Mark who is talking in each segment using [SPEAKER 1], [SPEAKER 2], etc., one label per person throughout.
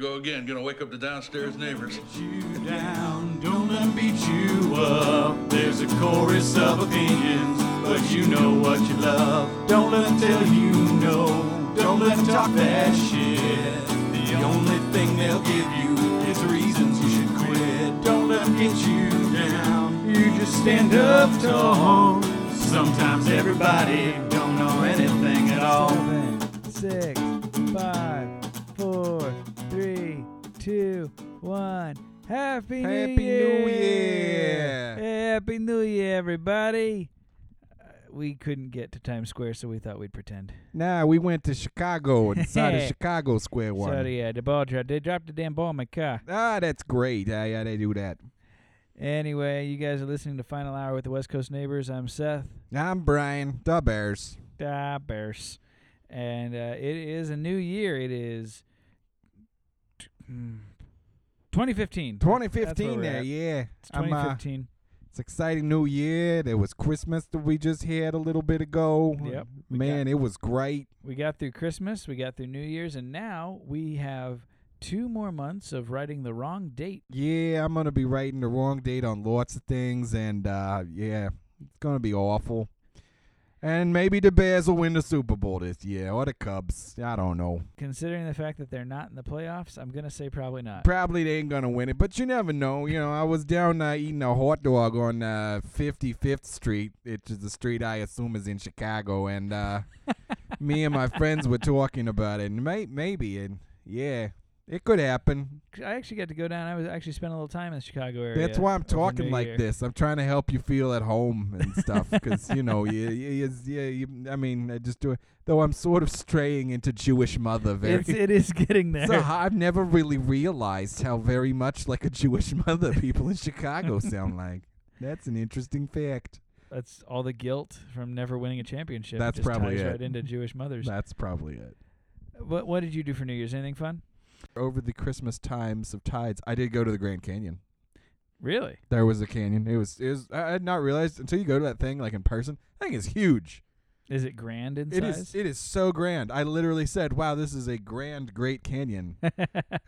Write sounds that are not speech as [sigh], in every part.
[SPEAKER 1] go again. Gonna wake up the downstairs neighbors.
[SPEAKER 2] you down, don't let 'em beat you up. There's a chorus of opinions, but you know what you love. Don't let 'em tell you no, don't let 'em talk that shit. The only thing they'll give you is reasons you should quit. Don't let 'em get you down, you just stand up tall. Sometimes everybody don't know anything at all.
[SPEAKER 3] Seven, six, five, four, three, two, one. Happy,
[SPEAKER 4] Happy
[SPEAKER 3] New
[SPEAKER 4] New
[SPEAKER 3] Year!
[SPEAKER 4] Year!
[SPEAKER 3] Happy New Year, everybody! Uh, We couldn't get to Times Square, so we thought we'd pretend.
[SPEAKER 4] Nah, we went to Chicago
[SPEAKER 3] [laughs]
[SPEAKER 4] and saw the Chicago Square one.
[SPEAKER 3] Sorry, uh, the ball dropped. They dropped the damn ball in my car.
[SPEAKER 4] Ah, that's great. Yeah, yeah, they do that.
[SPEAKER 3] Anyway, you guys are listening to Final Hour with the West Coast Neighbors. I'm Seth.
[SPEAKER 4] I'm Brian, the Bears.
[SPEAKER 3] Da Bears. And uh, it is a new year. It is t- mm, 2015.
[SPEAKER 4] 2015
[SPEAKER 3] we're
[SPEAKER 4] there,
[SPEAKER 3] at.
[SPEAKER 4] yeah.
[SPEAKER 3] It's
[SPEAKER 4] I'm, uh,
[SPEAKER 3] 2015.
[SPEAKER 4] it's exciting new year. There was Christmas that we just had a little bit ago.
[SPEAKER 3] Yep, we got-
[SPEAKER 4] Man, it was great.
[SPEAKER 3] we got through Christmas, we got through New Year's, and now we have two more months of writing the wrong date.
[SPEAKER 4] Yeah, I'm gonna be writing the wrong date on lots of things, and uh, yeah, it's gonna be awful. And maybe the Bears will win the Super Bowl this year, or the Cubs. I don't know.
[SPEAKER 3] Considering the fact that they're not in the playoffs, I'm going to say probably not.
[SPEAKER 4] Probably they ain't gonna win it, but you never know. You know, I was down uh, eating a hot dog on uh, 55th Street, which is the street I assume is in Chicago, and
[SPEAKER 3] [laughs]
[SPEAKER 4] uh, me and my friends were talking about it, and may- maybe, and yeah, it could happen.
[SPEAKER 3] 'Cause I actually got to go down. I was actually spent a little time in the Chicago area.
[SPEAKER 4] That's why I'm
[SPEAKER 3] over
[SPEAKER 4] talking
[SPEAKER 3] New
[SPEAKER 4] like
[SPEAKER 3] Year.
[SPEAKER 4] this. I'm trying to help you feel at home and stuff, because you
[SPEAKER 3] [laughs]
[SPEAKER 4] know, yeah, yeah, yeah, you, I mean, I just do it. Though I'm sort of straying into Jewish mother very.
[SPEAKER 3] It's, it is [laughs] getting there.
[SPEAKER 4] So I've never really realized how very much like a Jewish [laughs] mother people in Chicago
[SPEAKER 3] [laughs]
[SPEAKER 4] sound like. That's an interesting fact.
[SPEAKER 3] That's all the guilt from never winning a championship.
[SPEAKER 4] That's
[SPEAKER 3] It just
[SPEAKER 4] probably
[SPEAKER 3] ties
[SPEAKER 4] it. [laughs]
[SPEAKER 3] right into Jewish mothers.
[SPEAKER 4] That's probably it.
[SPEAKER 3] What What did you do for New Year's? Anything fun?
[SPEAKER 4] Over the Christmas times of tides, I did go to the Grand Canyon.
[SPEAKER 3] Really?
[SPEAKER 4] There was a canyon. It was. It was. I I had not realized until you go to that thing like in person. That thing is huge.
[SPEAKER 3] Is it grand in
[SPEAKER 4] It
[SPEAKER 3] size?
[SPEAKER 4] is. It is so grand. I literally said, "Wow, this is a grand, great canyon."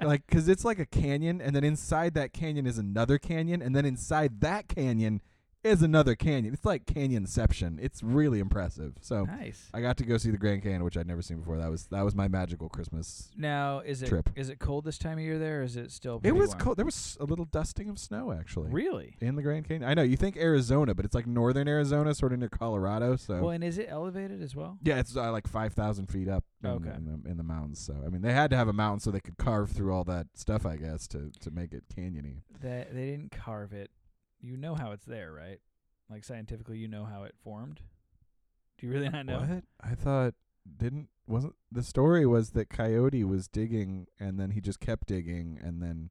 [SPEAKER 4] like, cause it's like a canyon, and then inside that canyon is another canyon, and then inside that canyon is another canyon. It's like canyonception. It's really impressive. So
[SPEAKER 3] [laughs] nice.
[SPEAKER 4] I got to go see the Grand Canyon, which I'd never seen before. That was that was my magical Christmas.
[SPEAKER 3] Now, is it
[SPEAKER 4] Trip.
[SPEAKER 3] is it cold this time of year there, or is it still?
[SPEAKER 4] It
[SPEAKER 3] pretty
[SPEAKER 4] was
[SPEAKER 3] warm?
[SPEAKER 4] cold. There was a little dusting of snow actually
[SPEAKER 3] Really?
[SPEAKER 4] in the Grand Canyon. I know you think Arizona, but it's like northern Arizona, sort of near Colorado. So
[SPEAKER 3] Well, and is it elevated as well?
[SPEAKER 4] Yeah, it's uh, like five thousand feet up in,
[SPEAKER 3] Okay.
[SPEAKER 4] the, in, the, in the mountains. So I mean, they had to have a mountain so they could carve through all that stuff, I guess, to to make it canyony.
[SPEAKER 3] That they didn't carve it. You know how it's there, right? Like scientifically, you know how it formed. Do you really not know?
[SPEAKER 4] What? I thought didn't wasn't the story was that Coyote was digging and then he just kept digging and then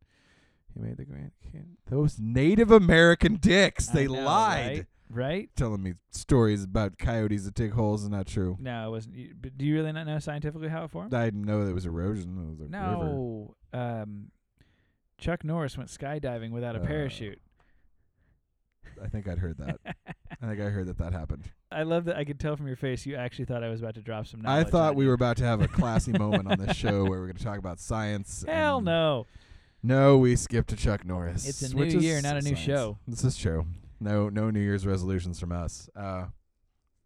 [SPEAKER 4] he made the Grand Canyon. Those Native American dicks,
[SPEAKER 3] I
[SPEAKER 4] they
[SPEAKER 3] know,
[SPEAKER 4] lied.
[SPEAKER 3] Right? right?
[SPEAKER 4] Telling me stories about coyotes that dig holes is not true.
[SPEAKER 3] No, it wasn't. You, but do you really not know scientifically how it formed?
[SPEAKER 4] I didn't know there was erosion. It was a river.
[SPEAKER 3] No. Um, Chuck Norris went skydiving without a
[SPEAKER 4] Uh,
[SPEAKER 3] parachute.
[SPEAKER 4] I think I'd heard that. I think I heard that that happened.
[SPEAKER 3] [laughs] I love that I could tell from your face you actually thought I was about to drop some
[SPEAKER 4] I
[SPEAKER 3] [laughs] knowledge.
[SPEAKER 4] thought
[SPEAKER 3] on
[SPEAKER 4] we
[SPEAKER 3] you.
[SPEAKER 4] were about to have a classy moment on this
[SPEAKER 3] [laughs]
[SPEAKER 4] show where we're going to talk about science.
[SPEAKER 3] Hell
[SPEAKER 4] and-
[SPEAKER 3] no.
[SPEAKER 4] No, we skipped to Chuck Norris.
[SPEAKER 3] It's a
[SPEAKER 4] which
[SPEAKER 3] new
[SPEAKER 4] is
[SPEAKER 3] year, not a new
[SPEAKER 4] science.
[SPEAKER 3] show.
[SPEAKER 4] This is true. No, no New Year's resolutions from us. Uh,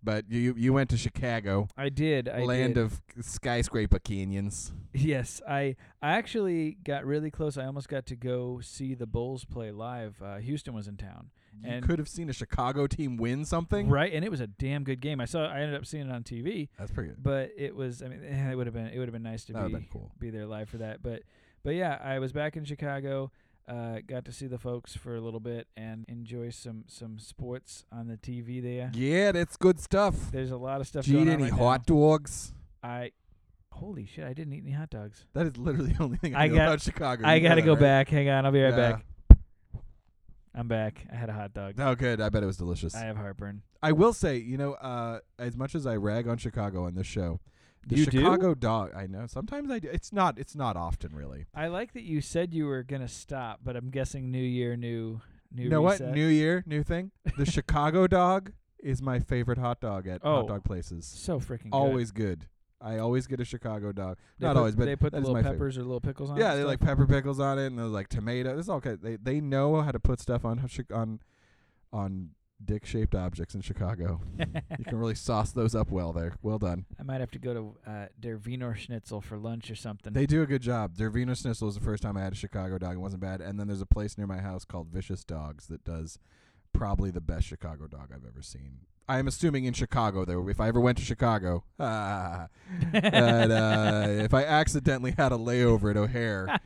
[SPEAKER 4] but you you went to Chicago,
[SPEAKER 3] I did. I
[SPEAKER 4] land
[SPEAKER 3] did.
[SPEAKER 4] of skyscraper canyons.
[SPEAKER 3] [laughs] Yes, I I actually got really close. I almost got to go see the Bulls play live. Uh, Houston was in town,
[SPEAKER 4] you
[SPEAKER 3] And-
[SPEAKER 4] could have seen a Chicago team win something.
[SPEAKER 3] right? And it was a damn good game. I saw. I ended up seeing it on TV,
[SPEAKER 4] That's pretty good.
[SPEAKER 3] but it was. I mean, [laughs] it would have been it would have been nice to
[SPEAKER 4] That
[SPEAKER 3] be
[SPEAKER 4] would've been cool.
[SPEAKER 3] be there live for that. But but yeah, I was back in Chicago. Uh, got to see the folks for a little bit and enjoy some some sports on the TV there.
[SPEAKER 4] Yeah, that's good stuff.
[SPEAKER 3] There's a lot of stuff.
[SPEAKER 4] Did you
[SPEAKER 3] going
[SPEAKER 4] eat
[SPEAKER 3] on
[SPEAKER 4] any
[SPEAKER 3] right now.
[SPEAKER 4] hot dogs?
[SPEAKER 3] I holy shit! I didn't eat any hot dogs.
[SPEAKER 4] That is literally [laughs] the only thing I,
[SPEAKER 3] I
[SPEAKER 4] know
[SPEAKER 3] got-
[SPEAKER 4] about Chicago.
[SPEAKER 3] I
[SPEAKER 4] You know
[SPEAKER 3] gotta
[SPEAKER 4] that,
[SPEAKER 3] go
[SPEAKER 4] right?
[SPEAKER 3] back. Hang on, I'll be right
[SPEAKER 4] Yeah.
[SPEAKER 3] back. I'm back. I had a hot dog.
[SPEAKER 4] Oh, good. I bet it was delicious.
[SPEAKER 3] I have heartburn.
[SPEAKER 4] I will say, you know, uh, as much as I rag on Chicago on this show, the
[SPEAKER 3] You do?
[SPEAKER 4] Chicago dog. I know. Sometimes I do. It's not. It's not often, really.
[SPEAKER 3] I like that you said you were gonna stop, but I'm guessing New Year, new, new.
[SPEAKER 4] you know
[SPEAKER 3] reset.
[SPEAKER 4] what? New year, new thing.
[SPEAKER 3] [laughs]
[SPEAKER 4] The Chicago dog is my favorite hot dog at
[SPEAKER 3] Oh.
[SPEAKER 4] hot dog places.
[SPEAKER 3] so freaking good.
[SPEAKER 4] Always good. I always get a Chicago dog.
[SPEAKER 3] They
[SPEAKER 4] Not
[SPEAKER 3] put-
[SPEAKER 4] always, but
[SPEAKER 3] they put
[SPEAKER 4] that is
[SPEAKER 3] little
[SPEAKER 4] my favorite.
[SPEAKER 3] peppers or little pickles on. it
[SPEAKER 4] Yeah,
[SPEAKER 3] and
[SPEAKER 4] they like
[SPEAKER 3] stuff?
[SPEAKER 4] pepper pickles on it, and there's like tomato. This is all kind. They they know how to put stuff on Chi- on on dick shaped objects in Chicago.
[SPEAKER 3] [laughs]
[SPEAKER 4] you can really sauce those up well there. Well done.
[SPEAKER 3] I might have to go to uh, der Wiener Schnitzel for lunch or something. [laughs]
[SPEAKER 4] They do a good job. Their Wiener Schnitzel was the first time I had a Chicago dog. It wasn't bad. And then there's a place near my house called Vicious Dogs that does probably the best Chicago dog I've ever seen. I am assuming in Chicago, though, if I ever went to Chicago, [laughs] ah, that, uh, if I accidentally had a layover at O'Hare,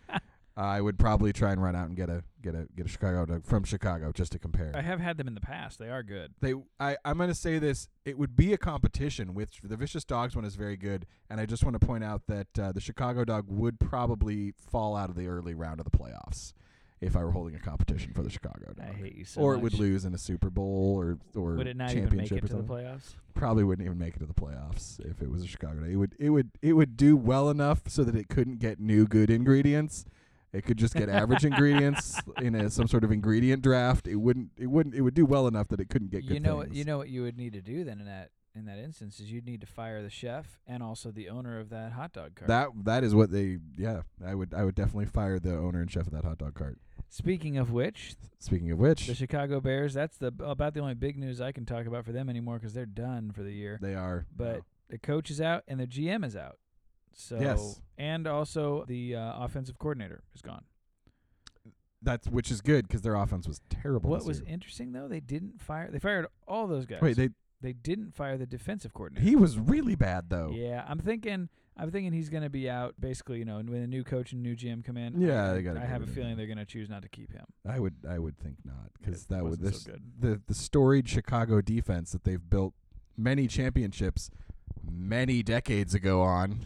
[SPEAKER 4] I would probably try and run out and get a get a get a Chicago dog from Chicago just to compare.
[SPEAKER 3] I have had them in the past. They are good.
[SPEAKER 4] they I, I'm gonna say this it would be a competition which the vicious dogs one is very good and I just want to point out that uh, the Chicago dog would probably fall out of the early round of the playoffs if I were holding a competition for the Chicago dog
[SPEAKER 3] I hate you so
[SPEAKER 4] or
[SPEAKER 3] much.
[SPEAKER 4] it would lose in a Super Bowl or or
[SPEAKER 3] Would it not
[SPEAKER 4] championship
[SPEAKER 3] even make it
[SPEAKER 4] or
[SPEAKER 3] to the
[SPEAKER 4] something.
[SPEAKER 3] playoffs?
[SPEAKER 4] probably wouldn't even make it to the playoffs if it was a Chicago dog it would it would it would do well enough so that it couldn't get new good ingredients it could just get average
[SPEAKER 3] [laughs]
[SPEAKER 4] ingredients in a, some sort of ingredient draft. It wouldn't. It wouldn't. It would do well enough that it couldn't get
[SPEAKER 3] you
[SPEAKER 4] good
[SPEAKER 3] know
[SPEAKER 4] things.
[SPEAKER 3] what you know what you would need to do then in that in that instance is you'd need to fire the chef and also the owner of that hot dog cart.
[SPEAKER 4] That that is what they yeah. I would I would definitely fire the owner and chef of that hot dog cart.
[SPEAKER 3] Speaking of which,
[SPEAKER 4] Speaking of
[SPEAKER 3] the
[SPEAKER 4] which,
[SPEAKER 3] Chicago Bears, that's the about the only big news I can talk about for them anymore cuz they're done for the year.
[SPEAKER 4] they are
[SPEAKER 3] But the coach is out and their GM is out. So
[SPEAKER 4] Yes.
[SPEAKER 3] and also the uh, offensive coordinator is gone.
[SPEAKER 4] that's which is good because their offense was terrible.
[SPEAKER 3] What
[SPEAKER 4] this
[SPEAKER 3] was
[SPEAKER 4] year.
[SPEAKER 3] interesting though, they didn't fire they fired all those guys.
[SPEAKER 4] wait? They
[SPEAKER 3] they didn't fire the defensive coordinator.
[SPEAKER 4] he was really bad though.
[SPEAKER 3] Yeah, I'm thinking. I'm thinking he's going to be out basically. You know, and when a new coach and new GM come in.
[SPEAKER 4] Yeah,
[SPEAKER 3] I,
[SPEAKER 4] they gotta
[SPEAKER 3] I
[SPEAKER 4] get
[SPEAKER 3] have a
[SPEAKER 4] rid of
[SPEAKER 3] feeling
[SPEAKER 4] him.
[SPEAKER 3] they're going to choose not to keep him.
[SPEAKER 4] I would I would think not because
[SPEAKER 3] It
[SPEAKER 4] that would
[SPEAKER 3] wasn't
[SPEAKER 4] this
[SPEAKER 3] so good.
[SPEAKER 4] the the storied Chicago defense that they've built many championships many decades ago on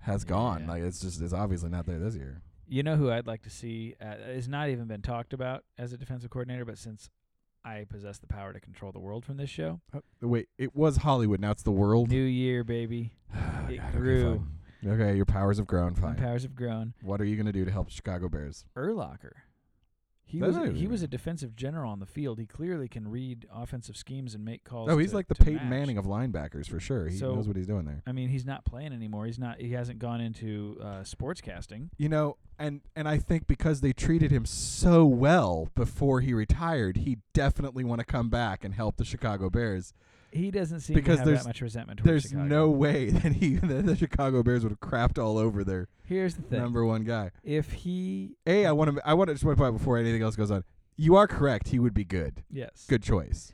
[SPEAKER 4] has gone
[SPEAKER 3] Yeah.
[SPEAKER 4] like it's just it's obviously not there this year.
[SPEAKER 3] You know who I'd like to see uh, is not even been talked about as a defensive coordinator, but since I possess the power to control the world from this show,
[SPEAKER 4] Oh, wait, it was Hollywood. Now it's the world.
[SPEAKER 3] [sighs] New Year, baby, it
[SPEAKER 4] God, Okay,
[SPEAKER 3] grew.
[SPEAKER 4] fine. okay, your powers have grown.
[SPEAKER 3] My
[SPEAKER 4] Fine.
[SPEAKER 3] powers have grown.
[SPEAKER 4] What are you going to do to help Chicago Bears?
[SPEAKER 3] Erlocker. He
[SPEAKER 4] That's
[SPEAKER 3] was
[SPEAKER 4] not
[SPEAKER 3] a,
[SPEAKER 4] even
[SPEAKER 3] he was a
[SPEAKER 4] good.
[SPEAKER 3] defensive general on the field. He clearly can read offensive schemes and make calls.
[SPEAKER 4] Oh, he's
[SPEAKER 3] to-
[SPEAKER 4] like the
[SPEAKER 3] to
[SPEAKER 4] Peyton
[SPEAKER 3] match.
[SPEAKER 4] Manning of linebackers for sure. He
[SPEAKER 3] So-
[SPEAKER 4] knows what he's doing there.
[SPEAKER 3] I mean, he's not playing anymore. He's not. He hasn't gone into uh, sports casting.
[SPEAKER 4] You know, and and I think because they treated him so well before he retired, he definitely want to come back and help the Chicago Bears.
[SPEAKER 3] He doesn't seem
[SPEAKER 4] Because
[SPEAKER 3] to have
[SPEAKER 4] there's-
[SPEAKER 3] that much resentment towards
[SPEAKER 4] There's
[SPEAKER 3] Chicago.
[SPEAKER 4] no way [laughs] that he that the Chicago Bears would have crapped all over their
[SPEAKER 3] Here's the thing:
[SPEAKER 4] number one guy.
[SPEAKER 3] if he,
[SPEAKER 4] A, I want to I want to just point out before anything else goes on. You are correct. He would be good.
[SPEAKER 3] yes,
[SPEAKER 4] Good choice.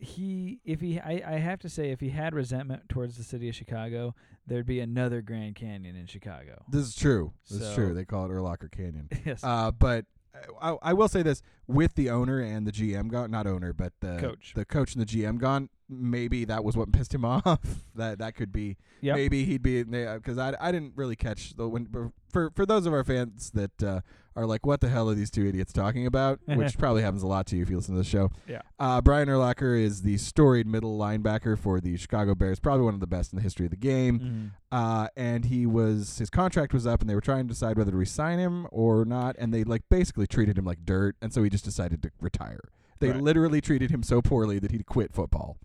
[SPEAKER 3] he, if he, I, I have to say, if he had resentment towards the city of Chicago, there'd be another Grand Canyon in Chicago.
[SPEAKER 4] This is true. This is
[SPEAKER 3] So-
[SPEAKER 4] true. They call it Erlocker Canyon.
[SPEAKER 3] [laughs] yes,
[SPEAKER 4] Uh, but I, I will say this: with the owner and the GM gone, not owner, but the
[SPEAKER 3] Coach.
[SPEAKER 4] the coach and the GM gone, maybe that was what pissed him [laughs] off. that that could be.
[SPEAKER 3] Yep.
[SPEAKER 4] Maybe he'd be because I, I didn't really catch the when for for those of our fans that uh, are like, what the hell are these two idiots talking
[SPEAKER 3] [laughs]
[SPEAKER 4] about? Which probably happens a lot to you if you listen to the show.
[SPEAKER 3] Yeah.
[SPEAKER 4] Uh, Brian Urlacher is the storied middle linebacker for the Chicago Bears, probably one of the best in the history of the game
[SPEAKER 3] Mhm.
[SPEAKER 4] uh, and he was his contract was up, and they were trying to decide whether to resign him or not, and they like basically treated him like dirt, and so he just decided to retire. They
[SPEAKER 3] Right.
[SPEAKER 4] literally treated him so poorly that he quit football.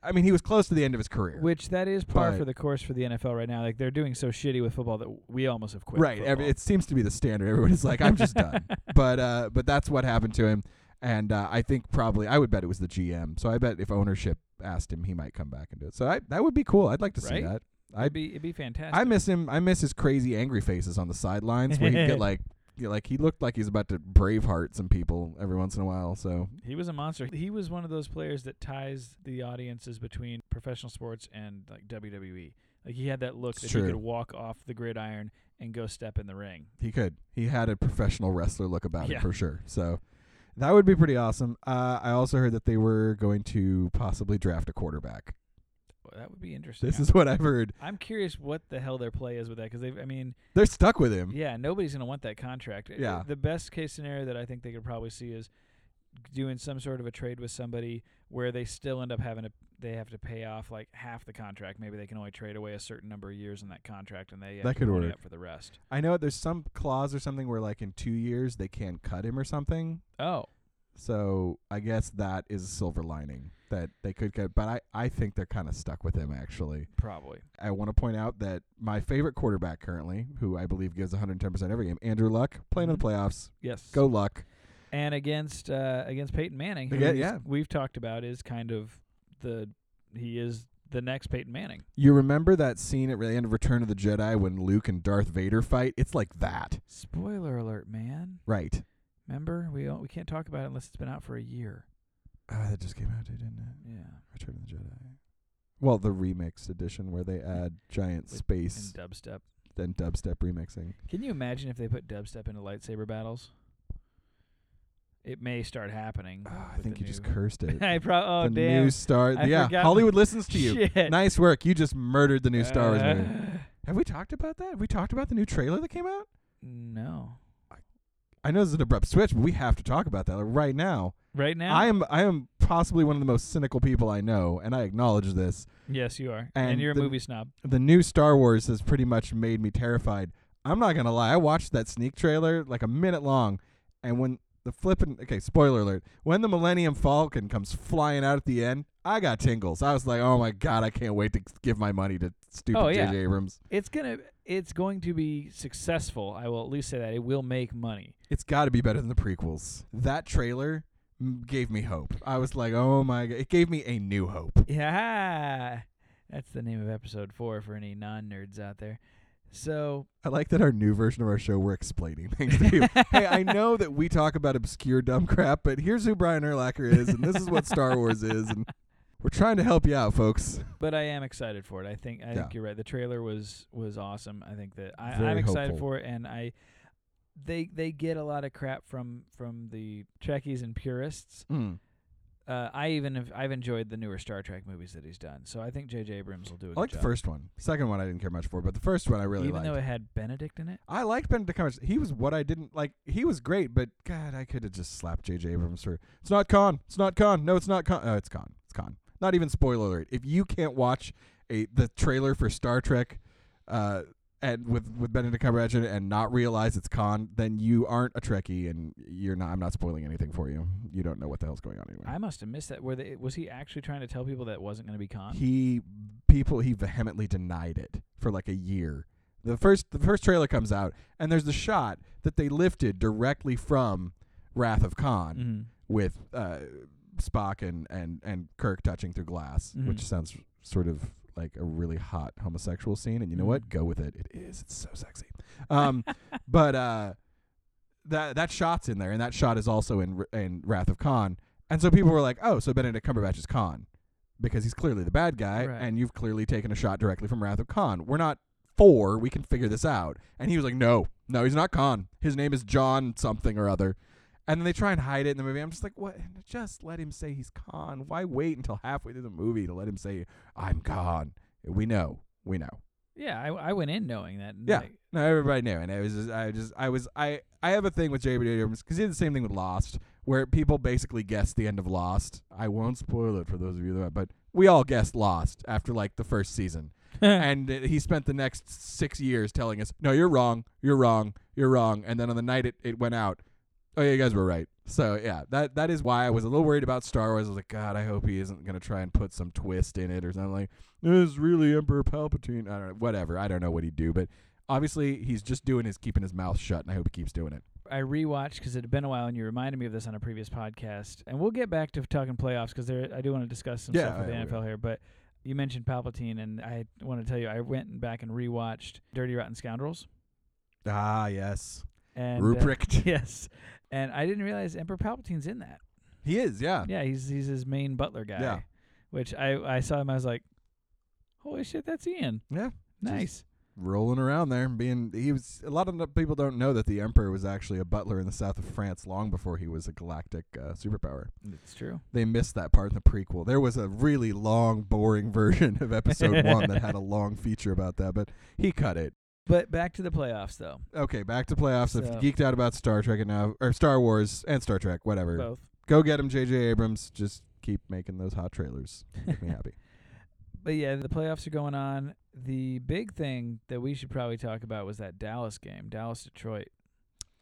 [SPEAKER 4] I mean, he was close to the end of his career.
[SPEAKER 3] Mm-hmm. Which that is par
[SPEAKER 4] But-
[SPEAKER 3] for the course for the NFL right now. Like they're doing so shitty with football that we almost have quit.
[SPEAKER 4] right. Every,
[SPEAKER 3] football.
[SPEAKER 4] it seems to be the standard. Everyone is like, I'm just
[SPEAKER 3] [laughs]
[SPEAKER 4] done. But uh, but that's what happened to him, and uh, I think probably I would bet it was the GM. So I bet if ownership asked him, he might come back and do it. So I, that would be cool. I'd like to see
[SPEAKER 3] Right?
[SPEAKER 4] that. I
[SPEAKER 3] it'd be it'd be fantastic.
[SPEAKER 4] I miss him. I miss his crazy angry faces on the sidelines where he'd
[SPEAKER 3] [laughs]
[SPEAKER 4] get like, you know, like he looked like he's about to braveheart some people every once in a while. So
[SPEAKER 3] He was a monster. He was one of those players that ties the audiences between professional sports and like WWE. Like he had that look
[SPEAKER 4] It's
[SPEAKER 3] that
[SPEAKER 4] true.
[SPEAKER 3] he could walk off the gridiron and go step in the ring.
[SPEAKER 4] he could. He had a professional wrestler look about
[SPEAKER 3] Yeah.
[SPEAKER 4] him for sure. So that would be pretty awesome. Uh, I also heard that they were going to possibly draft a quarterback.
[SPEAKER 3] Well, that would be interesting.
[SPEAKER 4] This is what I've heard.
[SPEAKER 3] I'm curious what the hell their play is with that because they I mean,
[SPEAKER 4] They're stuck with him.
[SPEAKER 3] yeah, nobody's going to want that contract. Uh,
[SPEAKER 4] Mm. Yeah.
[SPEAKER 3] The best case scenario that I think they could probably see is doing some sort of a trade with somebody where they still end up having to they have to pay off like half the contract. Maybe they can only trade away a certain number of years in that contract and they have
[SPEAKER 4] That
[SPEAKER 3] to
[SPEAKER 4] could
[SPEAKER 3] pony
[SPEAKER 4] work.
[SPEAKER 3] up for the rest.
[SPEAKER 4] I know there's some clause or something where like in two years they can cut him or something.
[SPEAKER 3] Oh,
[SPEAKER 4] So I guess that is a silver lining. that they could get, but I, I think they're kind of stuck with him, actually.
[SPEAKER 3] Probably.
[SPEAKER 4] I want to point out that my favorite quarterback currently, who I believe gives 110% every game, Andrew Luck, playing in the playoffs.
[SPEAKER 3] Yes.
[SPEAKER 4] Go Luck.
[SPEAKER 3] And against uh, against Peyton Manning, who
[SPEAKER 4] Again,
[SPEAKER 3] we've-
[SPEAKER 4] yeah.
[SPEAKER 3] we've talked about is kind of the he is the next Peyton Manning.
[SPEAKER 4] You remember that scene at the end of Return of the Jedi when Luke and Darth Vader fight? It's like that.
[SPEAKER 3] Spoiler alert, man.
[SPEAKER 4] Right.
[SPEAKER 3] Remember, we don't, we can't talk about it unless it's been out for a year.
[SPEAKER 4] Oh, that just came out, too, didn't it?
[SPEAKER 3] Yeah.
[SPEAKER 4] Return of the Jedi. Well, the remixed edition where they add giant
[SPEAKER 3] With- And
[SPEAKER 4] space
[SPEAKER 3] dubstep.
[SPEAKER 4] and dubstep remixing.
[SPEAKER 3] Can you imagine if they put dubstep into lightsaber battles? It may start happening.
[SPEAKER 4] Ah, I
[SPEAKER 3] with
[SPEAKER 4] think
[SPEAKER 3] the
[SPEAKER 4] you just [laughs]
[SPEAKER 3] new-
[SPEAKER 4] cursed it.
[SPEAKER 3] [laughs] I pro- oh
[SPEAKER 4] the
[SPEAKER 3] damn.
[SPEAKER 4] new Star.
[SPEAKER 3] I
[SPEAKER 4] yeah,
[SPEAKER 3] forgot-
[SPEAKER 4] Hollywood listens to you.
[SPEAKER 3] Shit.
[SPEAKER 4] Nice work. You just murdered the new Star Wars movie. [laughs]
[SPEAKER 3] Uh,
[SPEAKER 4] Have we talked about that? Have we talked about the new trailer that came out?
[SPEAKER 3] [laughs] No.
[SPEAKER 4] I know this is an abrupt switch, but we have to talk about that like, right now.
[SPEAKER 3] Right now.
[SPEAKER 4] I am I am possibly one of the most cynical people I know, and I acknowledge this.
[SPEAKER 3] yes, you are. And,
[SPEAKER 4] And
[SPEAKER 3] you're a
[SPEAKER 4] the-
[SPEAKER 3] movie snob.
[SPEAKER 4] The new Star Wars has pretty much made me terrified. I'm not gonna lie. I watched that sneak trailer like a minute long, and when the flippin' okay, spoiler alert. When the Millennium Falcon comes flying out at the end, I got tingles. I was like, oh my god, I can't wait to give my money to stupid
[SPEAKER 3] Oh, yeah.
[SPEAKER 4] J.J. Abrams.
[SPEAKER 3] It's gonna. It's going to be successful. I will at least say that it will make money.
[SPEAKER 4] It's got to be better than the prequels. That trailer mm, gave me hope. I was like, oh my god, it gave me a new hope.
[SPEAKER 3] Yeah. That's the name of episode four for any non nerds out there. So [laughs]
[SPEAKER 4] I like that our new version of our show we're explaining things to you. [laughs] hey, I know that we talk about obscure dumb crap, but here's who Brian Erlacher is, and this is what Star Wars is, and we're trying to help you out, folks.
[SPEAKER 3] But I am excited for it. I think I
[SPEAKER 4] Yeah.
[SPEAKER 3] think you're right. The trailer was was awesome. I think that I,
[SPEAKER 4] Very
[SPEAKER 3] I'm excited
[SPEAKER 4] hopeful.
[SPEAKER 3] for it, and I they they get a lot of crap from from the Trekkies and purists.
[SPEAKER 4] Mm.
[SPEAKER 3] Uh, I even have, I've enjoyed the newer Star Trek movies that he's done. So I think J.J. Abrams will do a
[SPEAKER 4] I
[SPEAKER 3] good
[SPEAKER 4] liked
[SPEAKER 3] job.
[SPEAKER 4] the first one. Second one I didn't care much for, but the first one I really
[SPEAKER 3] even
[SPEAKER 4] liked.
[SPEAKER 3] though it had Benedict in it.
[SPEAKER 4] I liked Benedict Cumberbatch. He was what I didn't like. He was great, but God, I could have just slapped J.J. Abrams for it's not con, it's not con, no, it's not con, oh, it's con, it's con. Not even spoiler alert. If you can't watch a the trailer for Star Trek, uh, and with with Benedict Cumberbatch in it and not realize it's con, then you aren't a Trekkie, and you're not. I'm not spoiling anything for you. You don't know what the hell's going on anyway.
[SPEAKER 3] I must have missed that. Were they, was he actually trying to tell people that it wasn't going to be Khan?
[SPEAKER 4] he people he vehemently denied it for like a year. The first the first trailer comes out and there's the shot that they lifted directly from Wrath of Khan
[SPEAKER 3] hmm
[SPEAKER 4] with uh, Spock and, and and Kirk touching through glass,
[SPEAKER 3] Mhm.
[SPEAKER 4] which sounds sort of like a really hot homosexual scene. And you know
[SPEAKER 3] Mhm.
[SPEAKER 4] what? Go with it. It is. It's so sexy. Um, [laughs] but uh, that that shot's in there, and that shot is also in R- in Wrath of Khan. And so people were like, "Oh, so Benedict Cumberbatch is Khan because he's clearly the bad guy,
[SPEAKER 3] Right.
[SPEAKER 4] and you've clearly taken a shot directly from Wrath of Khan. We're not four. We can figure this out." And he was like, "No, no, he's not Khan. His name is John something or other." And then they try and hide it in the movie. I'm just like, what? Just let him say he's Khan. Why wait until halfway through the movie to let him say I'm Khan? We know, we know.
[SPEAKER 3] Yeah, I, I went in knowing that. and
[SPEAKER 4] Yeah.
[SPEAKER 3] like-
[SPEAKER 4] No, everybody knew, and it was just, I just, I was, I, I have a thing with J.B. Abrams because he did the same thing with Lost, where people basically guessed the end of Lost. I won't spoil it for those of you that, but we all guessed Lost after like the first season, and uh, he spent the next six years telling us, "No, you're wrong, you're wrong, you're wrong," and then on the night it, it went out, oh yeah, you guys were right. So yeah, that that is why I was a little worried about Star Wars. I was like, God, I hope he isn't gonna try and put some twist in it or something like this. Is really Emperor Palpatine? I don't know. Whatever. I don't know what he'd do, but obviously he's just doing his keeping his mouth shut, and I hope he keeps doing it.
[SPEAKER 3] [laughs] I rewatched because it had been a while, and you reminded me of this on a previous podcast. And we'll get back to talking playoffs because there, I do want to discuss some
[SPEAKER 4] Yeah,
[SPEAKER 3] stuff with the
[SPEAKER 4] yeah, we
[SPEAKER 3] NFL here. But you mentioned Palpatine, and I want to tell you, I went and back and rewatched Dirty Rotten Scoundrels.
[SPEAKER 4] Ah, yes,
[SPEAKER 3] And uh, [laughs]
[SPEAKER 4] Ruprecht.
[SPEAKER 3] yes, and I didn't realize Emperor Palpatine's in that.
[SPEAKER 4] he is. Yeah.
[SPEAKER 3] Yeah, he's he's his main butler guy.
[SPEAKER 4] Uh, Yeah.
[SPEAKER 3] Which I I saw him, I was like, holy shit, that's Ian.
[SPEAKER 4] Yeah.
[SPEAKER 3] Nice.
[SPEAKER 4] rolling around there and being he was a lot of no- people don't know that the emperor was actually a butler in the south of france long before he was a galactic uh, superpower
[SPEAKER 3] It's true.
[SPEAKER 4] they missed that part in the prequel there was a really long boring [laughs] version of episode one that had a long feature about that but he cut it
[SPEAKER 3] But back to the playoffs though.
[SPEAKER 4] okay back to playoffs if
[SPEAKER 3] So-
[SPEAKER 4] you geeked out about star trek and now or star wars and star trek whatever
[SPEAKER 3] Both.
[SPEAKER 4] go get him jj abrams just keep making those hot trailers make me happy
[SPEAKER 3] [laughs] But yeah, the playoffs are going on. The big thing that we should probably talk about was that Dallas game, Dallas Detroit.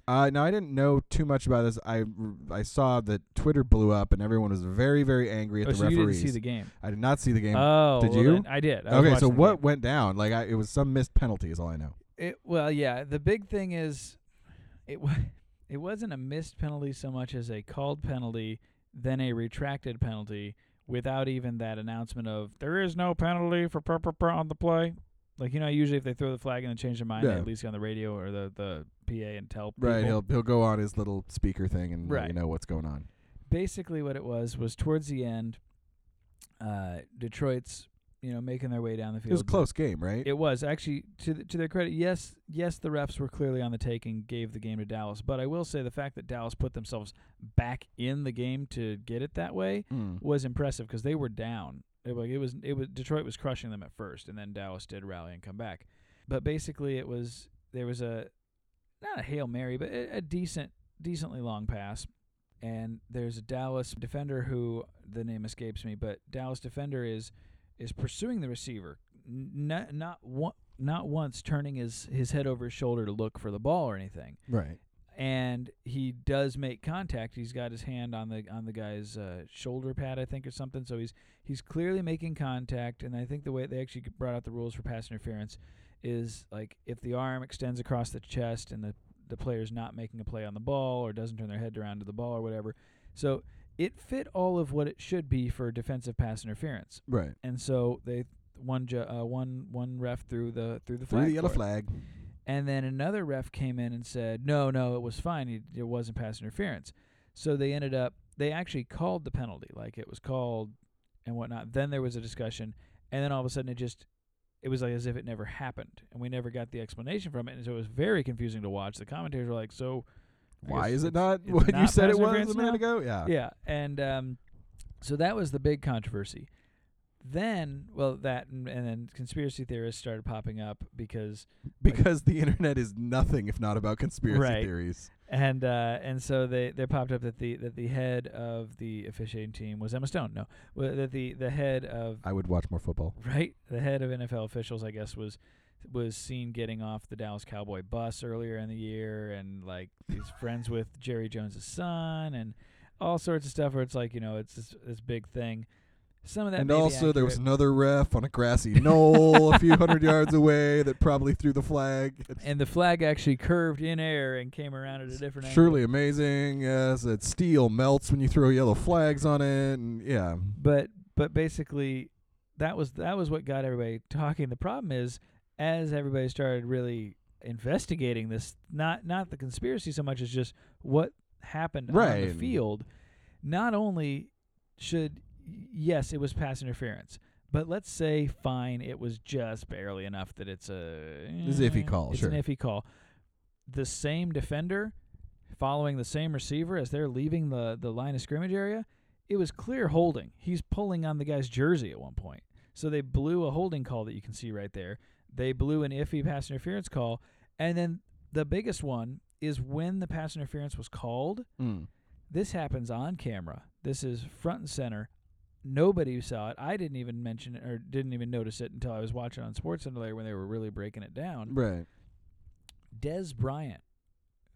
[SPEAKER 4] Uh, now I didn't know too much about this. I I saw that Twitter blew up and everyone was very very angry at
[SPEAKER 3] Oh,
[SPEAKER 4] the
[SPEAKER 3] so
[SPEAKER 4] referees.
[SPEAKER 3] you didn't see the game.
[SPEAKER 4] I did not see the game.
[SPEAKER 3] Oh,
[SPEAKER 4] did
[SPEAKER 3] well
[SPEAKER 4] you?
[SPEAKER 3] then I did. I was
[SPEAKER 4] okay, so
[SPEAKER 3] watching the
[SPEAKER 4] what
[SPEAKER 3] game.
[SPEAKER 4] went down? Like I, it was some missed penalty is all I know.
[SPEAKER 3] It, well, yeah. The big thing is, it wa [laughs] it wasn't a missed penalty so much as a called penalty, then a retracted penalty without even that announcement of there is no penalty for per, per, per on the play. Like you know, usually if they throw the flag and they change their mind, they
[SPEAKER 4] Yeah.
[SPEAKER 3] at least on the radio or the the PA and tell
[SPEAKER 4] Right,
[SPEAKER 3] people.
[SPEAKER 4] he'll he'll go on his little speaker thing and let you
[SPEAKER 3] Right.
[SPEAKER 4] know what's going on.
[SPEAKER 3] basically what it was was towards the end, uh, Detroit's you know making their way down the field.
[SPEAKER 4] It was a close game, right?
[SPEAKER 3] It was actually to th- to their credit. Yes, yes, the refs were clearly on the take and gave the game to Dallas. But I will say the fact that Dallas put themselves back in the game to get it that way
[SPEAKER 4] Mm.
[SPEAKER 3] was impressive because they were down. It, like it was, it was Detroit was crushing them at first, and then Dallas did rally and come back. But basically, it was there was a not a hail mary, but a, a decent, decently long pass. And there's a Dallas defender who the name escapes me, but Dallas defender is is pursuing the receiver, n- not not one, not once turning his his head over his shoulder to look for the ball or anything
[SPEAKER 4] Right.
[SPEAKER 3] and he does make contact. He's got his hand on the on the guy's uh, shoulder pad, I think, or something. So he's he's clearly making contact. And I think the way they actually brought out the rules for pass interference is like if the arm extends across the chest and the the player's not making a play on the ball or doesn't turn their head around to the ball or whatever. So it fit all of what it should be for defensive pass interference.
[SPEAKER 4] Right.
[SPEAKER 3] And so they one ju- uh, one one ref threw the through the
[SPEAKER 4] Through
[SPEAKER 3] flag
[SPEAKER 4] the yellow
[SPEAKER 3] for it.
[SPEAKER 4] flag.
[SPEAKER 3] And then another ref came in and said, no, no, it was fine. It, it wasn't pass interference. So they ended up, they actually called the penalty, like it was called and whatnot. Then there was a discussion. And then all of a sudden it just, it was like as if it never happened. And we never got the explanation from it. And so it was very confusing to watch. The commentators were like, so. I
[SPEAKER 4] Why
[SPEAKER 3] guess
[SPEAKER 4] is it
[SPEAKER 3] it's-
[SPEAKER 4] not
[SPEAKER 3] [laughs] it's
[SPEAKER 4] what you
[SPEAKER 3] not
[SPEAKER 4] said
[SPEAKER 3] pass
[SPEAKER 4] it was
[SPEAKER 3] interference
[SPEAKER 4] a minute
[SPEAKER 3] now?
[SPEAKER 4] ago? Yeah.
[SPEAKER 3] Yeah, and um, so that was the big controversy. Then, well, that and, and then conspiracy theorists started popping up because
[SPEAKER 4] Because the internet is nothing if not about conspiracy
[SPEAKER 3] Right.
[SPEAKER 4] theories.
[SPEAKER 3] and uh, and so they, they popped up that the that the head of the officiating team was Emma Stone. No, Well, that the the head of
[SPEAKER 4] I would watch more football.
[SPEAKER 3] right the head of NFL officials, I guess, was was seen getting off the Dallas Cowboy bus earlier in the year, and like he's friends with Jerry Jones' son, and all sorts of stuff. Where it's like you know it's this, this big thing. Some of that
[SPEAKER 4] and
[SPEAKER 3] may be
[SPEAKER 4] also, there was
[SPEAKER 3] accurate.
[SPEAKER 4] another ref on a grassy [laughs] knoll a few hundred yards away that probably threw the flag. It's
[SPEAKER 3] and the flag actually curved in air and came around at a different angle.
[SPEAKER 4] surely amazing. Yes, that steel melts when you throw yellow flags on it. And yeah,
[SPEAKER 3] but but basically that was that was what got everybody talking the problem is as everybody started really investigating this not not the conspiracy so much as just what happened on the
[SPEAKER 4] Right.
[SPEAKER 3] field not only should yes it was pass interference but let's say fine it was just barely enough that it's a
[SPEAKER 4] It's an iffy call,
[SPEAKER 3] it's
[SPEAKER 4] sure.
[SPEAKER 3] an iffy call the same defender following the same receiver as they're leaving the, the line of scrimmage area, it was clear holding. He's pulling on the guy's jersey at one point. So they blew a holding call that you can see right there. They blew an iffy pass interference call. And then the biggest one is when the pass interference was called. This happens on camera. This is front and center. Nobody saw it. I didn't even mention it or didn't even notice it until I was watching on SportsCenter later when they were really breaking it down.
[SPEAKER 4] right.
[SPEAKER 3] Des Bryant,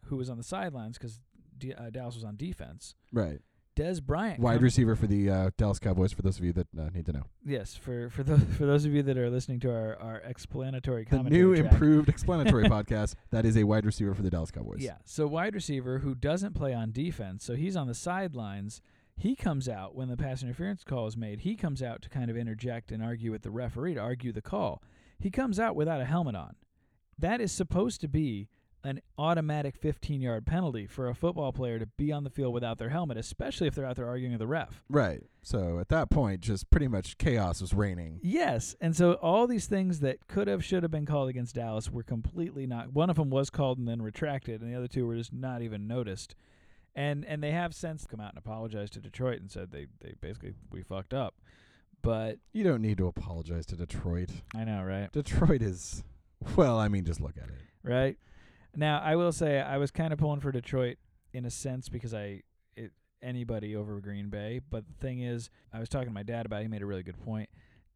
[SPEAKER 3] who was on the sidelines because D- uh, Dallas was on defense.
[SPEAKER 4] Right.
[SPEAKER 3] Des Bryant,
[SPEAKER 4] Wide
[SPEAKER 3] come-
[SPEAKER 4] receiver for the uh, Dallas Cowboys, for those of you that uh, need to know.
[SPEAKER 3] yes, for for those [laughs] for those of you that are listening to our our explanatory
[SPEAKER 4] The
[SPEAKER 3] commentary,
[SPEAKER 4] new
[SPEAKER 3] track.
[SPEAKER 4] improved
[SPEAKER 3] [laughs]
[SPEAKER 4] explanatory podcast that is a wide receiver for the Dallas Cowboys.
[SPEAKER 3] Yeah, so wide receiver who doesn't play on defense, so he's on the sidelines. He comes out when the pass interference call is made. He comes out to kind of interject and argue with the referee to argue the call. He comes out without a helmet on. That is supposed to be an automatic 15 yard penalty for a football player to be on the field without their helmet, especially if they're out there arguing with the ref.
[SPEAKER 4] Right. So at that point, just pretty much chaos was reigning.
[SPEAKER 3] Yes, and so all these things that could have, should have been called against Dallas were completely not. One of them was called and then retracted, and the other two were just not even noticed. And and they have since come out and apologized to Detroit and said they they basically we fucked up. But
[SPEAKER 4] You don't need to apologize to Detroit.
[SPEAKER 3] I know, right?
[SPEAKER 4] Detroit is, well, I mean, just look at it.
[SPEAKER 3] Right now, I will say I was kind of pulling for Detroit in a sense because I it anybody over Green Bay. But the thing is, I was talking to my dad about. it. He made a really good point.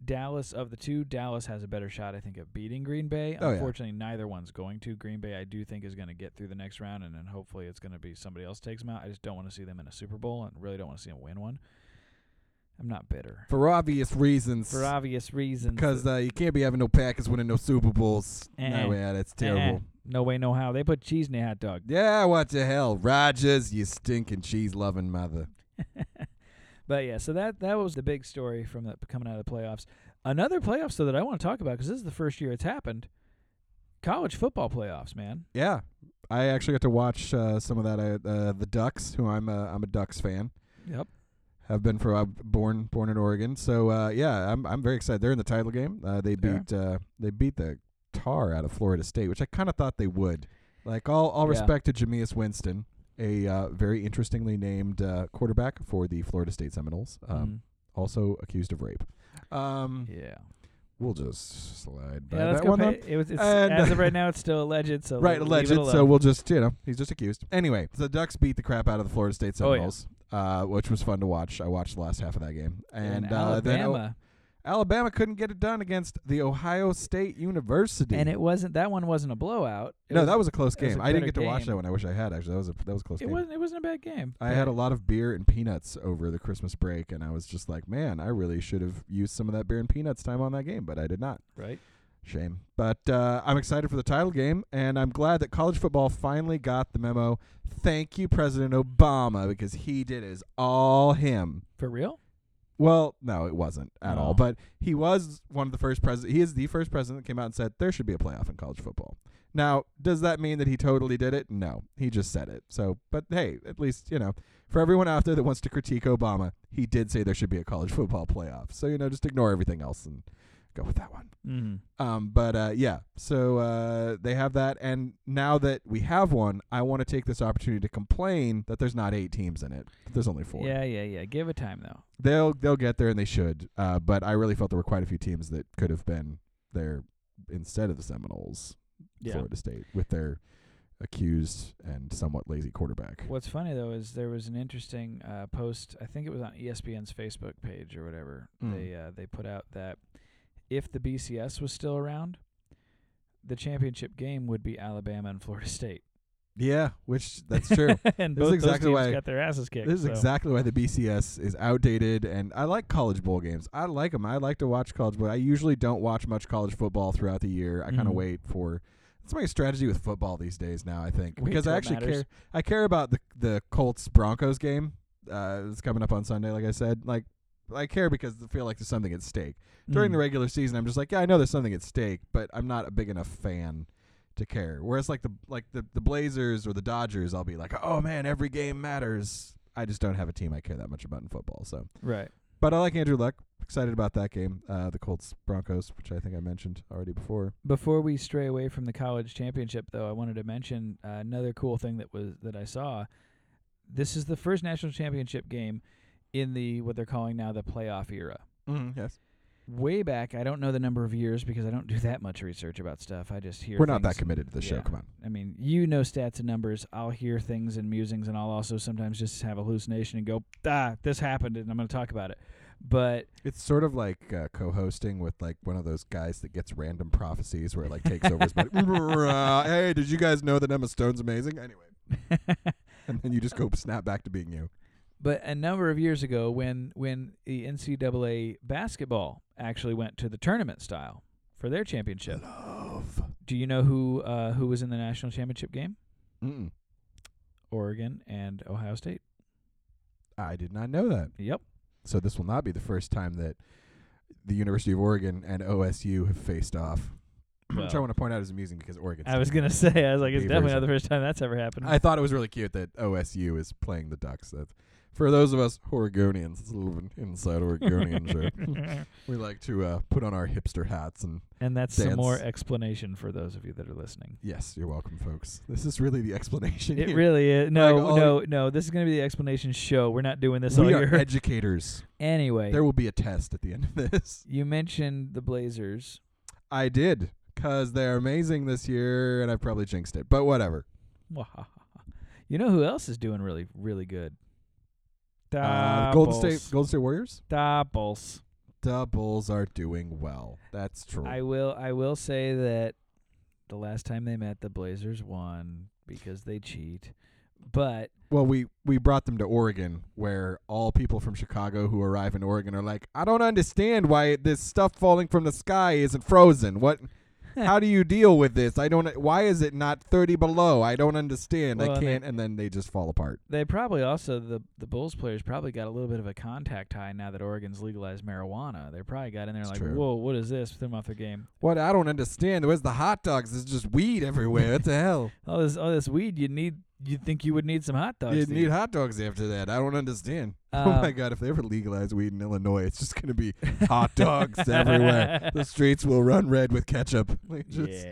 [SPEAKER 3] Dallas of the two, Dallas has a better shot, I think, of beating Green Bay.
[SPEAKER 4] Oh, yeah.
[SPEAKER 3] Unfortunately, neither one's going to. Green Bay, I do think, is going to get through the next round, and then hopefully it's going to be somebody else takes them out. I just don't want to see them in a Super Bowl, and really don't want to see them win one. I'm not bitter
[SPEAKER 4] for obvious reasons.
[SPEAKER 3] for obvious reasons.
[SPEAKER 4] because uh, you can't be having no Packers winning no Super Bowls.
[SPEAKER 3] Eh.
[SPEAKER 4] No, yeah, that's
[SPEAKER 3] Eh, eh.
[SPEAKER 4] terrible.
[SPEAKER 3] no way, no how. They put cheese in a hot dog.
[SPEAKER 4] Yeah, what the hell, Rogers, you stinking cheese loving mother.
[SPEAKER 3] But yeah, so that that was the big story from the, coming out of the playoffs. Another playoffs though that I want to talk about because this is the first year it's happened. College football playoffs, man.
[SPEAKER 4] Yeah, I actually got to watch uh, some of that. Uh, uh, the Ducks, who I'm a, I'm a Ducks fan.
[SPEAKER 3] Yep.
[SPEAKER 4] Have been for uh, born born in Oregon, so uh, yeah, I'm I'm very excited. They're in the title game. Uh, they
[SPEAKER 3] They are.
[SPEAKER 4] beat uh, they beat the tar out of Florida State, which I kind of thought they would. Like all all
[SPEAKER 3] Yeah.
[SPEAKER 4] respect to Jameis Winston, a uh, very interestingly named uh, quarterback for the Florida State Seminoles, um,
[SPEAKER 3] Mm.
[SPEAKER 4] also accused of rape. Um,
[SPEAKER 3] yeah.
[SPEAKER 4] We'll just slide by
[SPEAKER 3] Yeah, let's
[SPEAKER 4] that
[SPEAKER 3] go
[SPEAKER 4] one.
[SPEAKER 3] pay, it was, it's,
[SPEAKER 4] And-
[SPEAKER 3] as of right now, it's still
[SPEAKER 4] [laughs]
[SPEAKER 3] alleged. So
[SPEAKER 4] Right,
[SPEAKER 3] leave
[SPEAKER 4] alleged.
[SPEAKER 3] It alone.
[SPEAKER 4] So we'll just, you know, he's just accused. Anyway, the Ducks beat the crap out of the Florida State
[SPEAKER 3] Oh, yeah.
[SPEAKER 4] Seminoles, uh, which was fun to watch. I watched the last half of that game, and,
[SPEAKER 3] and,
[SPEAKER 4] uh, then O-
[SPEAKER 3] Alabama,
[SPEAKER 4] Alabama couldn't get it done against the Ohio State University.
[SPEAKER 3] and it wasn't that one wasn't a blowout. It
[SPEAKER 4] no, that was a close
[SPEAKER 3] it was
[SPEAKER 4] game.
[SPEAKER 3] a
[SPEAKER 4] I didn't
[SPEAKER 3] better
[SPEAKER 4] get to watch
[SPEAKER 3] game.
[SPEAKER 4] that one. I wish I had actually. That was a that was a close
[SPEAKER 3] It
[SPEAKER 4] game.
[SPEAKER 3] wasn't. It wasn't a bad game.
[SPEAKER 4] I had a lot of beer and peanuts over the Christmas break, and I was just like, man, I really should have used some of that beer and peanuts time on that game, but I did not.
[SPEAKER 3] right.
[SPEAKER 4] Shame. But uh, I'm excited for the title game, and I'm glad that college football finally got the memo. Thank you, President Obama, because he did it. It's all him.
[SPEAKER 3] For real?
[SPEAKER 4] Well, no, it wasn't at all.
[SPEAKER 3] No.
[SPEAKER 4] But he was one of the first president. He is the first president that came out and said there should be a playoff in college football. Now, does that mean that he totally did it? No, he just said it. So, but hey, at least you know, for everyone out there that wants to critique Obama, he did say there should be a college [laughs] football playoff. So you know, just ignore everything else and go with that one.
[SPEAKER 3] Mm-hmm.
[SPEAKER 4] Um, but uh, yeah, so uh, they have that, and now that we have one, I want to take this opportunity to complain that there's not eight teams in it. that There's only four.
[SPEAKER 3] Yeah, yeah, yeah. Give it time though.
[SPEAKER 4] They'll they'll get there, and they should. Uh, but I really felt there were quite a few teams that could have been there instead of the Seminoles, Florida State, with their accused and somewhat lazy quarterback.
[SPEAKER 3] What's funny though is there was an interesting uh, post. I think it was on E ESPN's Facebook page or whatever.
[SPEAKER 4] Mm.
[SPEAKER 3] They uh, they put out that if the BCS was still around, the championship game would be Alabama and Florida State.
[SPEAKER 4] Yeah, which that's [laughs] true.
[SPEAKER 3] [laughs] and
[SPEAKER 4] This is
[SPEAKER 3] both
[SPEAKER 4] exactly
[SPEAKER 3] those teams
[SPEAKER 4] why-
[SPEAKER 3] got their asses kicked.
[SPEAKER 4] This is
[SPEAKER 3] so.
[SPEAKER 4] exactly why the BCS is outdated, and I like college bowl games. I like 'em. I like to watch college bowl. I usually don't watch much college football throughout the year. I kind of
[SPEAKER 3] Mhm.
[SPEAKER 4] wait for. It's my strategy with football these days now. I think
[SPEAKER 3] Wait
[SPEAKER 4] because
[SPEAKER 3] till
[SPEAKER 4] I
[SPEAKER 3] it
[SPEAKER 4] actually
[SPEAKER 3] matters.
[SPEAKER 4] care. I care about the the Colts Broncos game. Uh, it's coming up on Sunday, like I said. Like I care because I feel like there's something at stake during the
[SPEAKER 3] Mm.
[SPEAKER 4] regular season i'm just like yeah i know there's something at stake but i'm not a big enough fan to care whereas like the like the, the blazers or the dodgers i'll be like oh man every game matters i just don't have a team i care that much about in football so
[SPEAKER 3] right.
[SPEAKER 4] but i like andrew luck excited about that game uh the colts broncos which i think i mentioned already before
[SPEAKER 3] Before we stray away from the college championship, though, I wanted to mention uh, another cool thing that was that I saw. This is the first national championship game in the what they're calling now the playoff era.
[SPEAKER 4] mm, yes
[SPEAKER 3] Way back, I don't know the number of years because I don't do that much research about stuff. I just hear.
[SPEAKER 4] we're not that
[SPEAKER 3] things.
[SPEAKER 4] committed to the show
[SPEAKER 3] Yeah.
[SPEAKER 4] come on
[SPEAKER 3] I mean, you know stats and numbers. I'll hear things and musings, and I'll also sometimes just have a hallucination and go, ah, this happened, and I'm going to talk about it. But [laughs]
[SPEAKER 4] it's sort of like uh, co-hosting with like one of those guys that gets random prophecies where it like takes over his
[SPEAKER 3] [laughs]
[SPEAKER 4] body hey did you guys know that emma stone's amazing anyway and then you just go snap back to being you.
[SPEAKER 3] but a number of years ago when when the NCAA basketball actually went to the tournament style for their championship.
[SPEAKER 4] Love.
[SPEAKER 3] Do you know who uh, who was in the national championship game?
[SPEAKER 4] Mm-mm.
[SPEAKER 3] Oregon and Ohio State.
[SPEAKER 4] I did not know that.
[SPEAKER 3] Yep.
[SPEAKER 4] So this will not be the first time that the University of Oregon and OSU have faced off. [clears throat] Which I
[SPEAKER 3] Well.
[SPEAKER 4] want to point out is amusing because Oregon.
[SPEAKER 3] I was
[SPEAKER 4] State-
[SPEAKER 3] gonna [laughs] say I was like it's
[SPEAKER 4] Beavers.
[SPEAKER 3] definitely not the first time that's ever happened.
[SPEAKER 4] I thought it was really cute that OSU is playing the Ducks. That for those of us Oregonians, it's a little bit inside Oregonian
[SPEAKER 3] [laughs]
[SPEAKER 4] show. We like to uh, put on our hipster hats and
[SPEAKER 3] and that's some more
[SPEAKER 4] Dance.
[SPEAKER 3] explanation for those of you that
[SPEAKER 4] [laughs]
[SPEAKER 3] are listening.
[SPEAKER 4] yes, you're welcome, folks. This is really the explanation.
[SPEAKER 3] It
[SPEAKER 4] here.
[SPEAKER 3] really is no
[SPEAKER 4] all-
[SPEAKER 3] no no. This is gonna be the explanation show. We're not doing this all
[SPEAKER 4] we are
[SPEAKER 3] year.
[SPEAKER 4] educators.
[SPEAKER 3] [laughs] anyway,
[SPEAKER 4] There will be a test at the end of this.
[SPEAKER 3] you mentioned the Blazers. [laughs]
[SPEAKER 4] I did because they're amazing this year, and I probably jinxed it. But whatever.
[SPEAKER 3] You know who else is doing really, really good?
[SPEAKER 4] Uh, Golden State, Golden State Warriors.
[SPEAKER 3] Doubles.
[SPEAKER 4] Delta Bulls are doing well. That's true.
[SPEAKER 3] I will. I will say that the last time they met, the Blazers won because they cheat. But
[SPEAKER 4] well, we we brought them to Oregon, where all people from Chicago who arrive in Oregon are like, I don't understand why this stuff falling from the sky isn't frozen.
[SPEAKER 3] [laughs]
[SPEAKER 4] What? How do you deal with this? I don't. Why is it not thirty below? I don't understand.
[SPEAKER 3] Well,
[SPEAKER 4] I
[SPEAKER 3] and they-
[SPEAKER 4] can't. And then they just fall apart.
[SPEAKER 3] they probably also the the Bulls players probably got a little bit of a contact high now that Oregon's legalized marijuana. They probably got in there
[SPEAKER 4] It's
[SPEAKER 3] like,
[SPEAKER 4] true.
[SPEAKER 3] whoa, what is this? Threw them off their game.
[SPEAKER 4] What I don't understand. Where's the hot dogs? There's just weed everywhere. What the hell?
[SPEAKER 3] All this all this weed you need. You would think you would need some hot dogs?
[SPEAKER 4] You
[SPEAKER 3] to
[SPEAKER 4] need
[SPEAKER 3] eat.
[SPEAKER 4] hot [laughs] dogs after that. I don't understand. [laughs] oh my
[SPEAKER 3] Oh, Um,
[SPEAKER 4] god, if they ever legalize weed in Illinois, it's just gonna be hot dogs
[SPEAKER 3] [laughs]
[SPEAKER 4] everywhere. The streets will run red with ketchup. [laughs] Like, just-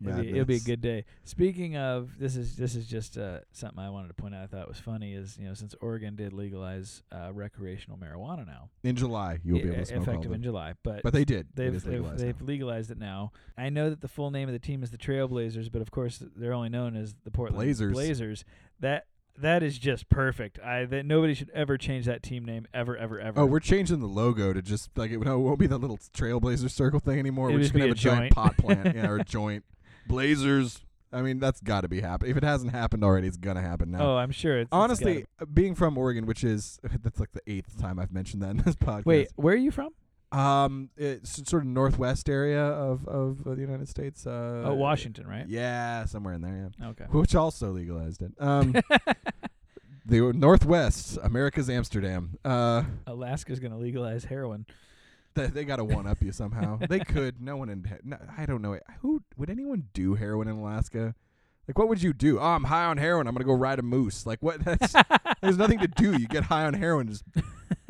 [SPEAKER 3] yeah, it'll be, it'll be a
[SPEAKER 4] madness.
[SPEAKER 3] good day. Speaking of this is this is just uh, something I wanted to point out. I thought was funny is you know since Oregon did legalize uh, recreational marijuana now,
[SPEAKER 4] In July, you'll be
[SPEAKER 3] i-
[SPEAKER 4] able to smoke all
[SPEAKER 3] effective
[SPEAKER 4] of
[SPEAKER 3] in
[SPEAKER 4] it.
[SPEAKER 3] July, but.
[SPEAKER 4] But they did. It
[SPEAKER 3] They've
[SPEAKER 4] is
[SPEAKER 3] they've,
[SPEAKER 4] legalized
[SPEAKER 3] they've
[SPEAKER 4] now.
[SPEAKER 3] legalized it now. I know that the full name of the team is the Trailblazers, but of course they're only known as the Portland
[SPEAKER 4] Blazers.
[SPEAKER 3] Blazers. That that is just perfect. I that nobody should ever change that team name ever ever ever.
[SPEAKER 4] Oh, we're changing the logo to just like it, no, it won't be the little trailblazer circle thing anymore.
[SPEAKER 3] It'll
[SPEAKER 4] we're
[SPEAKER 3] just
[SPEAKER 4] just gonna
[SPEAKER 3] be
[SPEAKER 4] have a
[SPEAKER 3] a
[SPEAKER 4] giant
[SPEAKER 3] joint.
[SPEAKER 4] pot
[SPEAKER 3] [laughs]
[SPEAKER 4] plant, yeah, or a joint. Blazers. I mean, that's got to be happening. If it hasn't happened already, it's gonna happen now.
[SPEAKER 3] oh, I'm sure. It's, it's
[SPEAKER 4] Honestly,
[SPEAKER 3] gotta-
[SPEAKER 4] uh, being from Oregon, which is [laughs] that's like the eighth time I've mentioned that in this podcast.
[SPEAKER 3] wait, where are you from?
[SPEAKER 4] Um, it's sort of northwest area of of uh, the United States. Uh,
[SPEAKER 3] oh, Washington, right?
[SPEAKER 4] Yeah, somewhere in there.
[SPEAKER 3] Okay.
[SPEAKER 4] Yeah, which also legalized it.
[SPEAKER 3] [laughs]
[SPEAKER 4] Um, the northwest, America's Amsterdam. Uh,
[SPEAKER 3] Alaska's going to legalize heroin.
[SPEAKER 4] they, they got to one up you somehow.
[SPEAKER 3] [laughs]
[SPEAKER 4] they could. No one in. he- No, I don't know. Who would anyone do heroin in Alaska? Like, what would you do? Oh, I'm high on heroin. I'm gonna go ride a moose. Like, what? [laughs] That's, there's nothing to do. You get high on heroin,
[SPEAKER 3] [laughs]
[SPEAKER 4] just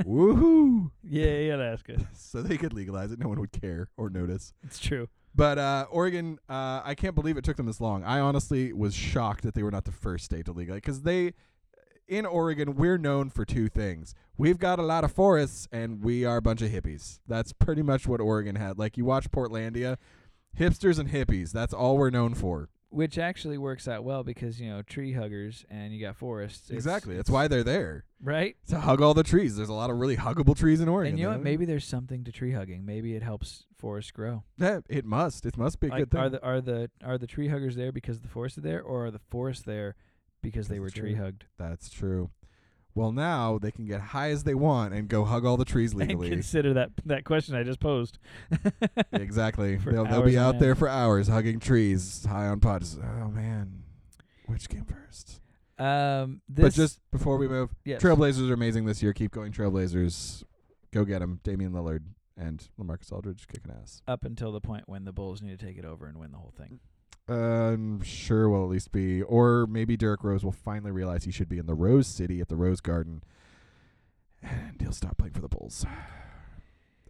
[SPEAKER 4] woohoo.
[SPEAKER 3] Yeah, yeah, Alaska. [laughs]
[SPEAKER 4] So they could legalize it. No one would care or notice.
[SPEAKER 3] It's true.
[SPEAKER 4] But uh, Oregon, uh, I can't believe it took them this long. I honestly was shocked that they were not the first state to legalize because they, in Oregon, we're known for two things: we've got a lot of forests, and we are a bunch of hippies. That's pretty much what Oregon had. Like you watch Portlandia, hipsters and hippies. That's all we're known for.
[SPEAKER 3] Which actually works out well because, you know, tree huggers and you got forests. It's-
[SPEAKER 4] exactly. That's
[SPEAKER 3] it's-
[SPEAKER 4] why they're there
[SPEAKER 3] Right?
[SPEAKER 4] to hug all the trees. There's a lot of really huggable trees in Oregon.
[SPEAKER 3] and you know
[SPEAKER 4] man.
[SPEAKER 3] what? Maybe there's something to tree hugging. Maybe it helps forests grow.
[SPEAKER 4] Yeah, it must. It must be a good
[SPEAKER 3] Like,
[SPEAKER 4] thing.
[SPEAKER 3] are the are the are the tree huggers there because the forests are there, or are the forests there because they
[SPEAKER 4] Because
[SPEAKER 3] were
[SPEAKER 4] the
[SPEAKER 3] tree
[SPEAKER 4] tree-
[SPEAKER 3] hugged? [laughs]
[SPEAKER 4] That's true. Well, now they can get high as they want and go hug all the trees legally.
[SPEAKER 3] [laughs] And consider that that question I just
[SPEAKER 4] [laughs]
[SPEAKER 3] posed.
[SPEAKER 4] exactly.
[SPEAKER 3] [laughs] For
[SPEAKER 4] They'll, they'll be
[SPEAKER 3] hours on
[SPEAKER 4] out there for hours hugging trees, high on pods. Oh man, which came first?
[SPEAKER 3] Um, this
[SPEAKER 4] but just before we move,
[SPEAKER 3] yes.
[SPEAKER 4] Trailblazers are amazing this year. Keep going, Trailblazers. Go get 'em. Damian Lillard and Lamarcus Aldridge kicking ass.
[SPEAKER 3] up until the point when the Bulls need to take it over and win the whole thing.
[SPEAKER 4] Um, sure, will at least be, or maybe Derek Rose will finally realize he should be in the Rose City at the Rose Garden, and he'll stop playing for the Bulls.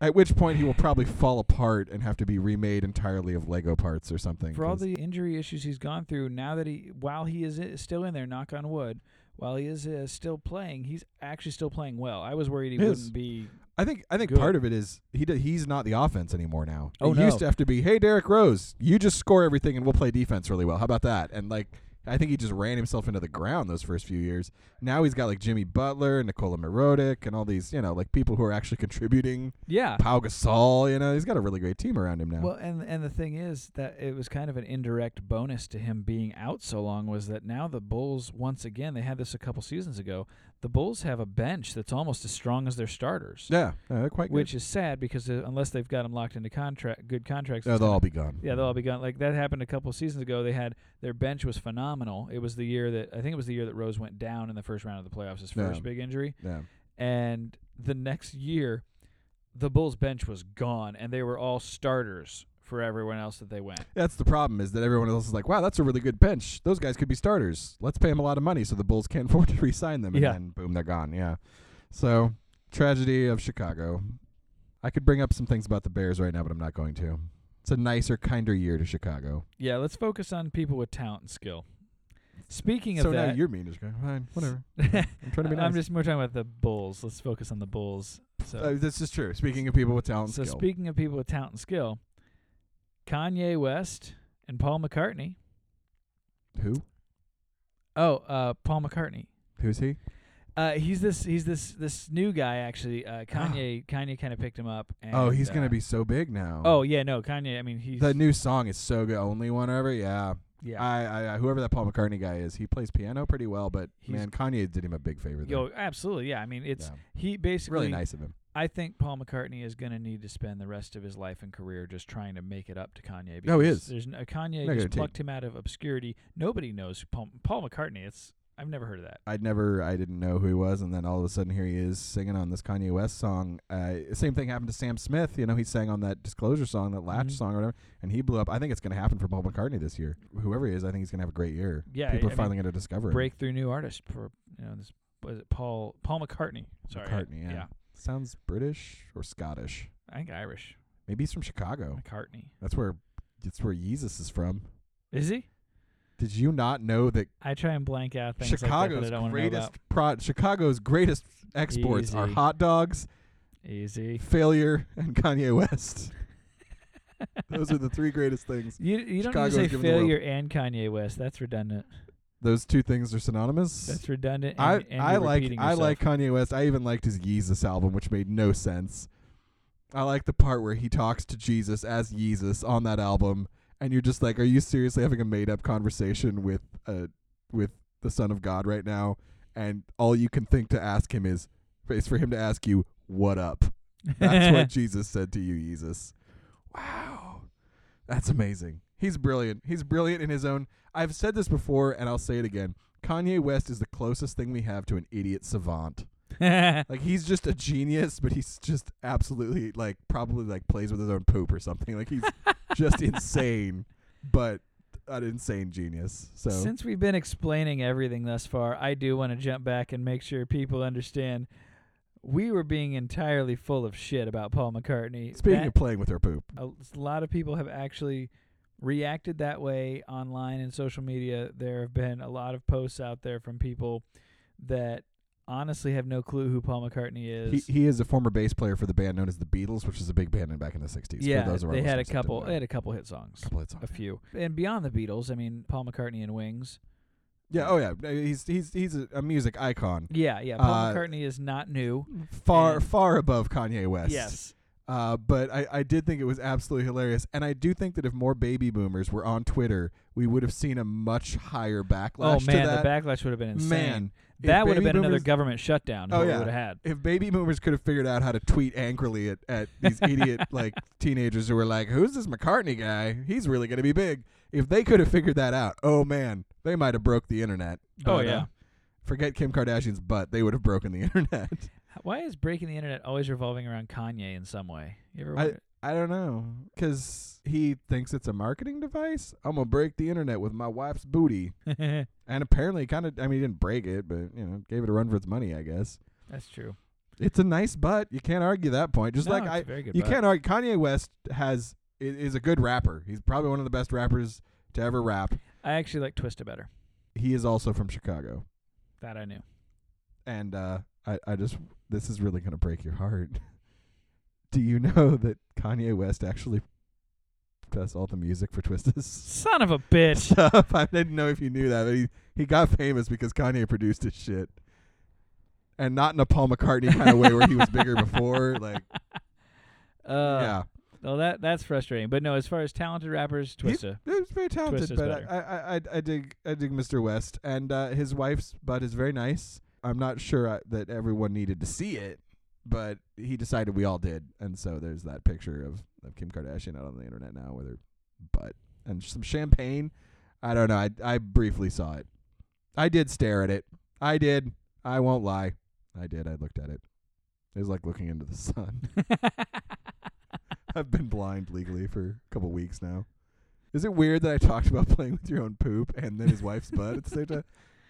[SPEAKER 4] At which point he will probably fall apart and have to be remade entirely of Lego parts or something.
[SPEAKER 3] for all
[SPEAKER 4] 'cause-
[SPEAKER 3] the injury issues he's gone through now that he while he is i- still in there knock on wood while he is uh, still playing he's actually still playing well i was worried he
[SPEAKER 4] Yes.
[SPEAKER 3] wouldn't be
[SPEAKER 4] I think I think
[SPEAKER 3] Good.
[SPEAKER 4] part of it is he d- he's not the offense anymore now.
[SPEAKER 3] Oh,
[SPEAKER 4] it used
[SPEAKER 3] no.
[SPEAKER 4] to have to be, hey Derek Rose, you just score everything and we'll play defense really well. How about that? And like I think he just ran himself into the ground those first few years. Now he's got like Jimmy Butler, Nikola Mirotic, and all these you know like people who are actually contributing.
[SPEAKER 3] yeah
[SPEAKER 4] Pau Gasol, you know, he's got a really great team around him now.
[SPEAKER 3] well and and the thing is that it was kind of an indirect bonus to him being out so long was that now the bulls once again they had this a couple seasons ago the bulls have a bench that's almost as strong as their starters
[SPEAKER 4] yeah, no, they're quite
[SPEAKER 3] which is sad because uh, unless they've got them locked into contract good contracts
[SPEAKER 4] good. No,
[SPEAKER 3] it's
[SPEAKER 4] they'll
[SPEAKER 3] gonna-
[SPEAKER 4] all be gone.
[SPEAKER 3] Yeah, they'll all be gone. Like that happened a couple of seasons ago. They had their bench was phenomenal. It was the year that I think it was the year that Rose went down in the first round of the playoffs, his
[SPEAKER 4] Yeah.
[SPEAKER 3] first big injury.
[SPEAKER 4] Yeah.
[SPEAKER 3] And the next year, the Bulls bench was gone, and they were all starters for everyone else that they went.
[SPEAKER 4] That's the problem is that everyone else is like, wow, that's a really good bench. Those guys could be starters. Let's pay them a lot of money so the Bulls can't [laughs] afford to re-sign them. And
[SPEAKER 3] Yeah.
[SPEAKER 4] then, boom, they're gone. Yeah. So, tragedy of Chicago. I could bring up some things about the Bears right now, but I'm not going to. It's a nicer, kinder year to Chicago.
[SPEAKER 3] Yeah, let's focus on people with talent and skill. Speaking
[SPEAKER 4] so
[SPEAKER 3] of
[SPEAKER 4] now
[SPEAKER 3] that,
[SPEAKER 4] you're mean to Chicago. Fine,
[SPEAKER 3] [laughs]
[SPEAKER 4] whatever. I'm trying to be nice.
[SPEAKER 3] I'm just more talking about the Bulls. Let's focus on the Bulls. So
[SPEAKER 4] Uh, this is true. Speaking of people with talent, and
[SPEAKER 3] So
[SPEAKER 4] skill.
[SPEAKER 3] speaking of people with talent and skill, Kanye West and Paul McCartney.
[SPEAKER 4] who?
[SPEAKER 3] Oh, uh, Paul McCartney.
[SPEAKER 4] Who's he?
[SPEAKER 3] Uh, he's this he's this this new guy actually.
[SPEAKER 4] [gasps]
[SPEAKER 3] Uh, Kanye Kanye kind of picked him up. And,
[SPEAKER 4] oh, he's
[SPEAKER 3] uh,
[SPEAKER 4] gonna be so big now.
[SPEAKER 3] Oh yeah, no Kanye. I mean he's
[SPEAKER 4] the new song is so good. Only one ever. Yeah.
[SPEAKER 3] yeah.
[SPEAKER 4] I, I, I whoever that Paul McCartney guy is, he plays piano pretty well. But
[SPEAKER 3] He's-
[SPEAKER 4] man, Kanye did him a big favor. There.
[SPEAKER 3] Yo, absolutely. Yeah, I mean it's
[SPEAKER 4] Yeah.
[SPEAKER 3] he basically.
[SPEAKER 4] really nice of him.
[SPEAKER 3] I think Paul McCartney is going to need to spend the rest of his life and career just trying to make it up to Kanye.
[SPEAKER 4] No, he
[SPEAKER 3] because
[SPEAKER 4] is.
[SPEAKER 3] There's n- uh,
[SPEAKER 4] Not
[SPEAKER 3] Kanye just
[SPEAKER 4] gonna take-
[SPEAKER 3] plucked him out of obscurity. Nobody knows who Paul, Paul McCartney. It's I've never heard of that.
[SPEAKER 4] I'd never, I didn't know who he was, and then all of a sudden here he is singing on this Kanye West song. Uh, same thing happened to Sam Smith. You know, he sang on that Disclosure song, that Latch
[SPEAKER 3] Mhm.
[SPEAKER 4] song, or whatever, and he blew up. I think it's going to happen for Paul McCartney this year. Whoever he is, I think he's going to have a great year.
[SPEAKER 3] Yeah,
[SPEAKER 4] people
[SPEAKER 3] I-
[SPEAKER 4] are
[SPEAKER 3] I
[SPEAKER 4] finally
[SPEAKER 3] mean,
[SPEAKER 4] going to discover him.
[SPEAKER 3] breakthrough new artist for you know this was it Paul Paul McCartney. Sorry, I-
[SPEAKER 4] McCartney, yeah.
[SPEAKER 3] yeah,
[SPEAKER 4] Sounds British or Scottish.
[SPEAKER 3] I think Irish
[SPEAKER 4] Maybe he's from Chicago.
[SPEAKER 3] McCartney.
[SPEAKER 4] That's where, that's where Yeezus is from.
[SPEAKER 3] Is he?
[SPEAKER 4] Did you not know that
[SPEAKER 3] I try and blank out things
[SPEAKER 4] Chicago's
[SPEAKER 3] like that, that I don't want to know
[SPEAKER 4] greatest
[SPEAKER 3] about.
[SPEAKER 4] pro- Chicago's greatest exports are
[SPEAKER 3] Easy.
[SPEAKER 4] hot dogs,
[SPEAKER 3] Easy.
[SPEAKER 4] failure, and Kanye
[SPEAKER 3] [laughs]
[SPEAKER 4] West. Those are the three greatest things.
[SPEAKER 3] You you don't
[SPEAKER 4] Chicago's
[SPEAKER 3] need to say
[SPEAKER 4] given the world-
[SPEAKER 3] failure and Kanye West. That's redundant.
[SPEAKER 4] Those two things are synonymous.
[SPEAKER 3] That's redundant. And,
[SPEAKER 4] I
[SPEAKER 3] and
[SPEAKER 4] I
[SPEAKER 3] you're
[SPEAKER 4] like
[SPEAKER 3] repeating
[SPEAKER 4] I
[SPEAKER 3] yourself. [laughs]
[SPEAKER 4] like Kanye West. I even liked his Yeezus album, which made no sense. I like the part where he talks to Jesus as Yeezus on that album, and you're just like, "Are you seriously having a made up conversation with uh with the Son of God right now?" And all you can think to ask him is is for him to ask you, "What up?" That's
[SPEAKER 3] [laughs]
[SPEAKER 4] what Jesus said to you, Jesus. Wow. That's amazing. He's brilliant. He's brilliant in his own. I've said this before and I'll say it again. Kanye West is the closest thing we have to an idiot savant.
[SPEAKER 3] [laughs]
[SPEAKER 4] Like he's just a genius, but he's just absolutely like probably like plays with his own poop or something. Like
[SPEAKER 3] [laughs]
[SPEAKER 4] he's just insane, but an insane genius. So
[SPEAKER 3] Since we've been explaining everything thus far, I do want to jump back and make sure people understand we were being entirely full of shit about Paul McCartney.
[SPEAKER 4] speaking
[SPEAKER 3] That-
[SPEAKER 4] of playing with her poop,
[SPEAKER 3] a lot of people have actually reacted that way online and social media. There have been a lot of posts out there from people that honestly have no clue who Paul McCartney
[SPEAKER 4] he,
[SPEAKER 3] is.
[SPEAKER 4] he is a former bass player for the band known as the Beatles, which is a big band in back in the '60s.
[SPEAKER 3] yeah,
[SPEAKER 4] for those of our
[SPEAKER 3] they had a
[SPEAKER 4] listeners that didn't
[SPEAKER 3] couple.
[SPEAKER 4] know.
[SPEAKER 3] They had a couple hit songs,
[SPEAKER 4] couple hits on
[SPEAKER 3] a few, and beyond the Beatles. I mean, Paul McCartney and Wings.
[SPEAKER 4] Yeah. Oh yeah. No, He's he's he's a, a music icon,
[SPEAKER 3] Yeah, yeah. Paul
[SPEAKER 4] Uh,
[SPEAKER 3] McCartney is not new.
[SPEAKER 4] far
[SPEAKER 3] And-
[SPEAKER 4] far above Kanye West.
[SPEAKER 3] Mm, Yes,
[SPEAKER 4] Uh, but I I did think it was absolutely hilarious, and I do think that if more baby boomers were on Twitter, we would have seen a much higher backlash.
[SPEAKER 3] Oh man,
[SPEAKER 4] to that.
[SPEAKER 3] the backlash would have been insane.
[SPEAKER 4] Man, if
[SPEAKER 3] that would have
[SPEAKER 4] baby
[SPEAKER 3] been another
[SPEAKER 4] boomers-
[SPEAKER 3] government shutdown.
[SPEAKER 4] Oh,
[SPEAKER 3] what
[SPEAKER 4] yeah.
[SPEAKER 3] we would have had.
[SPEAKER 4] If baby boomers could have figured out how to tweet angrily at, at these idiot
[SPEAKER 3] [laughs]
[SPEAKER 4] like teenagers who were like, "Who's this McCartney guy? He's really gonna be big." If they could have figured that out, oh man, they might have broke the internet.
[SPEAKER 3] Oh
[SPEAKER 4] But,
[SPEAKER 3] yeah.
[SPEAKER 4] uh, forget Kim Kardashian's butt; they would have broken the [laughs] internet.
[SPEAKER 3] Why is breaking the internet always revolving around Kanye in some way? You ever
[SPEAKER 4] I-
[SPEAKER 3] wonder?
[SPEAKER 4] I don't know. Because he thinks it's a marketing device. I'm going to break the internet with my wife's booty. And apparently, kind of, I mean, he didn't break it, but, you know, gave it a run for its money, I guess.
[SPEAKER 3] [laughs] That's true.
[SPEAKER 4] It's a nice butt. You can't argue that point. Just
[SPEAKER 3] No,
[SPEAKER 4] like
[SPEAKER 3] it's
[SPEAKER 4] I,
[SPEAKER 3] a very good
[SPEAKER 4] you
[SPEAKER 3] butt.
[SPEAKER 4] can't argue. Kanye West has, i- is a good rapper. He's probably one of the best rappers to ever rap.
[SPEAKER 3] I actually like Twista better.
[SPEAKER 4] He is also from Chicago.
[SPEAKER 3] That I knew.
[SPEAKER 4] And uh, I, I just, this is really going to break your heart. [laughs] Do you know that Kanye West actually does all the music for Twisted?
[SPEAKER 3] Son of a
[SPEAKER 4] [laughs]
[SPEAKER 3] bitch.
[SPEAKER 4] stuff. I didn't know if you knew that, but he, he got famous because Kanye produced his shit. And not in a Paul McCartney kind of way where he was
[SPEAKER 3] [laughs]
[SPEAKER 4] bigger before. Like,
[SPEAKER 3] Uh,
[SPEAKER 4] yeah.
[SPEAKER 3] Well, that that's frustrating. But no, as far as talented rappers, Twista.
[SPEAKER 4] He, he was very talented,
[SPEAKER 3] Twist is
[SPEAKER 4] but
[SPEAKER 3] better.
[SPEAKER 4] I, I, I, I dig I dig Mr. West. And uh, his wife's butt is very nice. I'm not sure I, that everyone needed to see it, but he decided we all did. And so there's that picture of, of Kim Kardashian out on the internet now with her butt and some champagne. I don't know. I, I briefly saw it. I did stare at it. I did. I won't lie. I did. I looked at it. It was like looking into the sun. [laughs] I've been blind legally for a couple weeks now. Is it weird that I talked about playing with your own poop and then his wife's butt at the same time?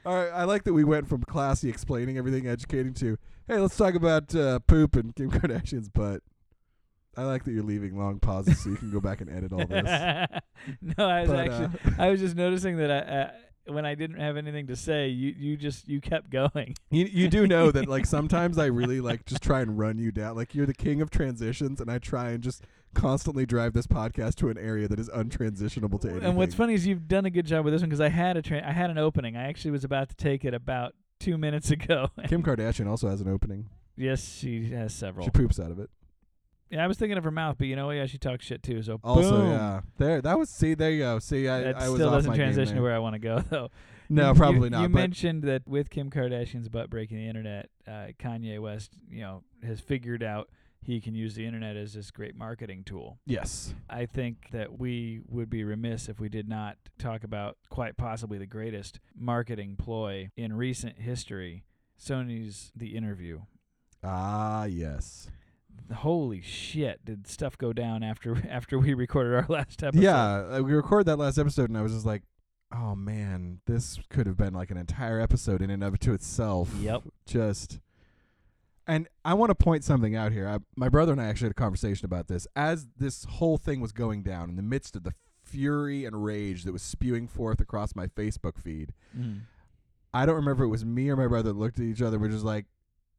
[SPEAKER 4] All right, I like that we went from classy, explaining everything, educating to, hey, let's talk about uh, poop and Kim Kardashian's butt. I like that you're leaving long pauses so you can go back and edit all
[SPEAKER 3] [laughs]
[SPEAKER 4] this.
[SPEAKER 3] no, I was
[SPEAKER 4] But,
[SPEAKER 3] actually.
[SPEAKER 4] uh,
[SPEAKER 3] I was just noticing that I, uh, when I didn't have anything to say, you you just you kept going.
[SPEAKER 4] You you do know that
[SPEAKER 3] [laughs]
[SPEAKER 4] like sometimes I really like just try and run you down. Like you're the king of transitions, and I try and just constantly drive this podcast to an area that is untransitionable to anything.
[SPEAKER 3] And what's funny is you've done a good job with this one because I had a tra- I had an opening. I actually was about to take it about two minutes [laughs] ago.
[SPEAKER 4] Kim Kardashian also has an opening.
[SPEAKER 3] yes, she has several.
[SPEAKER 4] She poops out of it.
[SPEAKER 3] yeah, I was thinking of her mouth, but you know what? Yeah, she talks shit too. So
[SPEAKER 4] Also,
[SPEAKER 3] boom.
[SPEAKER 4] yeah, there. That was see. There you go. See, I,
[SPEAKER 3] that
[SPEAKER 4] I
[SPEAKER 3] still
[SPEAKER 4] was off
[SPEAKER 3] doesn't
[SPEAKER 4] my game
[SPEAKER 3] transition
[SPEAKER 4] there.
[SPEAKER 3] to where I want to go [laughs] though.
[SPEAKER 4] No,
[SPEAKER 3] You-
[SPEAKER 4] probably
[SPEAKER 3] you,
[SPEAKER 4] not.
[SPEAKER 3] You
[SPEAKER 4] but
[SPEAKER 3] mentioned that with Kim Kardashian's butt breaking the internet, uh, Kanye West, you know, has figured out he can use the internet as this great marketing tool.
[SPEAKER 4] yes,
[SPEAKER 3] I think that we would be remiss if we did not talk about quite possibly the greatest marketing ploy in recent history, Sony's The Interview.
[SPEAKER 4] ah, yes,
[SPEAKER 3] Holy shit, did stuff go down after [laughs] after we recorded our last episode?
[SPEAKER 4] yeah. uh, We recorded that last episode, and I was just like, oh man, this could have been like an entire episode in and of to itself. [laughs]
[SPEAKER 3] Yep.
[SPEAKER 4] just and i want to point something out here I, my brother and i actually had a conversation about this as this whole thing was going down in the midst of the fury and rage that was spewing forth across my facebook feed
[SPEAKER 3] Mm.
[SPEAKER 4] i don't remember if it was me or my brother that looked at each other we're just like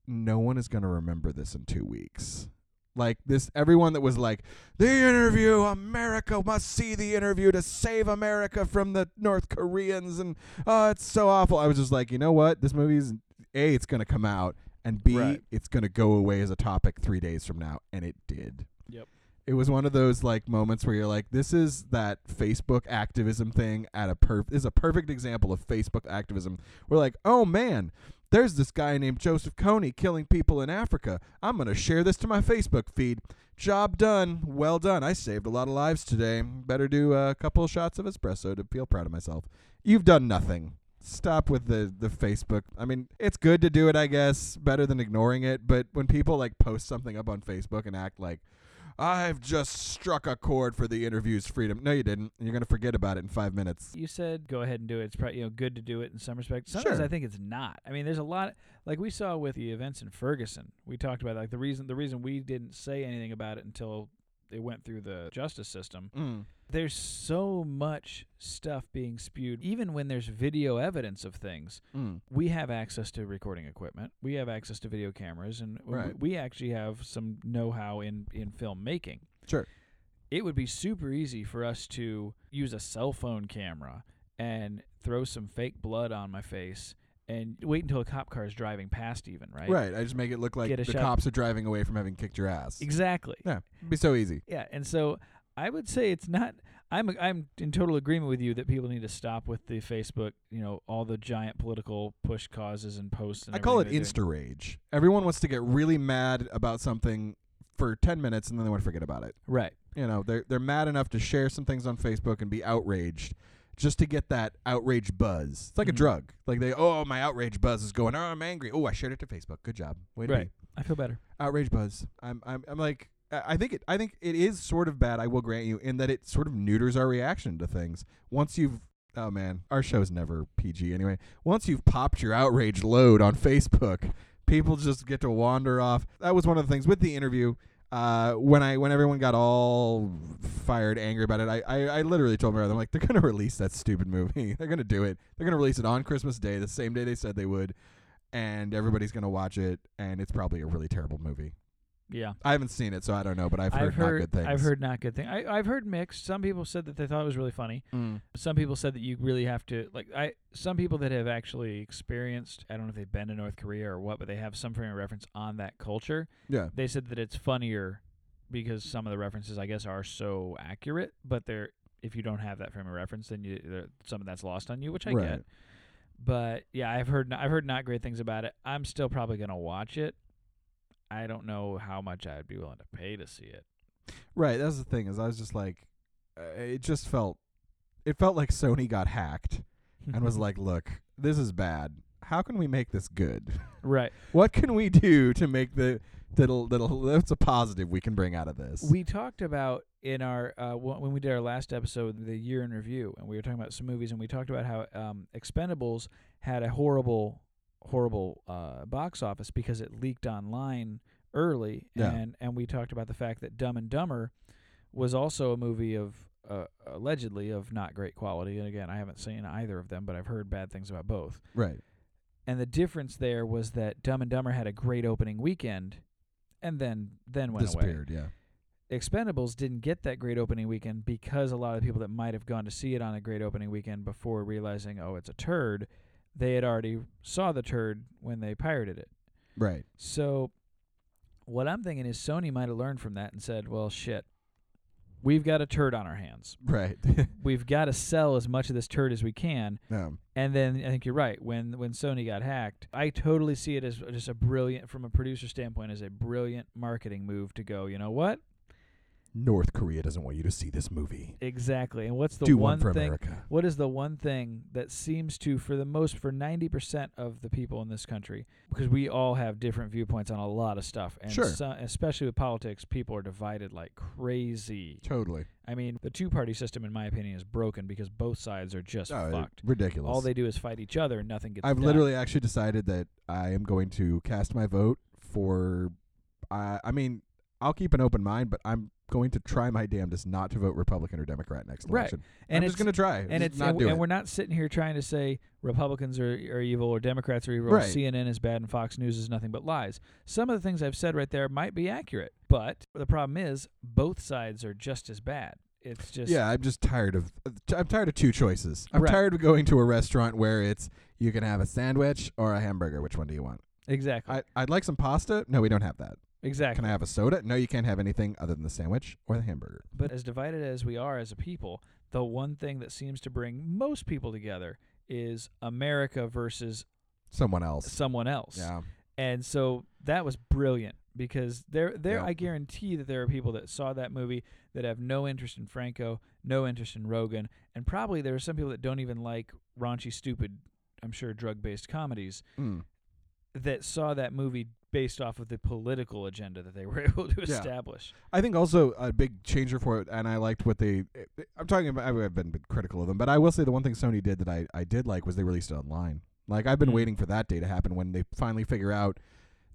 [SPEAKER 4] no one is going to remember this in two weeks like this everyone that was like the interview america must see the interview to save america from the north koreans and oh it's so awful i was just like you know what this movie's a it's going to come out and b
[SPEAKER 3] Right.
[SPEAKER 4] it's going to go away as a topic three days from now and it did
[SPEAKER 3] Yep.
[SPEAKER 4] it was one of those like moments where you're like this is that facebook activism thing at a perf is a perfect example of facebook activism we're like oh man there's this guy named Joseph Kony killing people in Africa. I'm going to share this to my Facebook feed. Job done. Well done. I saved a lot of lives today. Better do a couple of shots of espresso to feel proud of myself. You've done nothing. Stop with the, the Facebook. I mean, it's good to do it, I guess, better than ignoring it. But when people like post something up on Facebook and act like, I've just struck a chord for the interview's freedom. No, you didn't. You're going to forget about it in five minutes.
[SPEAKER 3] you said go ahead and do it. It's probably you know good to do it in some respects. Sometimes
[SPEAKER 4] Sure.
[SPEAKER 3] I think it's not. I mean, there's a lot like we saw with the events in Ferguson. We talked about like the reason the reason we didn't say anything about it until it went through the justice system.
[SPEAKER 4] Mm.
[SPEAKER 3] There's so much stuff being spewed, even when there's video evidence of things.
[SPEAKER 4] Mm.
[SPEAKER 3] We have access to recording equipment. We have access to video cameras, and w-
[SPEAKER 4] Right.
[SPEAKER 3] we actually have some know-how in in filmmaking
[SPEAKER 4] Sure.
[SPEAKER 3] it would be super easy for us to use a cell phone camera and throw some fake blood on my face and wait until a cop car is driving past even right
[SPEAKER 4] Right. I just make it look like
[SPEAKER 3] Get
[SPEAKER 4] the
[SPEAKER 3] a shot.
[SPEAKER 4] cops are driving away from having kicked your ass.
[SPEAKER 3] exactly
[SPEAKER 4] Yeah. It'd be so easy.
[SPEAKER 3] yeah and so i would say it's not i'm i'm in total agreement with you that people need to stop with the facebook you know all the giant political push causes and posts and
[SPEAKER 4] I call it
[SPEAKER 3] everything they're doing.
[SPEAKER 4] insta rage. Everyone wants to get really mad about something for 10 minutes and then they want to forget about it.
[SPEAKER 3] right
[SPEAKER 4] You know, they're they're mad enough to share some things on Facebook and be outraged just to get that outrage buzz. It's like a
[SPEAKER 3] Mhm.
[SPEAKER 4] drug. Like they, oh, my outrage buzz is going. Oh, I'm angry. Oh, I shared it to Facebook. Good job. Way to be.
[SPEAKER 3] Right. i feel better
[SPEAKER 4] outrage buzz. I'm I'm I'm like I I think it I think it is sort of bad. I will grant you in that it sort of neuters our reaction to things. Once you've oh man, our show's never PG anyway. Once you've popped your outrage load on Facebook, people just get to wander off. That was one of the things with the interview. Uh, when I when everyone got all fired angry about it, I, I, I literally told my brother, I'm like, they're gonna release that stupid movie. [laughs] they're gonna do it. They're gonna release it on Christmas Day, the same day they said they would, and everybody's gonna watch it, and it's probably a really terrible movie.
[SPEAKER 3] yeah
[SPEAKER 4] I haven't seen it, so I don't know, but I've heard, not good things.
[SPEAKER 3] i've heard not good things I, i've heard mixed some people said that they thought it was really funny
[SPEAKER 4] Mm.
[SPEAKER 3] some people said that you really have to like i some people that have actually experienced i don't know if they've been to north korea or what but they have some frame of reference on that culture
[SPEAKER 4] Yeah,
[SPEAKER 3] they said that it's funnier because some of the references i guess are so accurate but they're if you don't have that frame of reference then you there, some of that's lost on you which i
[SPEAKER 4] Right.
[SPEAKER 3] get but yeah i've heard i've heard not great things about it i'm still probably going to watch it i don't know how much i'd be willing to pay to see it
[SPEAKER 4] right. That's the thing is, I was just like, uh, it just felt, it felt like Sony got hacked and
[SPEAKER 3] Mm-hmm.
[SPEAKER 4] was like, look, this is bad. How can we make this good?
[SPEAKER 3] [laughs] right
[SPEAKER 4] What can we do to make the that'll that'll that's a positive we can bring out of this?
[SPEAKER 3] We talked about in our uh, wh- when we did our last episode, the year in review, and we were talking about some movies, and we talked about how um, Expendables had a horrible, horrible uh, box office because it leaked online early,
[SPEAKER 4] Yeah.
[SPEAKER 3] and and we talked about the fact that Dumb and Dumber was also a movie of. Uh, allegedly of not great quality, and again, I haven't seen either of them, but I've heard bad things about both.
[SPEAKER 4] right.
[SPEAKER 3] And the difference there was that Dumb and Dumber had a great opening weekend, and then then went away.
[SPEAKER 4] Disappeared, yeah.
[SPEAKER 3] Expendables didn't get that great opening weekend because a lot of people that might have gone to see it on a great opening weekend before realizing, oh, it's a turd, they had already saw the turd when they pirated it.
[SPEAKER 4] Right. [laughs]
[SPEAKER 3] So what I'm thinking is Sony might have learned from that and said, "Well, shit. We've got a turd on our hands.
[SPEAKER 4] Right.
[SPEAKER 3] We've got to sell as much of this turd as we can."
[SPEAKER 4] um,
[SPEAKER 3] And then I think you're right. When when Sony got hacked, I totally see it as just a brilliant, from a producer standpoint, as a brilliant marketing move to go. You know what?
[SPEAKER 4] North Korea doesn't want you to see this movie.
[SPEAKER 3] Exactly. And what's the
[SPEAKER 4] Do
[SPEAKER 3] one
[SPEAKER 4] one for
[SPEAKER 3] thing?
[SPEAKER 4] America.
[SPEAKER 3] What is the one thing that seems to, for the most, for ninety percent of the people in this country, because we all have different viewpoints on a lot of stuff, and
[SPEAKER 4] Sure.
[SPEAKER 3] so- especially with politics, people are divided like crazy.
[SPEAKER 4] Totally.
[SPEAKER 3] I mean, the two-party system, in my opinion, is broken because both sides are just
[SPEAKER 4] Oh,
[SPEAKER 3] fucked.
[SPEAKER 4] ridiculous.
[SPEAKER 3] All they do is fight each other, and nothing gets.
[SPEAKER 4] I've
[SPEAKER 3] done.
[SPEAKER 4] literally actually decided that I am going to cast my vote for. Uh, I mean, I'll keep an open mind, but I'm going to try my damnedest not to vote Republican or Democrat next
[SPEAKER 3] Right.
[SPEAKER 4] election.
[SPEAKER 3] and
[SPEAKER 4] I'm
[SPEAKER 3] it's
[SPEAKER 4] just going to try.
[SPEAKER 3] and
[SPEAKER 4] Just
[SPEAKER 3] it's
[SPEAKER 4] not
[SPEAKER 3] and,
[SPEAKER 4] do
[SPEAKER 3] and
[SPEAKER 4] it.
[SPEAKER 3] we're not sitting here trying to say Republicans are, are evil or Democrats are evil. Or
[SPEAKER 4] Right.
[SPEAKER 3] CNN is bad and Fox News is nothing but lies. Some of the things I've said right there might be accurate, but the problem is both sides are just as bad. It's just
[SPEAKER 4] yeah, I'm just tired of. uh, I'm tired of two choices. I'm
[SPEAKER 3] Right.
[SPEAKER 4] tired of going to a restaurant where it's you can have a sandwich or a hamburger. Which one do you want?
[SPEAKER 3] exactly
[SPEAKER 4] I, I'd like some pasta. No, we don't have that. Can
[SPEAKER 3] exactly.
[SPEAKER 4] I have a soda? No, you can't have anything other than the sandwich or the hamburger.
[SPEAKER 3] but as divided as we are as a people, the one thing that seems to bring most people together is America versus
[SPEAKER 4] Someone else.
[SPEAKER 3] someone else.
[SPEAKER 4] Yeah.
[SPEAKER 3] And so that was brilliant because there there
[SPEAKER 4] Yeah.
[SPEAKER 3] I guarantee that there are people that saw that movie that have no interest in Franco, no interest in Rogan, and probably there are some people that don't even like raunchy stupid, I'm sure drug-based comedies
[SPEAKER 4] Mm.
[SPEAKER 3] that saw that movie based off of the political agenda that they [laughs] were able to
[SPEAKER 4] Yeah.
[SPEAKER 3] establish.
[SPEAKER 4] I think also a big changer for it, and I liked what they. I'm talking about. I've been critical of them, but I will say the one thing Sony did that I, I did like was they released it online. Like I've been
[SPEAKER 3] Mm.
[SPEAKER 4] waiting for that day to happen when they finally figure out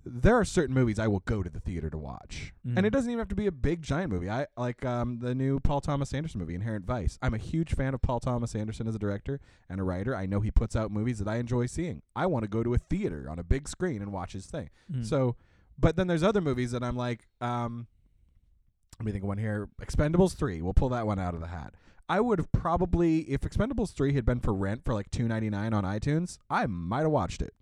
[SPEAKER 4] there are certain movies I will go to the theater to watch, and
[SPEAKER 3] Mhm.
[SPEAKER 4] it doesn't even have to be a big giant movie. I like um, the new Paul Thomas Anderson movie, Inherent Vice. I'm a huge fan of Paul Thomas Anderson as a director and a writer. I know he puts out movies that I enjoy seeing. I want to go to a theater on a big screen and watch his thing.
[SPEAKER 3] Mm.
[SPEAKER 4] So, but then there's other movies that I'm like, um, let me think of one here. Expendables three. We'll pull that one out of the hat. I would have probably, if Expendables three had been for rent for like two ninety nine on iTunes, I might have watched it.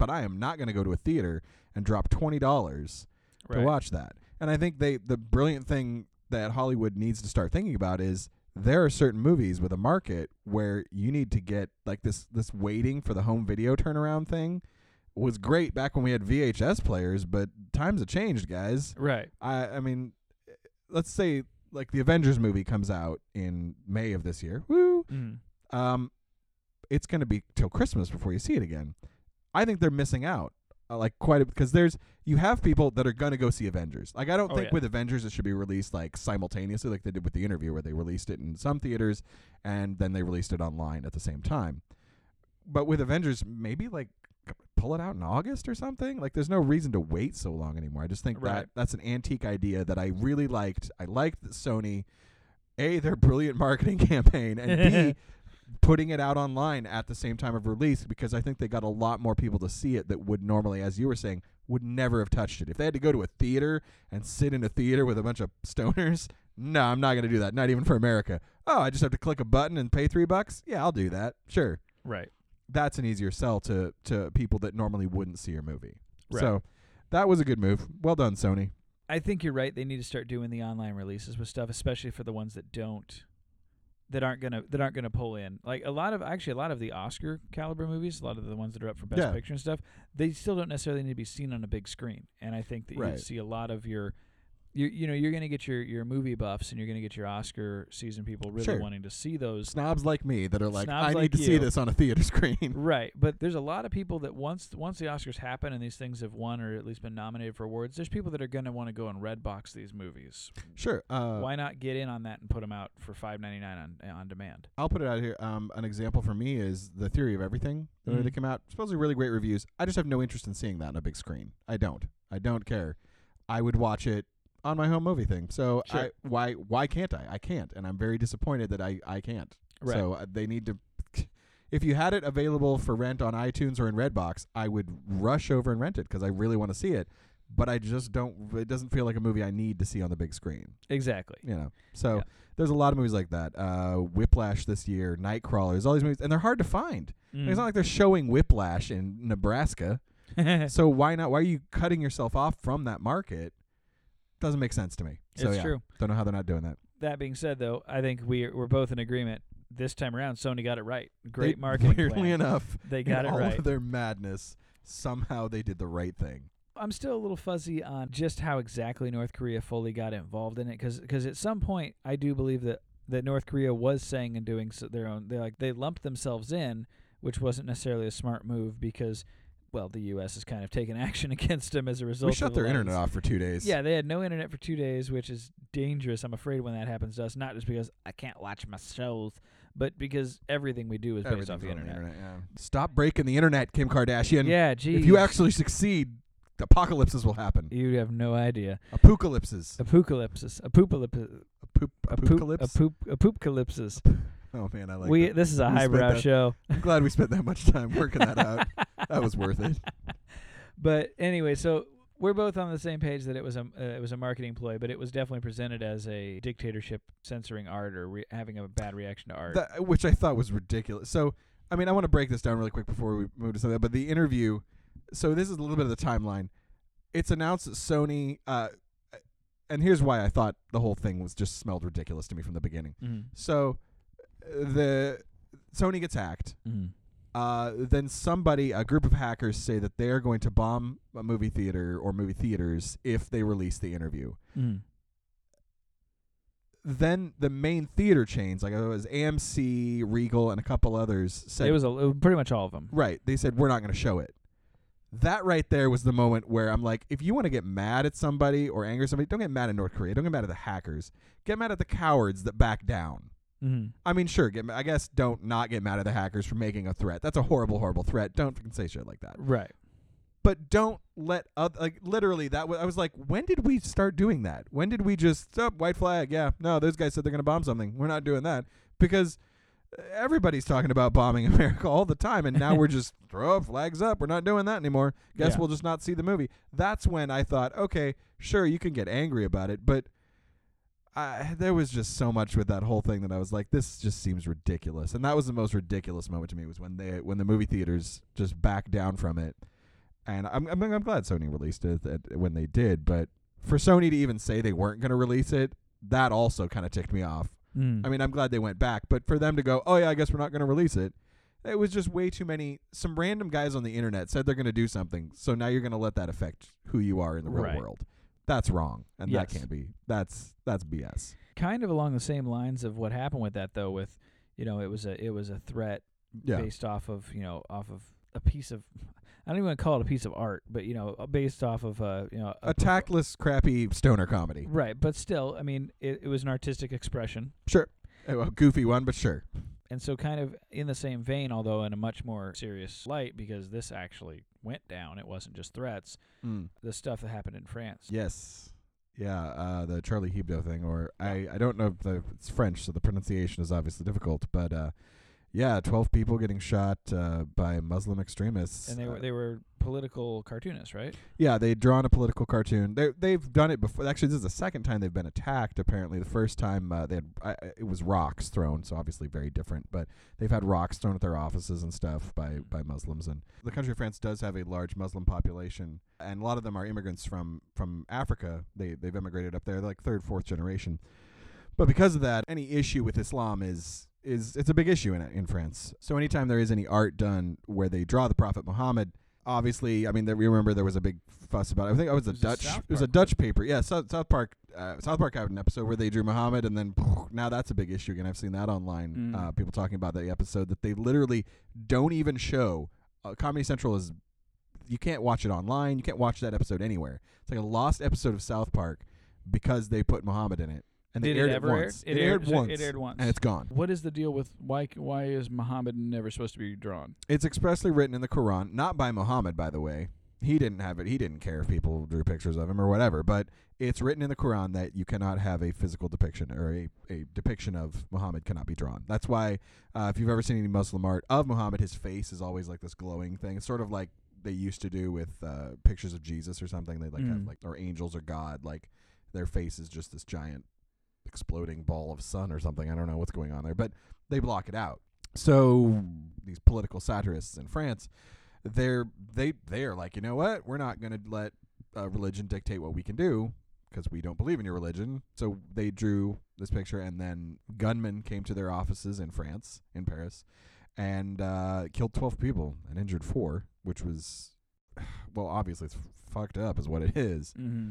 [SPEAKER 4] But I am not going to go to a theater and drop twenty dollars
[SPEAKER 3] right.
[SPEAKER 4] to watch that. And I think they the brilliant thing that Hollywood needs to start thinking about is there are certain movies with a market where you need to get like this this waiting for the home video turnaround thing was great back when we had VHS players, but times have changed, guys.
[SPEAKER 3] Right.
[SPEAKER 4] I I mean, let's say like the Avengers movie comes out in May of this year. Woo!
[SPEAKER 3] Mm.
[SPEAKER 4] um, it's going to be till Christmas before you see it again. I think they're missing out, uh, like quite a because there's you have people that are going to go see Avengers. Like I don't
[SPEAKER 3] Oh,
[SPEAKER 4] think
[SPEAKER 3] yeah.
[SPEAKER 4] with Avengers it should be released like simultaneously, like they did with the interview where they released it in some theaters and then they released it online at the same time. But with Avengers, maybe like pull it out in August or something. Like there's no reason to wait so long anymore. I just think
[SPEAKER 3] Right.
[SPEAKER 4] that that's an antique idea that I really liked. I liked that Sony, a their brilliant marketing [laughs] campaign, and b
[SPEAKER 3] [laughs]
[SPEAKER 4] putting it out online at the same time of release because I think they got a lot more people to see it that would normally, as you were saying, would never have touched it. If they had to go to a theater and sit in a theater with a bunch of [laughs] stoners, no, I'm not going to do that. Not even for America. Oh, I just have to click a button and pay three bucks? Yeah, I'll do that. Sure.
[SPEAKER 3] Right.
[SPEAKER 4] That's an easier sell to, to people that normally wouldn't see your movie.
[SPEAKER 3] Right.
[SPEAKER 4] So that was a good move. Well done, Sony.
[SPEAKER 3] I think you're right. They need to start doing the online releases with stuff, especially for the ones that don't, that aren't gonna that aren't gonna pull in. Like a lot of actually a lot of the Oscar caliber movies, a lot of the ones that are up for Best
[SPEAKER 4] Yeah.
[SPEAKER 3] Picture and stuff, they still don't necessarily need to be seen on a big screen. And I think that you
[SPEAKER 4] Right.
[SPEAKER 3] see a lot of your, you you know you're gonna get your your movie buffs and you're gonna get your Oscar season people really
[SPEAKER 4] Sure.
[SPEAKER 3] wanting to see those.
[SPEAKER 4] Snobs like me that are like,
[SPEAKER 3] Snobs
[SPEAKER 4] I
[SPEAKER 3] like
[SPEAKER 4] need to see
[SPEAKER 3] you."
[SPEAKER 4] this on a theater [laughs] screen.
[SPEAKER 3] Right, but there's a lot of people that once once the Oscars happen and these things have won or at least been nominated for awards, there's people that are going to want to go and red box these movies
[SPEAKER 4] sure. Uh,
[SPEAKER 3] why not get in on that and put them out for five ninety nine on on demand?
[SPEAKER 4] I'll put it out here. Um, an example for me is the Theory of Everything. The movie that
[SPEAKER 3] Mhm.
[SPEAKER 4] came out supposedly really great reviews. I just have no interest in seeing that on a big screen. I don't. I don't care. I would watch it on my home movie thing. So
[SPEAKER 3] Sure.
[SPEAKER 4] I, why why can't I? I can't, and I'm very disappointed that I I can't. So uh, they need to. [laughs] If you had it available for rent on iTunes or in Redbox, I would rush over and rent it because I really want to see it. but I just don't. It doesn't feel like a movie I need to see on the big screen.
[SPEAKER 3] Exactly.
[SPEAKER 4] You know, so
[SPEAKER 3] Yeah.
[SPEAKER 4] there's a lot of movies like that. Uh, Whiplash this year, Nightcrawlers, all these movies, and they're hard to find. It's
[SPEAKER 3] [laughs]
[SPEAKER 4] not like they're showing Whiplash in Nebraska,
[SPEAKER 3] Mm.
[SPEAKER 4] so why not? Why are you cutting yourself off from that market? Doesn't make sense to me. So
[SPEAKER 3] It's
[SPEAKER 4] yeah,
[SPEAKER 3] true.
[SPEAKER 4] Don't know how they're not doing that.
[SPEAKER 3] that being said, though, I think we we're both in agreement. This time around, Sony got it right. Great
[SPEAKER 4] They-
[SPEAKER 3] marketing.
[SPEAKER 4] Weirdly
[SPEAKER 3] plan.
[SPEAKER 4] enough,
[SPEAKER 3] they
[SPEAKER 4] in
[SPEAKER 3] got it
[SPEAKER 4] all
[SPEAKER 3] right.
[SPEAKER 4] of their madness, somehow they did the right thing.
[SPEAKER 3] I'm still a little fuzzy on just how exactly North Korea fully got involved in it, because at some point I do believe that that North Korea was saying and doing so their own. They like they lumped themselves in, which wasn't necessarily a smart move because, well, the U.S. has kind of taken [laughs] action against them as a result.
[SPEAKER 4] we shut
[SPEAKER 3] of a
[SPEAKER 4] their
[SPEAKER 3] lot of
[SPEAKER 4] internet
[SPEAKER 3] this-
[SPEAKER 4] off for two days.
[SPEAKER 3] Yeah, they had no internet for two days, which is dangerous. I'm afraid when that happens to us, not just because I can't watch my shows, but because everything we do is based
[SPEAKER 4] Everything's
[SPEAKER 3] off the
[SPEAKER 4] on the
[SPEAKER 3] internet.
[SPEAKER 4] internet. yeah. Stop breaking the internet, Kim Kardashian.
[SPEAKER 3] Yeah, geez.
[SPEAKER 4] If you actually succeed, apocalypses will happen.
[SPEAKER 3] you have no idea.
[SPEAKER 4] Apocalypses.
[SPEAKER 3] Apocalypsis. Apocalypsis.
[SPEAKER 4] Apoop-
[SPEAKER 3] Apocalypse.
[SPEAKER 4] Apocalypse.
[SPEAKER 3] Apocalypsis.
[SPEAKER 4] Oh man, I like.
[SPEAKER 3] we
[SPEAKER 4] that.
[SPEAKER 3] this is a
[SPEAKER 4] We spent
[SPEAKER 3] highbrow
[SPEAKER 4] that-
[SPEAKER 3] show.
[SPEAKER 4] I'm glad we spent that much
[SPEAKER 3] [laughs]
[SPEAKER 4] time working that out. That was worth it.
[SPEAKER 3] But anyway, so we're both on the same page that it was a uh, it was a marketing ploy, but it was definitely presented as a dictatorship censoring art or re- having a bad reaction to art.
[SPEAKER 4] That, which I thought was ridiculous. So, I mean, I want to break this down really quick before we move to something. But the interview. So this is a little bit of the timeline. It's announced that Sony. Uh, and here's why I thought the whole thing was just smelled ridiculous to me from the beginning.
[SPEAKER 3] mm
[SPEAKER 4] So, uh, the Sony gets hacked.
[SPEAKER 3] mm
[SPEAKER 4] Uh, then somebody, a group of hackers, say that they are going to bomb a movie theater or movie theaters if they release the interview.
[SPEAKER 3] mm
[SPEAKER 4] Then the main theater chains, like it was AMC, Regal, and a couple others, said,
[SPEAKER 3] It was a, it was pretty much all of them.
[SPEAKER 4] right. They said we're not going to show it. That right there was the moment where I'm like, if you want to get mad at somebody or anger somebody, don't get mad at North Korea. Don't get mad at the hackers. Get mad at the cowards that back down.
[SPEAKER 3] mm
[SPEAKER 4] I mean, sure, get ma- I guess don't not get mad at the hackers for making a threat. That's a horrible, horrible threat. Don't fucking say shit like that.
[SPEAKER 3] Right.
[SPEAKER 4] but don't let oth- like literally that was I was like when did we start doing that when did we just stop white flag yeah no those guys said they're gonna bomb something we're not doing that because uh, everybody's talking about bombing [laughs] America all the time and now we're just throw flags up we're not doing that anymore guess
[SPEAKER 3] Yeah.
[SPEAKER 4] we'll just not see the movie that's when I thought okay sure you can get angry about it but I, there was just so much with that whole thing that I was like, this just seems ridiculous, and that was the most ridiculous moment to me was when they when the movie theaters just backed down from it, and I'm I'm, I'm glad Sony released it that when they did, but for Sony to even say they weren't going to release it, that also kind of ticked me off.
[SPEAKER 3] Mm.
[SPEAKER 4] I mean, I'm glad they went back, but for them to go, oh yeah, I guess we're not going to release it, it was just way too many. Some random guys on the internet said they're going to do something, so now you're going to let that affect who you are in the real
[SPEAKER 3] Right.
[SPEAKER 4] world. That's wrong, and that
[SPEAKER 3] Yes.
[SPEAKER 4] can't be. That's that's BS.
[SPEAKER 3] kind of along the same lines of what happened with that though with you know it was a it was a threat
[SPEAKER 4] Yeah.
[SPEAKER 3] based off of you know off of a piece of I don't even want to call it a piece of art but you know uh, based off of a you know
[SPEAKER 4] a
[SPEAKER 3] perf-
[SPEAKER 4] tactless, crappy stoner comedy.
[SPEAKER 3] right but still I mean it, it was an artistic expression
[SPEAKER 4] Sure, a Oh, a goofy one, but sure.
[SPEAKER 3] and so kind of in the same vein although in a much more serious light because this actually went down it wasn't just threats the stuff that happened in France
[SPEAKER 4] Yes, yeah, uh, the Charlie Hebdo thing, or I, I don't know if the, it's French, so the pronunciation is obviously difficult, but uh, yeah, twelve people getting shot uh, by Muslim extremists.
[SPEAKER 3] and they
[SPEAKER 4] Uh,
[SPEAKER 3] were they were political cartoonists right
[SPEAKER 4] yeah, they drawn a political cartoon. They they've done it before. Actually, this is the second time they've been attacked. Apparently, the first time uh, they had I, I- it was rocks thrown, so obviously very different. But they've had rocks thrown at their offices and stuff by by Muslims. And the country of France does have a large Muslim population, and a lot of them are immigrants from from Africa. They they've immigrated up there, They're like third, fourth generation. But because of that, any issue with Islam is is it's a big issue in in France. So anytime there is any art done where they draw the Prophet Muhammad, obviously, I mean, there, we remember there was a big fuss about. It. I think it was a
[SPEAKER 3] It was a
[SPEAKER 4] Dutch.
[SPEAKER 3] South
[SPEAKER 4] It was a
[SPEAKER 3] Park
[SPEAKER 4] Dutch paper. Yeah, South, South Park. Uh, South Park had an episode where they drew Muhammad, and then now that's a big issue again. I've seen that online.
[SPEAKER 3] Mm.
[SPEAKER 4] Uh, people talking about that episode that they literally don't even show. Uh, Comedy Central is. You can't watch it online. You can't watch that episode anywhere. It's like a lost episode of South Park because they put Muhammad in it. And they
[SPEAKER 3] Did it
[SPEAKER 4] aired
[SPEAKER 3] ever air?
[SPEAKER 4] once.
[SPEAKER 3] It aired-
[SPEAKER 4] aired,
[SPEAKER 3] so it
[SPEAKER 4] once.
[SPEAKER 3] aired once.
[SPEAKER 4] And it's gone.
[SPEAKER 5] What is the deal with why? Why is Muhammad never supposed to be drawn?
[SPEAKER 4] It's expressly written in the Quran, not by Muhammad, by the way. He didn't have it. He didn't care if people drew pictures of him or whatever. But it's written in the Quran that you cannot have a physical depiction or a, a depiction of Muhammad cannot be drawn. That's why, uh, if you've ever seen any Muslim art of Muhammad, his face is always like this glowing thing, sort of like they used to do with uh, pictures of Jesus or something. They like have
[SPEAKER 3] Mm.
[SPEAKER 4] like or angels or God. Like their face is just this giant exploding ball of sun or something. I don't know what's going on there, but they block it out. So these political satirists in France, they're they they're like, you know what? We're not going to let uh, religion dictate what we can do because we don't believe in your religion. So they drew this picture, and then gunmen came to their offices in France, in Paris, and uh, killed 12 people and injured four, which was, [sighs] well, obviously it's fucked up, is what it is.
[SPEAKER 6] Mm-hmm.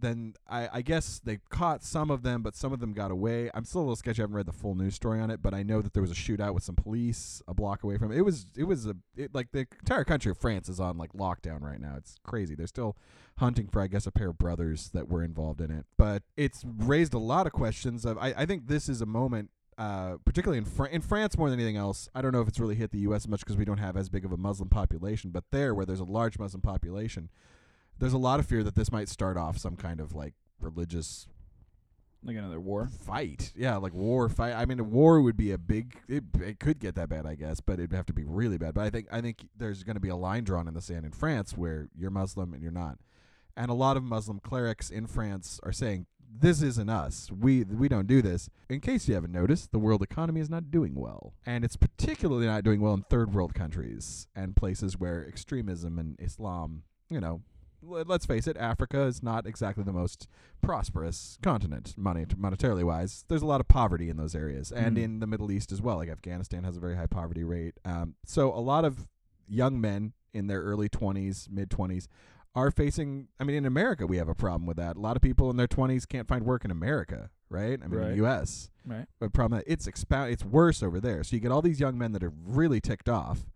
[SPEAKER 4] Then I, I guess they caught some of them, but some of them got away. I'm still a little sketchy. I haven't read the full news story on it, but I know that there was a shootout with some police a block away from it. It was it was a it, like the entire country of France is on like lockdown right now. It's crazy. They're still hunting for I guess a pair of brothers that were involved in it. But it's raised a lot of questions of I, I think this is a moment uh, particularly in, Fr- in France more than anything else, I don't know if it's really hit the U.S. much because we don't have as big of a Muslim population. But there, where there's a large Muslim population, there's a lot of fear that this might start off some kind of like religious
[SPEAKER 6] Like another war.
[SPEAKER 4] fight. Yeah, like war fight. I mean, a war would be a big. It, it could get that bad, I guess, but it'd have to be really bad. But I think I think there's going to be a line drawn in the sand in France where you're Muslim and you're not, and a lot of Muslim clerics in France are saying this isn't us. We we don't do this. In case you haven't noticed, the world economy is not doing well, and it's particularly not doing well in third world countries and places where extremism and Islam, you know. l- Let's face it, Africa is not exactly the most prosperous continent money monetarily wise there's a lot of poverty in those areas and
[SPEAKER 6] Mm.
[SPEAKER 4] in the middle east as well like afghanistan has a very high poverty rate um, so a lot of young men in their early 20s mid 20s are facing i mean in america we have a problem with that a lot of people in their 20s can't find work in america right i mean in
[SPEAKER 6] Right.
[SPEAKER 4] the us
[SPEAKER 6] Right.
[SPEAKER 4] but problem it's expound it's worse over there so you get all these young men that are really ticked off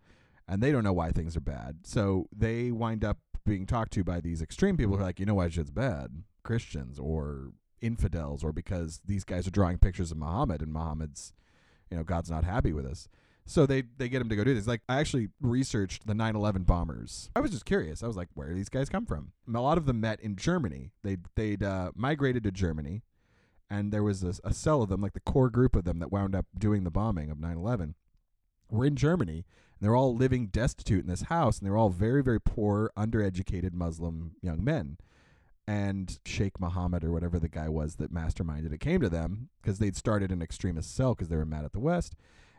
[SPEAKER 4] and they don't know why things are bad. So they wind up being talked to by these extreme people who are like, you know why shit's bad? Christians or infidels or because these guys are drawing pictures of Muhammad and Muhammad's, you know, God's not happy with us. So they, they get him to go do this. Like I actually researched the 9/11 bombers. I was just curious. I was like, where do these guys come from? A lot of them met in Germany. They they'd uh, migrated to Germany, and there was this, a cell of them, like the core group of them, that wound up doing the bombing of 9/11. Were in Germany, and they're all living destitute in this house, and they're all very, very poor, undereducated Muslim young men. And Sheikh Mohammed, or whatever the guy was that masterminded it, came to them because they'd started an extremist cell because they were mad at the West.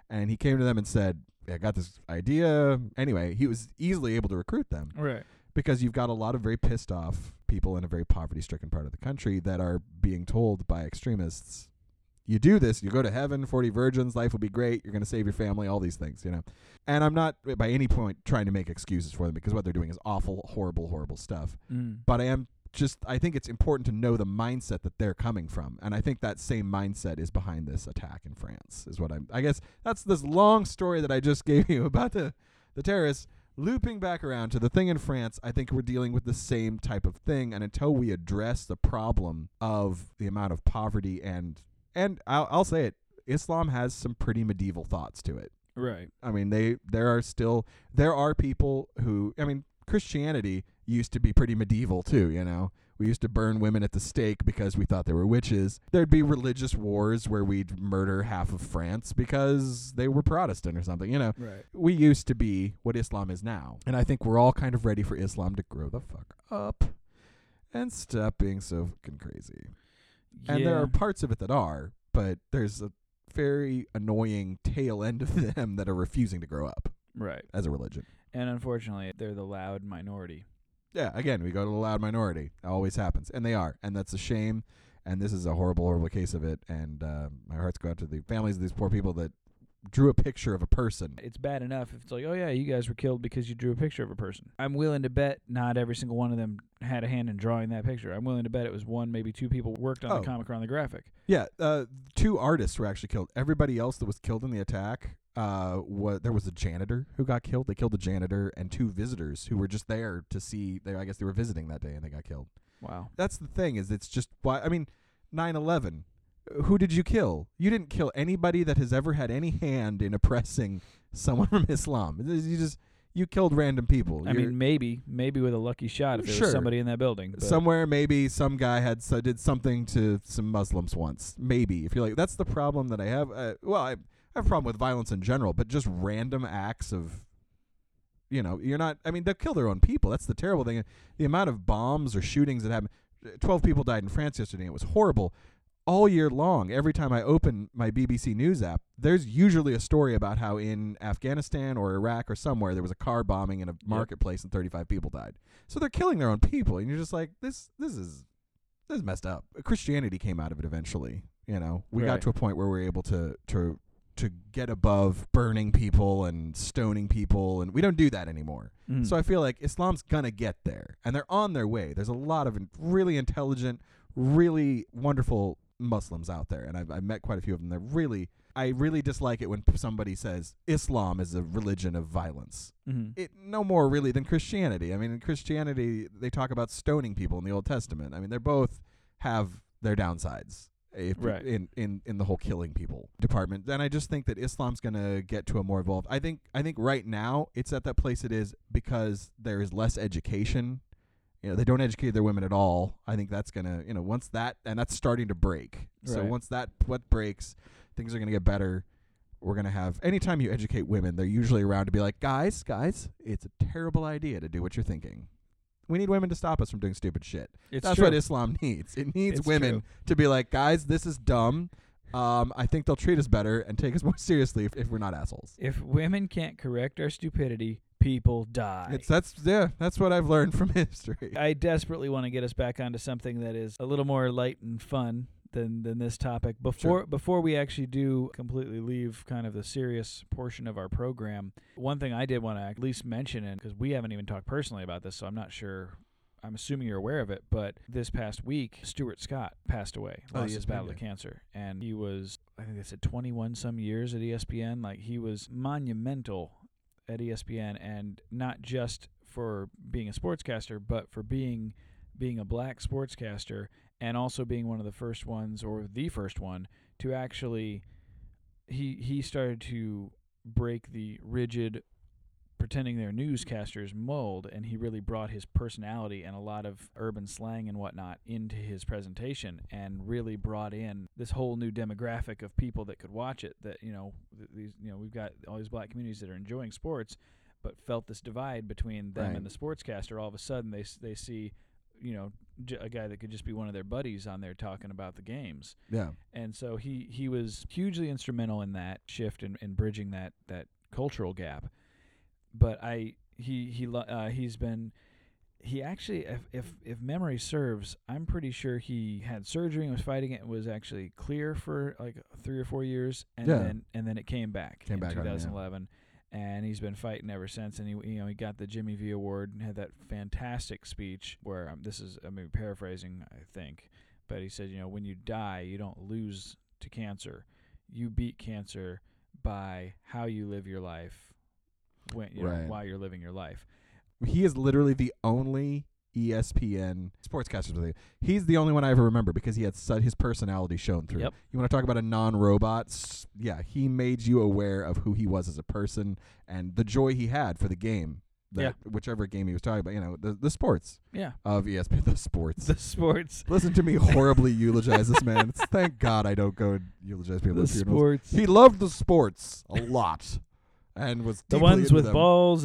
[SPEAKER 4] And he came to them and said, I got this idea. Anyway, he was easily able to recruit them
[SPEAKER 6] Right.
[SPEAKER 4] because you've got a lot of very pissed off people in a very poverty stricken part of the country that are being told by extremists, you do this, you go to heaven, 40 virgins, life will be great, you're going to save your family, all these things, you know. And I'm not by any point trying to make excuses for them because what they're doing is awful, horrible, horrible stuff.
[SPEAKER 6] Mm.
[SPEAKER 4] But I am just, I think it's important to know the mindset that they're coming from. And I think that same mindset is behind this attack in France, is what I'm, I guess that's this long story that I just [laughs] gave you about the, the terrorists looping back around to the thing in France, I think we're dealing with the same type of thing. And until we address the problem of the amount of poverty and and I'll, I'll say it, Islam has some pretty medieval thoughts to it.
[SPEAKER 6] Right.
[SPEAKER 4] I mean, they there are still there are people who I mean, Christianity used to be pretty medieval too, you know. We used to burn women at the stake because we thought they were witches. There'd be religious wars where we'd murder half of France because they were Protestant or something, you know
[SPEAKER 6] Right.
[SPEAKER 4] we used to be what Islam is now. And I think we're all kind of ready for Islam to grow the fuck up and stop being so fucking crazy. And there
[SPEAKER 3] Yeah.
[SPEAKER 4] are parts of it that are, but there's a very annoying tail end of [laughs] them that are refusing to grow up
[SPEAKER 6] Right.
[SPEAKER 4] as a religion.
[SPEAKER 3] and unfortunately, they're the loud minority.
[SPEAKER 4] Yeah, again, we go to the loud minority. It always happens. And they are. And that's a shame. And this is a horrible, horrible case of it. And uh, my hearts go out to the families of these poor people that drew a picture of a person.
[SPEAKER 3] It's bad enough if it's like, oh yeah, you guys were killed because you drew a picture of a person. I'm willing to bet not every single one of them had a hand in drawing that picture. I'm willing to bet it was one, maybe two people worked on
[SPEAKER 4] Oh.
[SPEAKER 3] the comic or on the graphic.
[SPEAKER 4] Yeah, uh, two artists were actually killed. Everybody else that was killed in the attack, uh, wa there was a janitor who got killed. They killed the janitor and two visitors who were just there to see. They, I guess they were visiting that day and they got killed.
[SPEAKER 6] Wow.
[SPEAKER 4] That's the thing is, it's just why. I mean, 9-11, Who did you kill? You didn't kill anybody that has ever had any hand in oppressing someone [laughs] from Islam. You just you killed random people.
[SPEAKER 3] I
[SPEAKER 4] You're-
[SPEAKER 3] mean, maybe, maybe with a lucky shot if there
[SPEAKER 4] Sure.
[SPEAKER 3] was somebody in that building. but-
[SPEAKER 4] somewhere maybe some guy had so did something to some Muslims once. Maybe if you're like that's the problem that I have. Uh, well, I, I have a problem with violence in general, but just random acts of you know, you're not. I mean, they'll kill their own people. That's the terrible thing. The amount of bombs or shootings that happen. Twelve people died in France yesterday. It was horrible. All year long, every time I open my BBC News app, there's usually a story about how in Afghanistan or Iraq or somewhere there was a car bombing in a marketplace and 35 people died. So they're killing their own people, and you're just like, this, this is, this is messed up. Christianity came out of it eventually. You know, we got
[SPEAKER 3] Right.
[SPEAKER 4] to a point where we were able to to to get above burning people and stoning people, and we don't do that anymore.
[SPEAKER 3] Mm.
[SPEAKER 4] So I feel like Islam's gonna get there, and they're on their way. There's a lot of in- really intelligent, really wonderful Muslims out there, and I've, I've met quite a few of them. They're really, I really dislike it when p- somebody says Islam is a religion of violence.
[SPEAKER 3] Mhm.
[SPEAKER 4] It no more really than Christianity. I mean, in Christianity, they talk about stoning people in the Old Testament. I mean, they're both have their downsides. If
[SPEAKER 3] Right.
[SPEAKER 4] in, in in the whole killing people department, then I just think that Islam's gonna get to a more evolved. I think I think right now it's at that place it is because there is less education. You know, they don't educate their women at all. I think that's gonna you know once that and that's starting to break. So
[SPEAKER 3] Right.
[SPEAKER 4] once that what breaks, things are gonna get better. We're gonna have anytime you educate women, they're usually around to be like, guys, guys, it's a terrible idea to do what you're thinking. We need women to stop us from doing stupid shit.
[SPEAKER 3] It's
[SPEAKER 4] That's
[SPEAKER 3] true.
[SPEAKER 4] what Islam [laughs] needs. It needs
[SPEAKER 3] It's
[SPEAKER 4] women
[SPEAKER 3] true.
[SPEAKER 4] to be like, guys, this is dumb. Um, I think they'll treat us better and take us [laughs] more seriously if, if we're not assholes.
[SPEAKER 3] If women can't correct our stupidity, people die.
[SPEAKER 4] It's that's yeah, that's what I've learned from [laughs] history.
[SPEAKER 3] I desperately want to get us back onto something that is a little more light and fun than than this topic before before we actually do completely leave kind of the serious portion of our program. One thing I did want to at least mention and because we haven't even talked personally about this, so I'm not sure. I'm assuming you're aware of it, but this past week, Stuart Scott passed away.
[SPEAKER 4] Oh,
[SPEAKER 3] Lost his battle to
[SPEAKER 4] yeah.
[SPEAKER 3] cancer, and he was, I think they said, 21 some years at E ESPN. Like he was monumental at E ESPN, and not just for being a sportscaster, but for being being a black sportscaster and also being one of the first ones or the first one to actually he he started to break the rigid pretending they're newscasters mold and he really brought his personality and a lot of urban slang and whatnot into his presentation and really brought in this whole new demographic of people that could watch it that you know th- these you know we've got all these black communities that are enjoying sports but felt this divide between them
[SPEAKER 4] Right.
[SPEAKER 3] and the sportscaster all of a sudden they s- they see you know j- a guy that could just be one of their buddies on there talking about the games
[SPEAKER 4] yeah.
[SPEAKER 3] and so he he was hugely instrumental in that shift and in, bridging that that cultural gap but i he he lo- uh, he's been he actually if, if if memory serves i'm pretty sure he had surgery and was fighting it and was actually clear for like 3 or 4 years and
[SPEAKER 4] Yeah.
[SPEAKER 3] then and then it came back
[SPEAKER 4] Came
[SPEAKER 3] in
[SPEAKER 4] back on, yeah.
[SPEAKER 3] 2011 and he's been fighting ever since and he you know he got the Jimmy V award and had that fantastic speech where um, this is I mean paraphrasing I think but he said, you know, when you die, you don't lose to cancer. You beat cancer by how you live your life when you
[SPEAKER 4] Right.
[SPEAKER 3] know, while you're living your life.
[SPEAKER 4] He is literally the only E ESPN sportscaster. with it. He's the only one I ever remember because he had su- his personality shown through.
[SPEAKER 3] Yep.
[SPEAKER 4] You want to talk about a non-robot? S- Yeah, he made you aware of who he was as a person and the joy he had for the game. That,
[SPEAKER 3] Yeah.
[SPEAKER 4] Whichever game he was talking about, you know, the, the sports [laughs]
[SPEAKER 3] Yeah.
[SPEAKER 4] of E ESPN, the sports.
[SPEAKER 3] The sports
[SPEAKER 4] Listen to
[SPEAKER 3] [laughs]
[SPEAKER 4] me horribly eulogize this man. It's, thank God I don't go and eulogize people
[SPEAKER 3] the
[SPEAKER 4] at funerals.
[SPEAKER 3] sports
[SPEAKER 4] He loved the sports a lot, and was
[SPEAKER 3] the
[SPEAKER 4] deeply
[SPEAKER 3] ones
[SPEAKER 4] into
[SPEAKER 3] with
[SPEAKER 4] them.
[SPEAKER 3] balls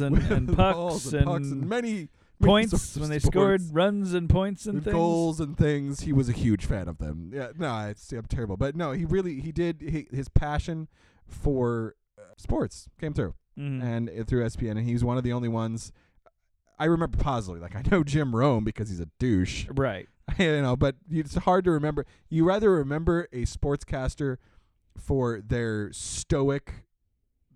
[SPEAKER 4] [laughs]
[SPEAKER 3] and,
[SPEAKER 4] With
[SPEAKER 3] and
[SPEAKER 4] balls
[SPEAKER 3] pucks
[SPEAKER 4] and, pucks and
[SPEAKER 3] and
[SPEAKER 4] many, many sorts
[SPEAKER 3] points
[SPEAKER 4] of
[SPEAKER 3] when they
[SPEAKER 4] sports
[SPEAKER 3] scored runs and points and
[SPEAKER 4] and
[SPEAKER 3] things.
[SPEAKER 4] goals and things. He was a huge fan of them. Yeah, no, it's, I'm terrible, but no, he really he did he, his passion for uh, sports came through
[SPEAKER 3] Mhm.
[SPEAKER 4] and uh, through SPN, and he's one of the only ones. I remember positively, like I know Jim Rome because he's a douche,
[SPEAKER 3] Right.
[SPEAKER 4] [laughs] you know, but it's hard to remember. You rather remember a sportscaster for their stoic,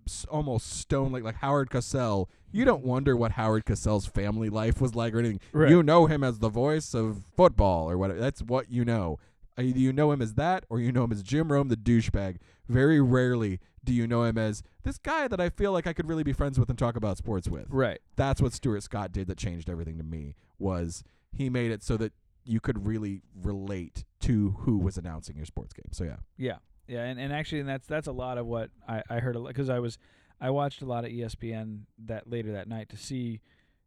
[SPEAKER 4] s- almost stone like like Howard Cosell. You don't wonder what Howard Cosell's family life was like or anything.
[SPEAKER 3] Right.
[SPEAKER 4] You know him as the voice of football or whatever. That's what you know. Either you know him as that, or you know him as Jim Rome, the douchebag. Very rarely do you know him as this guy that I feel like I could really be friends with and talk about sports with
[SPEAKER 3] Right.
[SPEAKER 4] that's what Stuart Scott did that changed everything to me was he made it so that you could really relate to who was announcing your sports game. So yeah.
[SPEAKER 3] Yeah, yeah, and, and actually, and that's that's a lot of what I, I heard a lot because I was I watched a lot of E ESPN that later that night to see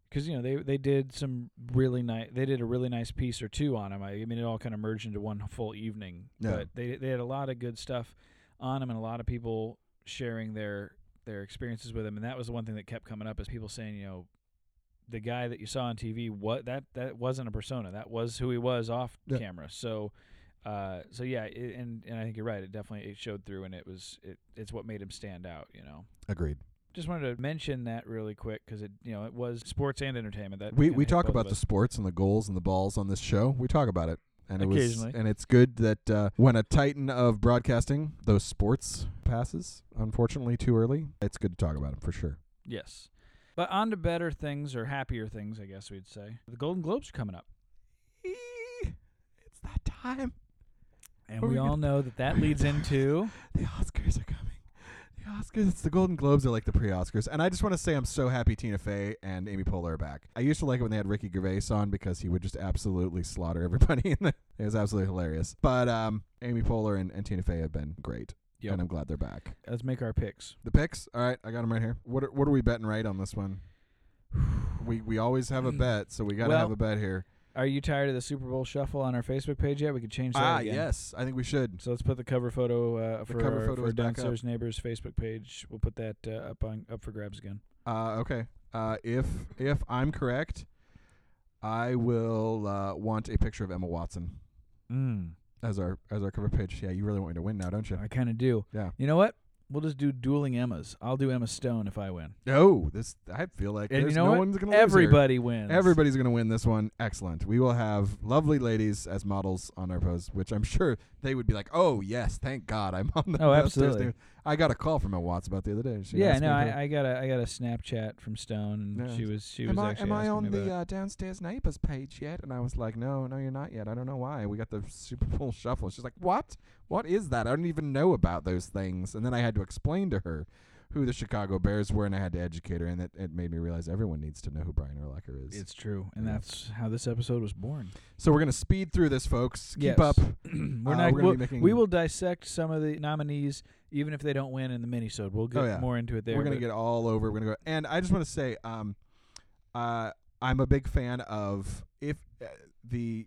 [SPEAKER 3] because you know they they did some really nice they did a really nice piece or two on him. I, I mean, it all kind of merged into one full evening,
[SPEAKER 4] Yeah.
[SPEAKER 3] but they they had a lot of good stuff on him and a lot of people sharing their their experiences with him, and that was the one thing that kept coming up is people saying, you know, the guy that you saw on TV, what that that wasn't a persona, that was who he was off
[SPEAKER 4] Yeah.
[SPEAKER 3] camera. So, uh, so yeah, it, and and I think you're right. It definitely it showed through, and it was it it's what made him stand out. You know,
[SPEAKER 4] Agreed.
[SPEAKER 3] just wanted to mention that really quick because it you know it was sports and entertainment that
[SPEAKER 4] We
[SPEAKER 3] kinda
[SPEAKER 4] we
[SPEAKER 3] hit
[SPEAKER 4] talk
[SPEAKER 3] both of
[SPEAKER 4] about the
[SPEAKER 3] us.
[SPEAKER 4] sports and the goals and the balls on this show. We talk about it. And it was,
[SPEAKER 3] Occasionally.
[SPEAKER 4] and it's good that uh, when a titan of broadcasting, those sports passes, unfortunately too early, it's good to talk about them for sure.
[SPEAKER 3] yes. But on to better things or happier things, I guess we'd say. The Golden Globes are coming up.
[SPEAKER 4] It's that time.
[SPEAKER 3] And
[SPEAKER 4] Are
[SPEAKER 3] we
[SPEAKER 4] we
[SPEAKER 3] all
[SPEAKER 4] gonna-
[SPEAKER 3] know that that
[SPEAKER 4] [laughs]
[SPEAKER 3] leads into
[SPEAKER 4] The Oscars are coming. The Oscars, it's the Golden Globes are like the pre-Oscars, and I just want to say I'm so happy Tina Fey and Amy Poehler are back. I used to like it when they had Ricky Gervais on because he would just absolutely slaughter everybody. [laughs] In the, it was absolutely hilarious. But um, Amy Poehler and, and Tina Fey have been great,
[SPEAKER 3] Yep.
[SPEAKER 4] and I'm glad they're back.
[SPEAKER 3] let's make our picks.
[SPEAKER 4] The picks, all right, I got them right here. What are, what are we betting right on this
[SPEAKER 3] [sighs]
[SPEAKER 4] one? We we always have a bet, so we gotta
[SPEAKER 3] Well,
[SPEAKER 4] have a bet here.
[SPEAKER 3] Are you tired of the Super Bowl shuffle on our Facebook page yet? We could change that
[SPEAKER 4] Ah,
[SPEAKER 3] again.
[SPEAKER 4] yes, I think we should.
[SPEAKER 3] So let's put the cover photo uh, for
[SPEAKER 4] cover
[SPEAKER 3] our-
[SPEAKER 4] photo
[SPEAKER 3] for
[SPEAKER 4] is back up.
[SPEAKER 3] downstairs neighbors Facebook page. We'll put that uh, up on up for grabs again.
[SPEAKER 4] Uh, okay. Uh, if if I'm correct, I will uh, want a picture of Emma Watson
[SPEAKER 3] Mm,
[SPEAKER 4] as our as our cover page. Yeah, you really want me to win now, don't you?
[SPEAKER 3] I kind of do.
[SPEAKER 4] Yeah.
[SPEAKER 3] You know what? We'll just do dueling Emmas. I'll do Emma Stone if I win.
[SPEAKER 4] No, this I feel like
[SPEAKER 3] And you
[SPEAKER 4] there's
[SPEAKER 3] know
[SPEAKER 4] no
[SPEAKER 3] what?
[SPEAKER 4] one's gonna lose here.
[SPEAKER 3] Everybody wins.
[SPEAKER 4] Everybody's gonna win this one. Excellent. We will have lovely ladies as models on our post, which I'm sure they would be like, "Oh yes, thank God, I'm on the."
[SPEAKER 3] Oh,
[SPEAKER 4] that's their
[SPEAKER 3] absolutely.
[SPEAKER 4] name." I got a call from Emma Watson about the other day. She
[SPEAKER 3] yeah,
[SPEAKER 4] asked
[SPEAKER 3] no,
[SPEAKER 4] me if
[SPEAKER 3] I, I got a I got a Snapchat from Stone, and
[SPEAKER 4] Yeah.
[SPEAKER 3] she was she was
[SPEAKER 4] am I,
[SPEAKER 3] actually
[SPEAKER 4] am I
[SPEAKER 3] asking
[SPEAKER 4] on
[SPEAKER 3] me
[SPEAKER 4] the
[SPEAKER 3] about
[SPEAKER 4] uh, downstairs neighbors page yet? And I was like, no, no, you're not yet. I don't know why. We got the Super Bowl [laughs] shuffle. She's like, what? What is that? I don't even know about those things. And then I had to explain to her who the Chicago Bears were, and I had to educate her, and it, it made me realize everyone needs to know who Brian Urlacher
[SPEAKER 3] it.
[SPEAKER 4] is.
[SPEAKER 3] It's true, and
[SPEAKER 4] uh, Yeah.
[SPEAKER 3] that's how this episode was born.
[SPEAKER 4] so we're gonna speed through this, folks. Keep
[SPEAKER 3] Yes.
[SPEAKER 4] up.
[SPEAKER 3] [clears throat] we're
[SPEAKER 4] Uh,
[SPEAKER 3] not.
[SPEAKER 4] we're gonna
[SPEAKER 3] we'll,
[SPEAKER 4] be making-
[SPEAKER 3] we will dissect some of the nominees, even if they don't win in the minisode. We'll get
[SPEAKER 4] Oh, yeah.
[SPEAKER 3] more into it there.
[SPEAKER 4] We're gonna
[SPEAKER 3] but-
[SPEAKER 4] get all over. We're gonna go. And I just want to say, um, uh, I'm a big fan of if uh, the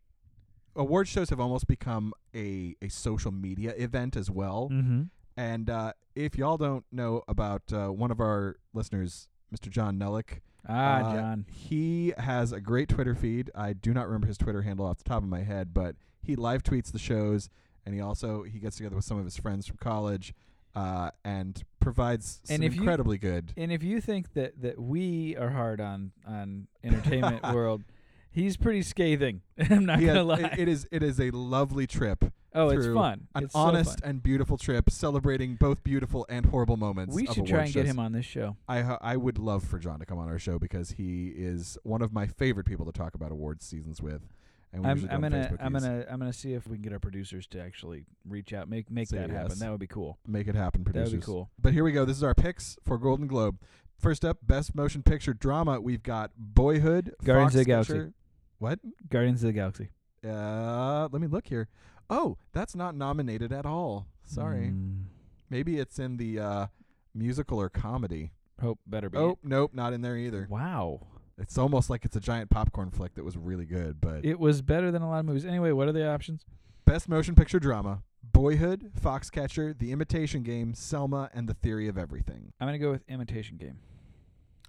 [SPEAKER 4] award shows have almost become a a social media event as well.
[SPEAKER 3] Mhm.
[SPEAKER 4] And uh, if y'all don't know about uh, one of our listeners, Mr. John Nellick,
[SPEAKER 3] Ah,
[SPEAKER 4] uh,
[SPEAKER 3] John.
[SPEAKER 4] he has a great Twitter feed. I do not remember his Twitter handle off the top of my head, but he live tweets the shows, and he also he gets together with some of his friends from college, uh, and provides
[SPEAKER 3] And
[SPEAKER 4] some
[SPEAKER 3] if you-
[SPEAKER 4] incredibly good.
[SPEAKER 3] And if you think that that we are hard on on
[SPEAKER 4] [laughs]
[SPEAKER 3] entertainment world, he's pretty scathing. [laughs] I'm not
[SPEAKER 4] He has-
[SPEAKER 3] gonna lie.
[SPEAKER 4] it- it is it is a lovely trip,
[SPEAKER 3] oh, it's
[SPEAKER 4] through
[SPEAKER 3] fun.
[SPEAKER 4] an
[SPEAKER 3] it's so fun.
[SPEAKER 4] honest and beautiful trip, celebrating both beautiful and horrible moments.
[SPEAKER 3] We
[SPEAKER 4] of
[SPEAKER 3] should
[SPEAKER 4] award
[SPEAKER 3] try and get
[SPEAKER 4] shows.
[SPEAKER 3] him on this show.
[SPEAKER 4] I ho- I would love for John to come on our show because he is one of my favorite people to talk about awards seasons with. And we
[SPEAKER 3] I'm,
[SPEAKER 4] usually do
[SPEAKER 3] I'm
[SPEAKER 4] on
[SPEAKER 3] gonna
[SPEAKER 4] Facebook.
[SPEAKER 3] I'm
[SPEAKER 4] He's-
[SPEAKER 3] gonna I'm gonna see if we can get our producers to actually reach out, make make
[SPEAKER 4] Say
[SPEAKER 3] that happen.
[SPEAKER 4] yes.
[SPEAKER 3] That would be cool.
[SPEAKER 4] make it happen, producers.
[SPEAKER 3] That would be cool.
[SPEAKER 4] But here we go. This is our picks for Golden Globe. First up, Best Motion Picture Drama. We've got Boyhood,
[SPEAKER 3] Guardians
[SPEAKER 4] Fox
[SPEAKER 3] of the Galaxy.
[SPEAKER 4] Picture- What?
[SPEAKER 3] Guardians of the Galaxy.
[SPEAKER 4] Uh, let me look here. Oh, that's not nominated at all. Sorry.
[SPEAKER 3] Mm,
[SPEAKER 4] Maybe it's in the uh, musical or comedy.
[SPEAKER 3] hope better be.
[SPEAKER 4] Oh, nope, not in there either.
[SPEAKER 3] wow.
[SPEAKER 4] It's almost like it's a giant popcorn flick that was really good, but
[SPEAKER 3] It was better than a lot of movies. Anyway, what are the options?
[SPEAKER 4] Best Motion Picture Drama, Boyhood, Foxcatcher, The Imitation Game, Selma, and The Theory of Everything.
[SPEAKER 3] I'm gonna go with Imitation Game.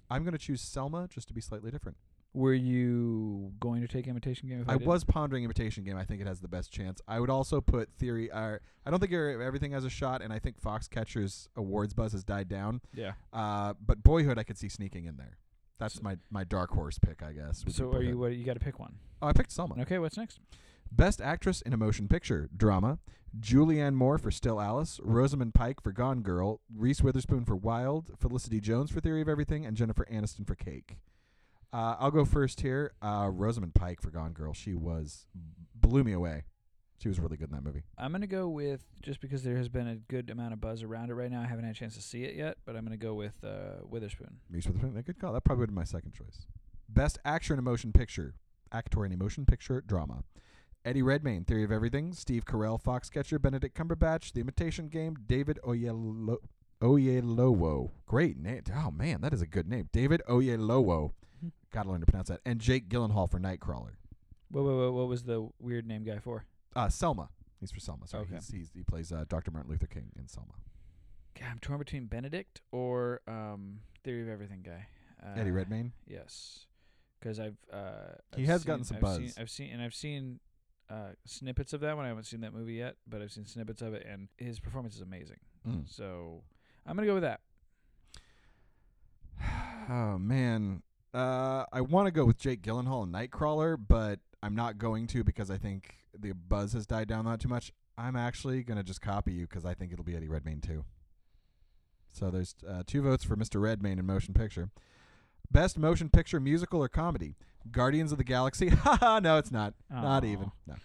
[SPEAKER 4] I'm going to choose Selma just to be slightly different.
[SPEAKER 3] Were you going to take Imitation Game? If I,
[SPEAKER 4] I
[SPEAKER 3] did?
[SPEAKER 4] was pondering Imitation Game. I think it has the best chance. I would also put Theory. Uh, I don't think Theory of Everything has a shot, and I think Foxcatcher's awards buzz has died down.
[SPEAKER 3] Yeah.
[SPEAKER 4] Uh, but Boyhood, I could see sneaking in there. That's
[SPEAKER 3] So-
[SPEAKER 4] my, my dark horse pick, I guess. would be
[SPEAKER 3] So are you?
[SPEAKER 4] Boyhood.
[SPEAKER 3] What you got to pick one?
[SPEAKER 4] Oh, I picked Selma.
[SPEAKER 3] Okay. What's next?
[SPEAKER 4] Best Actress in a Motion Picture Drama: Julianne Moore for Still Alice, Rosamund Pike for Gone Girl, Reese Witherspoon for Wild, Felicity Jones for Theory of Everything, and Jennifer Aniston for Cake. Uh, I'll go first here. Uh, Rosamund Pike for Gone Girl. She was blew me away. She was really good in that movie.
[SPEAKER 3] I'm gonna go with just because there has been a good amount of buzz around it right now. I haven't had a chance to see it yet, but I'm gonna go with uh, Witherspoon.
[SPEAKER 4] Reese Witherspoon. Good call. That probably would have been my second choice. Best Actor in a Motion Picture. Actor in a Motion Picture Drama. Eddie Redmayne, Theory of Everything. Steve Carell, Foxcatcher. Benedict Cumberbatch, The Imitation Game. David Oyelo- Oyelowo. Great name. Oh, man, that is a good name. David Oyelowo.
[SPEAKER 3] [laughs] Mhm.
[SPEAKER 4] Gotta learn to pronounce that. And Jake Gyllenhaal for Nightcrawler.
[SPEAKER 3] Whoa, whoa, whoa! What was the weird name guy for?
[SPEAKER 4] Uh, Selma. He's for Selma. Sorry.
[SPEAKER 3] Okay.
[SPEAKER 4] He's, he's, he plays uh, Dr. Martin Luther King in Selma.
[SPEAKER 3] God, I'm torn between Benedict or um, Theory of Everything guy. Uh,
[SPEAKER 4] Eddie Redmayne.
[SPEAKER 3] Yes, because I've uh,
[SPEAKER 4] He
[SPEAKER 3] I've
[SPEAKER 4] has gotten
[SPEAKER 3] seen-
[SPEAKER 4] some
[SPEAKER 3] I've seen-
[SPEAKER 4] buzz.
[SPEAKER 3] I've seen and I've seen uh, snippets of that one. I haven't seen that movie yet, but I've seen snippets of it, and his performance is amazing.
[SPEAKER 4] Mm.
[SPEAKER 3] So I'm gonna go with that.
[SPEAKER 4] Oh man, uh, I want to go with Jake Gyllenhaal and Nightcrawler, but I'm not going to because I think the buzz has died down that too much. I'm actually gonna just copy you because I think it'll be Eddie Redmayne too. So there's uh, two votes for Mr. Redmayne in motion picture. Best motion picture musical or comedy? Guardians of the Galaxy. [laughs] Haha, no, it's not. Not even. No.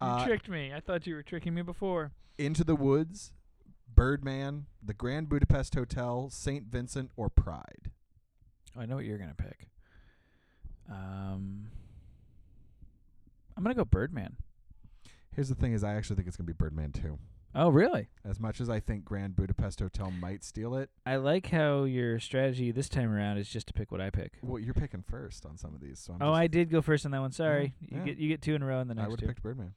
[SPEAKER 3] You
[SPEAKER 4] Uh,
[SPEAKER 3] tricked me. I thought you were tricking me before.
[SPEAKER 4] Into the Woods, Birdman, The Grand Budapest Hotel, Saint Vincent, or Pride.
[SPEAKER 3] I know what you're gonna pick. Um, I'm gonna go Birdman.
[SPEAKER 4] Here's the thing: is I actually think it's gonna be Birdman too.
[SPEAKER 3] Oh, really?
[SPEAKER 4] As much as I think Grand Budapest Hotel might steal it,
[SPEAKER 3] I like how your strategy this time around is just to pick what I pick.
[SPEAKER 4] well, you're picking first on some of these. So I'm
[SPEAKER 3] oh, I
[SPEAKER 4] just,
[SPEAKER 3] did go first on that one. Sorry, you
[SPEAKER 4] yeah.
[SPEAKER 3] get you get two in a row in the
[SPEAKER 4] I
[SPEAKER 3] next
[SPEAKER 4] would
[SPEAKER 3] two.
[SPEAKER 4] have picked Birdman.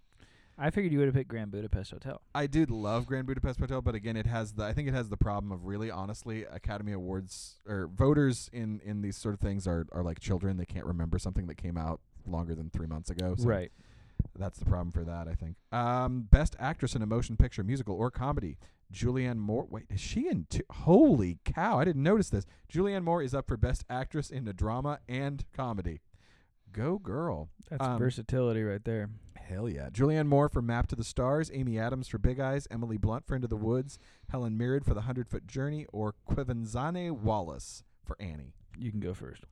[SPEAKER 3] I figured you would have picked Grand Budapest Hotel.
[SPEAKER 4] I did love Grand Budapest Hotel, but again, it has the I think it has the problem of really honestly Academy Awards or voters in in these sort of things are are like children; they can't remember something that came out longer than three months ago. So
[SPEAKER 3] Right.
[SPEAKER 4] that's the problem for that. I think. Um, best actress in a motion picture, musical, or comedy. Julianne Moore. Wait, is she in? Two? Holy cow! I didn't notice this. Julianne Moore is up for best actress in a drama and comedy. Go girl!
[SPEAKER 3] That's
[SPEAKER 4] Um,
[SPEAKER 3] versatility right there.
[SPEAKER 4] Hell yeah! Julianne Moore for Map to the Stars, Amy Adams for Big Eyes, Emily Blunt for Into the Woods, Helen Mirren for The Hundred Foot Journey, or Quivanzane Wallace for Annie.
[SPEAKER 3] You can go first.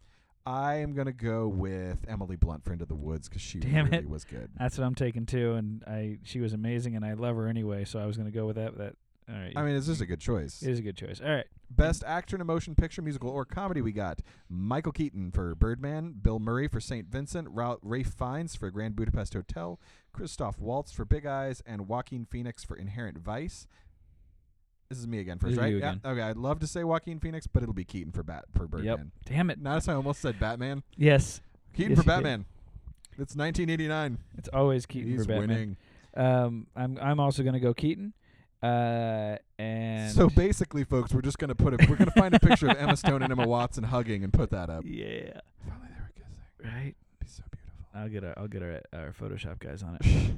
[SPEAKER 4] I am gonna go with Emily Blunt for Into the Woods because she
[SPEAKER 3] Damn
[SPEAKER 4] really
[SPEAKER 3] it.
[SPEAKER 4] was good.
[SPEAKER 3] That's what I'm taking too, and I she was amazing, and I love her anyway, so I was gonna go with that. That all right.
[SPEAKER 4] I mean, it's just a good choice.
[SPEAKER 3] it is a good choice. All right.
[SPEAKER 4] Best actor in a motion picture, musical, or comedy, we got Michael Keaton for Birdman, Bill Murray for St. Vincent, Ra- Rafe Fiennes for Grand Budapest Hotel, Christoph Waltz for Big Eyes, and Joaquin Phoenix for Inherent Vice. This is me again first,
[SPEAKER 3] This is
[SPEAKER 4] right?
[SPEAKER 3] you
[SPEAKER 4] yeah.
[SPEAKER 3] again.
[SPEAKER 4] Okay, I'd love to say Joaquin Phoenix, but it'll be Keaton for Bat for Birdman.
[SPEAKER 3] Damn it.
[SPEAKER 4] Notice I almost said Batman.
[SPEAKER 3] Yes.
[SPEAKER 4] Keaton
[SPEAKER 3] Yes,
[SPEAKER 4] for
[SPEAKER 3] you did.
[SPEAKER 4] Batman. It's 1989.
[SPEAKER 3] It's always Keaton
[SPEAKER 4] He's
[SPEAKER 3] for Batman.
[SPEAKER 4] winning.
[SPEAKER 3] Um, I'm I'm also gonna go Keaton. Uh, and [laughs]
[SPEAKER 4] So basically, folks, we're just gonna put a we're gonna find a picture of Emma Stone and Emma Watson hugging and put that
[SPEAKER 3] [laughs]
[SPEAKER 4] up.
[SPEAKER 3] yeah,
[SPEAKER 4] If only they were kissing.
[SPEAKER 3] right.
[SPEAKER 4] It'd be so beautiful.
[SPEAKER 3] I'll get our I'll get our our Photoshop guys on it.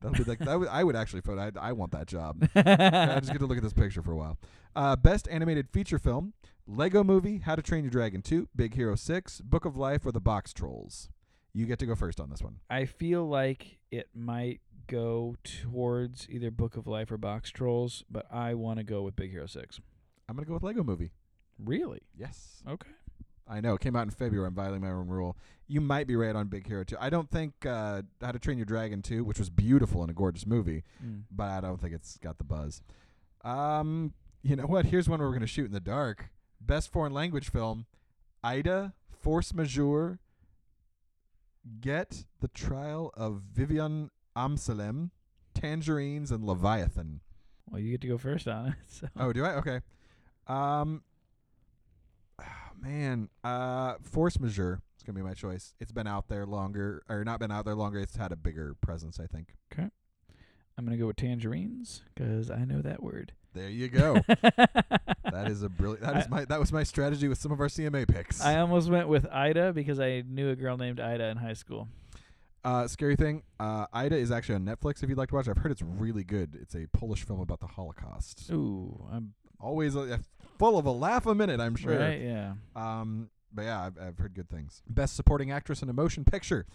[SPEAKER 4] That'd be like that. Would, I would actually vote. I, I want that job. I just get to look at this picture for a while. Uh, best animated feature film: Lego Movie, How to Train Your Dragon 2, Big Hero 6, Book of Life, or The Box Trolls. You get to go first on this one.
[SPEAKER 3] [laughs] I feel like it might go towards either Book of Life or Box Trolls, but I want to go with Big Hero Six.
[SPEAKER 4] I'm gonna go with Lego Movie.
[SPEAKER 3] Really?
[SPEAKER 4] Yes.
[SPEAKER 3] Okay.
[SPEAKER 4] I know it came out in February. I'm violating my own rule. You might be right on Big Hero 2. I don't think uh, How to Train Your Dragon 2, which was beautiful and a gorgeous movie, but I don't think it's got the buzz. Um, you know what? Here's one where we're gonna shoot in the dark. Best foreign language film: Ida, Force Majeure, Get, The Trial of Vivian Amsalem, Tangerines, and Leviathan.
[SPEAKER 3] Well, you get to go first on it. [laughs] So.
[SPEAKER 4] Oh, do I? Okay. Um. oh, man, uh, Force Majeure is gonna be my choice. It's been out there longer, or not been out there longer. It's had a bigger presence, I think.
[SPEAKER 3] I'm gonna go with tangerines because I know that word.
[SPEAKER 4] There you
[SPEAKER 3] [laughs]
[SPEAKER 4] go.
[SPEAKER 3] that
[SPEAKER 4] That is a brilliant. That
[SPEAKER 3] I-
[SPEAKER 4] is my. That was my strategy with some of our CMA picks.
[SPEAKER 3] [laughs] I almost went with Ida because I knew a girl named Ida in high school.
[SPEAKER 4] uh, scary thing. Uh, Ida is actually on Netflix. If you'd like to watch, it. I've heard it's really good. It's a Polish film about the Holocaust.
[SPEAKER 3] Ooh, I'm
[SPEAKER 4] Always a, full of a laugh a minute. I'm sure.
[SPEAKER 3] right. Yeah.
[SPEAKER 4] Um, but yeah, I've, I've heard good things. Best Supporting Actress in a Motion Picture.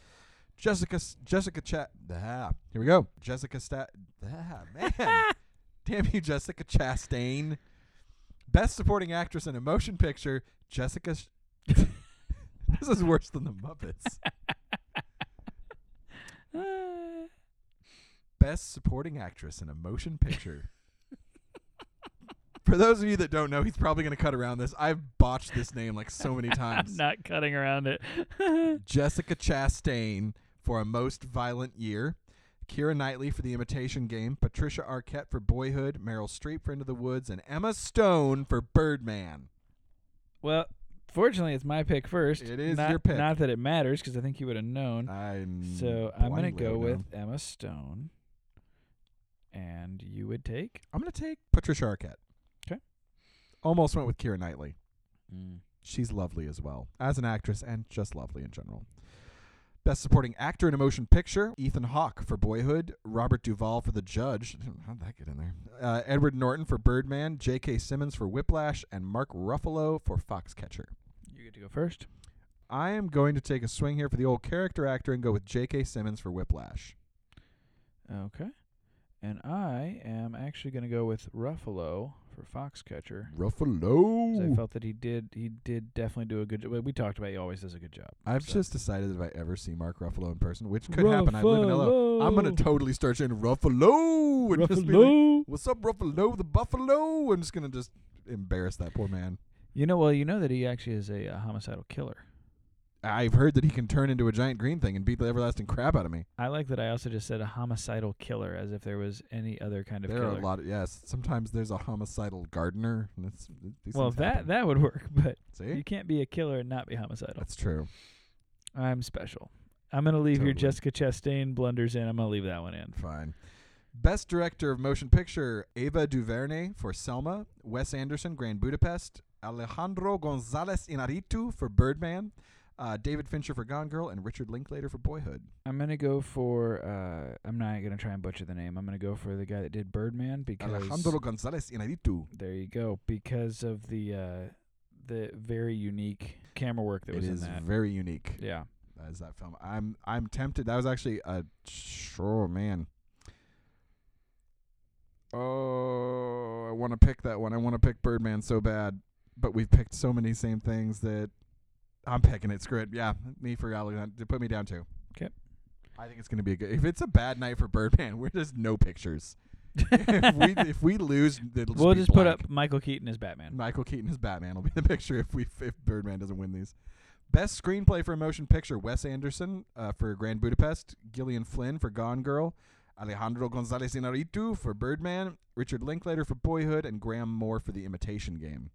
[SPEAKER 4] Jessica S- Jessica Chat. Ah, here we go. Jessica Stat. Ah, man. [laughs] Damn you, Jessica Chastain. Best Supporting Actress in a Motion Picture. Jessica. Sh- [laughs] this is worse than the Muppets. [laughs] Best Supporting Actress in a Motion [laughs] Picture. For those of you that don't know, he's probably going to cut around this. I've botched this name like so [laughs] many times.
[SPEAKER 3] [laughs] I'm not cutting around it. [laughs]
[SPEAKER 4] Jessica Chastain for A Most Violent Year, Kira Knightley for The Imitation Game, Patricia Arquette for Boyhood, Meryl Streep for Into the Woods, and Emma Stone for Birdman.
[SPEAKER 3] well, fortunately, it's my pick first.
[SPEAKER 4] It is
[SPEAKER 3] Not-
[SPEAKER 4] your pick.
[SPEAKER 3] Not that it matters because I think you would have known.
[SPEAKER 4] i
[SPEAKER 3] so I'm gonna go with Emma Stone, and you would take
[SPEAKER 4] I'm gonna take Patricia Arquette.
[SPEAKER 3] 'Kay.
[SPEAKER 4] Almost went with Kira Knightley.
[SPEAKER 7] Mm.
[SPEAKER 4] She's lovely as well as an actress and just lovely in general. Best supporting actor in a motion picture: Ethan Hawke for Boyhood, Robert Duvall for The Judge. How'd that get in there? Uh, Edward Norton for Birdman, J.K. Simmons for Whiplash, and Mark Ruffalo for Foxcatcher.
[SPEAKER 3] You get to go first.
[SPEAKER 4] I am going to take a swing here for the old character actor and go with J.K. Simmons for Whiplash.
[SPEAKER 3] Okay. And I am actually going to go with Ruffalo for Foxcatcher. 'cause I
[SPEAKER 4] Ruffalo.
[SPEAKER 3] felt that he did he did definitely do a good job. We talked about he always does a good job.
[SPEAKER 4] I've
[SPEAKER 3] so.
[SPEAKER 4] just decided that if I ever see Mark Ruffalo in person, which could happen, I live in LA. I'm gonna [laughs] totally start saying Ruffalo and just be like,
[SPEAKER 3] Ruffalo.
[SPEAKER 4] "What's up, Ruffalo? The Buffalo?" I'm just gonna just embarrass that poor man.
[SPEAKER 3] You know, well, you know that he actually is a, uh homicidal killer.
[SPEAKER 4] I've heard that he can turn into a giant green thing and beat the everlasting crap out of me.
[SPEAKER 3] I like that I also just said a homicidal killer as if there was any other kind of
[SPEAKER 4] there
[SPEAKER 3] killer.
[SPEAKER 4] are a lot of yes. Sometimes there's a homicidal gardener. and That's these
[SPEAKER 3] well,
[SPEAKER 4] things
[SPEAKER 3] that
[SPEAKER 4] happen.
[SPEAKER 3] that would work, [laughs] but
[SPEAKER 4] see,
[SPEAKER 3] you can't be a killer and not be homicidal.
[SPEAKER 4] that's true.
[SPEAKER 3] I'm special. I'm gonna leave your
[SPEAKER 4] Totally.
[SPEAKER 3] Jessica Chastain blunders in. I'm gonna leave that one in.
[SPEAKER 4] Fine. Best director of motion picture: Ava DuVernay for Selma, Wes Anderson, Grand Budapest, Alejandro Gonzalez Inarritu for Birdman, uh, David Fincher for Gone Girl, and Richard Linklater for Boyhood.
[SPEAKER 3] I'm gonna go for. Uh, I'm not gonna try and butcher the name. I'm gonna go for the guy that did Birdman because
[SPEAKER 4] Alejandro Gonzalez Inarritu.
[SPEAKER 3] There you go. Because of the uh, the very unique camera work that
[SPEAKER 4] It
[SPEAKER 3] was in
[SPEAKER 4] is
[SPEAKER 3] that.
[SPEAKER 4] very unique.
[SPEAKER 3] [laughs] yeah.
[SPEAKER 4] That is that film. I'm I'm tempted. That was actually a sure man. Oh, I want to pick that one. I want to pick Birdman so bad, but we've picked so many same things that I'm picking it. Screw it. Yeah, me for Alexander. Put me down too.
[SPEAKER 3] 'Kay.
[SPEAKER 4] I think it's gonna be a good. If it's a bad night for Birdman, [laughs] we're just no
[SPEAKER 3] [laughs]
[SPEAKER 4] pictures. if [laughs] we if we lose, it'll just
[SPEAKER 3] we'll
[SPEAKER 4] be
[SPEAKER 3] just put
[SPEAKER 4] blank.
[SPEAKER 3] up Michael Keaton as Batman.
[SPEAKER 4] Michael Keaton as Batman will be the picture if we if Birdman doesn't win these. Best screenplay for a motion picture: Wes Anderson uh, for Grand Budapest, Gillian Flynn for Gone Girl, Alejandro Gonzalez Inarritu for Birdman, Richard Linklater for Boyhood, and Graham Moore for The Imitation Game.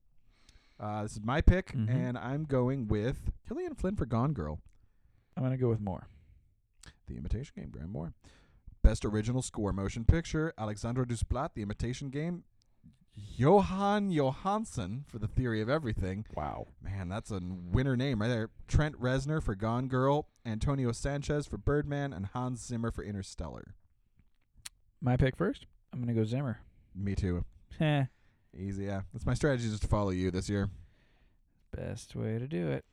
[SPEAKER 4] Uh, this is my pick,
[SPEAKER 3] Mhm.
[SPEAKER 4] and I'm going with Gillian Flynn for Gone Girl,
[SPEAKER 3] I'm gonna go with more.
[SPEAKER 4] The Imitation Game, Graham Moore. Best original score motion picture: Alexandre Desplat, The Imitation Game, Johan Johansson for The Theory of Everything.
[SPEAKER 7] Wow.
[SPEAKER 4] Man, that's a winner name right there. Trent Reznor for Gone Girl, Antonio Sanchez for Birdman, and Hans Zimmer for Interstellar.
[SPEAKER 3] My pick first. I'm gonna go Zimmer.
[SPEAKER 4] Me too.
[SPEAKER 3] Heh.
[SPEAKER 4] Easy, yeah. That's my strategy just to follow you this year.
[SPEAKER 3] Best way to do it.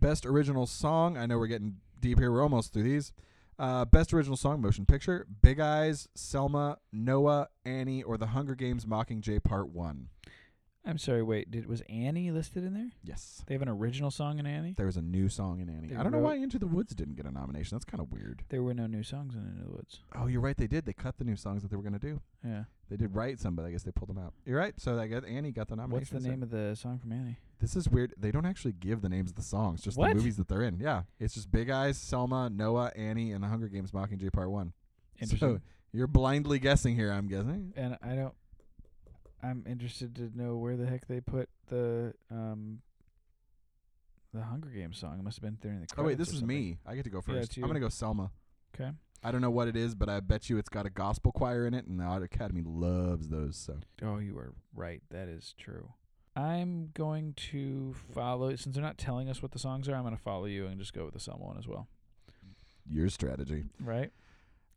[SPEAKER 4] Best original song. I know we're getting deep here. We're almost through these. Uh, best original song, motion picture: Big Eyes, Selma, Noah, Annie, or The Hunger Games: Mockingjay Part One.
[SPEAKER 3] I'm sorry. Wait, did was Annie listed in there?
[SPEAKER 4] Yes.
[SPEAKER 3] They have an original song in Annie.
[SPEAKER 4] There was a new song in Annie.
[SPEAKER 3] They
[SPEAKER 4] I don't know
[SPEAKER 3] wrote-
[SPEAKER 4] why Into the Woods didn't get a nomination. That's kind of weird.
[SPEAKER 3] There were no new songs in Into the Woods.
[SPEAKER 4] Oh, you're right. They did. They cut the new songs that they were going to do.
[SPEAKER 3] Yeah.
[SPEAKER 4] They did write some, but I guess they pulled them out. You're right. So I guess Annie got the
[SPEAKER 3] What's
[SPEAKER 4] nomination.
[SPEAKER 3] the name of the song from Annie?
[SPEAKER 4] This is weird. They don't actually give the names of the songs, just the
[SPEAKER 3] What?
[SPEAKER 4] movies that they're in. Yeah, it's just Big Eyes, Selma, Noah, Annie, and The Hunger Games: Mockingjay Part One.
[SPEAKER 3] Interesting.
[SPEAKER 4] So you're blindly guessing here. I'm guessing.
[SPEAKER 3] and I don't. I'm interested to know where the heck they put the um. The Hunger Games song. It must have been there in the.
[SPEAKER 4] Oh
[SPEAKER 3] Credits
[SPEAKER 4] wait,
[SPEAKER 3] or
[SPEAKER 4] this is
[SPEAKER 3] something.
[SPEAKER 4] me. I get to go first.
[SPEAKER 3] it's you.
[SPEAKER 4] I'm gonna go Selma.
[SPEAKER 3] Okay.
[SPEAKER 4] I don't know what it is, but I bet you it's got a gospel choir in it, and the Art Academy loves those. So
[SPEAKER 3] Oh, you are right. That is true. I'm going to follow since they're not telling us what the songs are. I'm going to follow you and just go with the Selma one as well.
[SPEAKER 4] your strategy.
[SPEAKER 3] Right.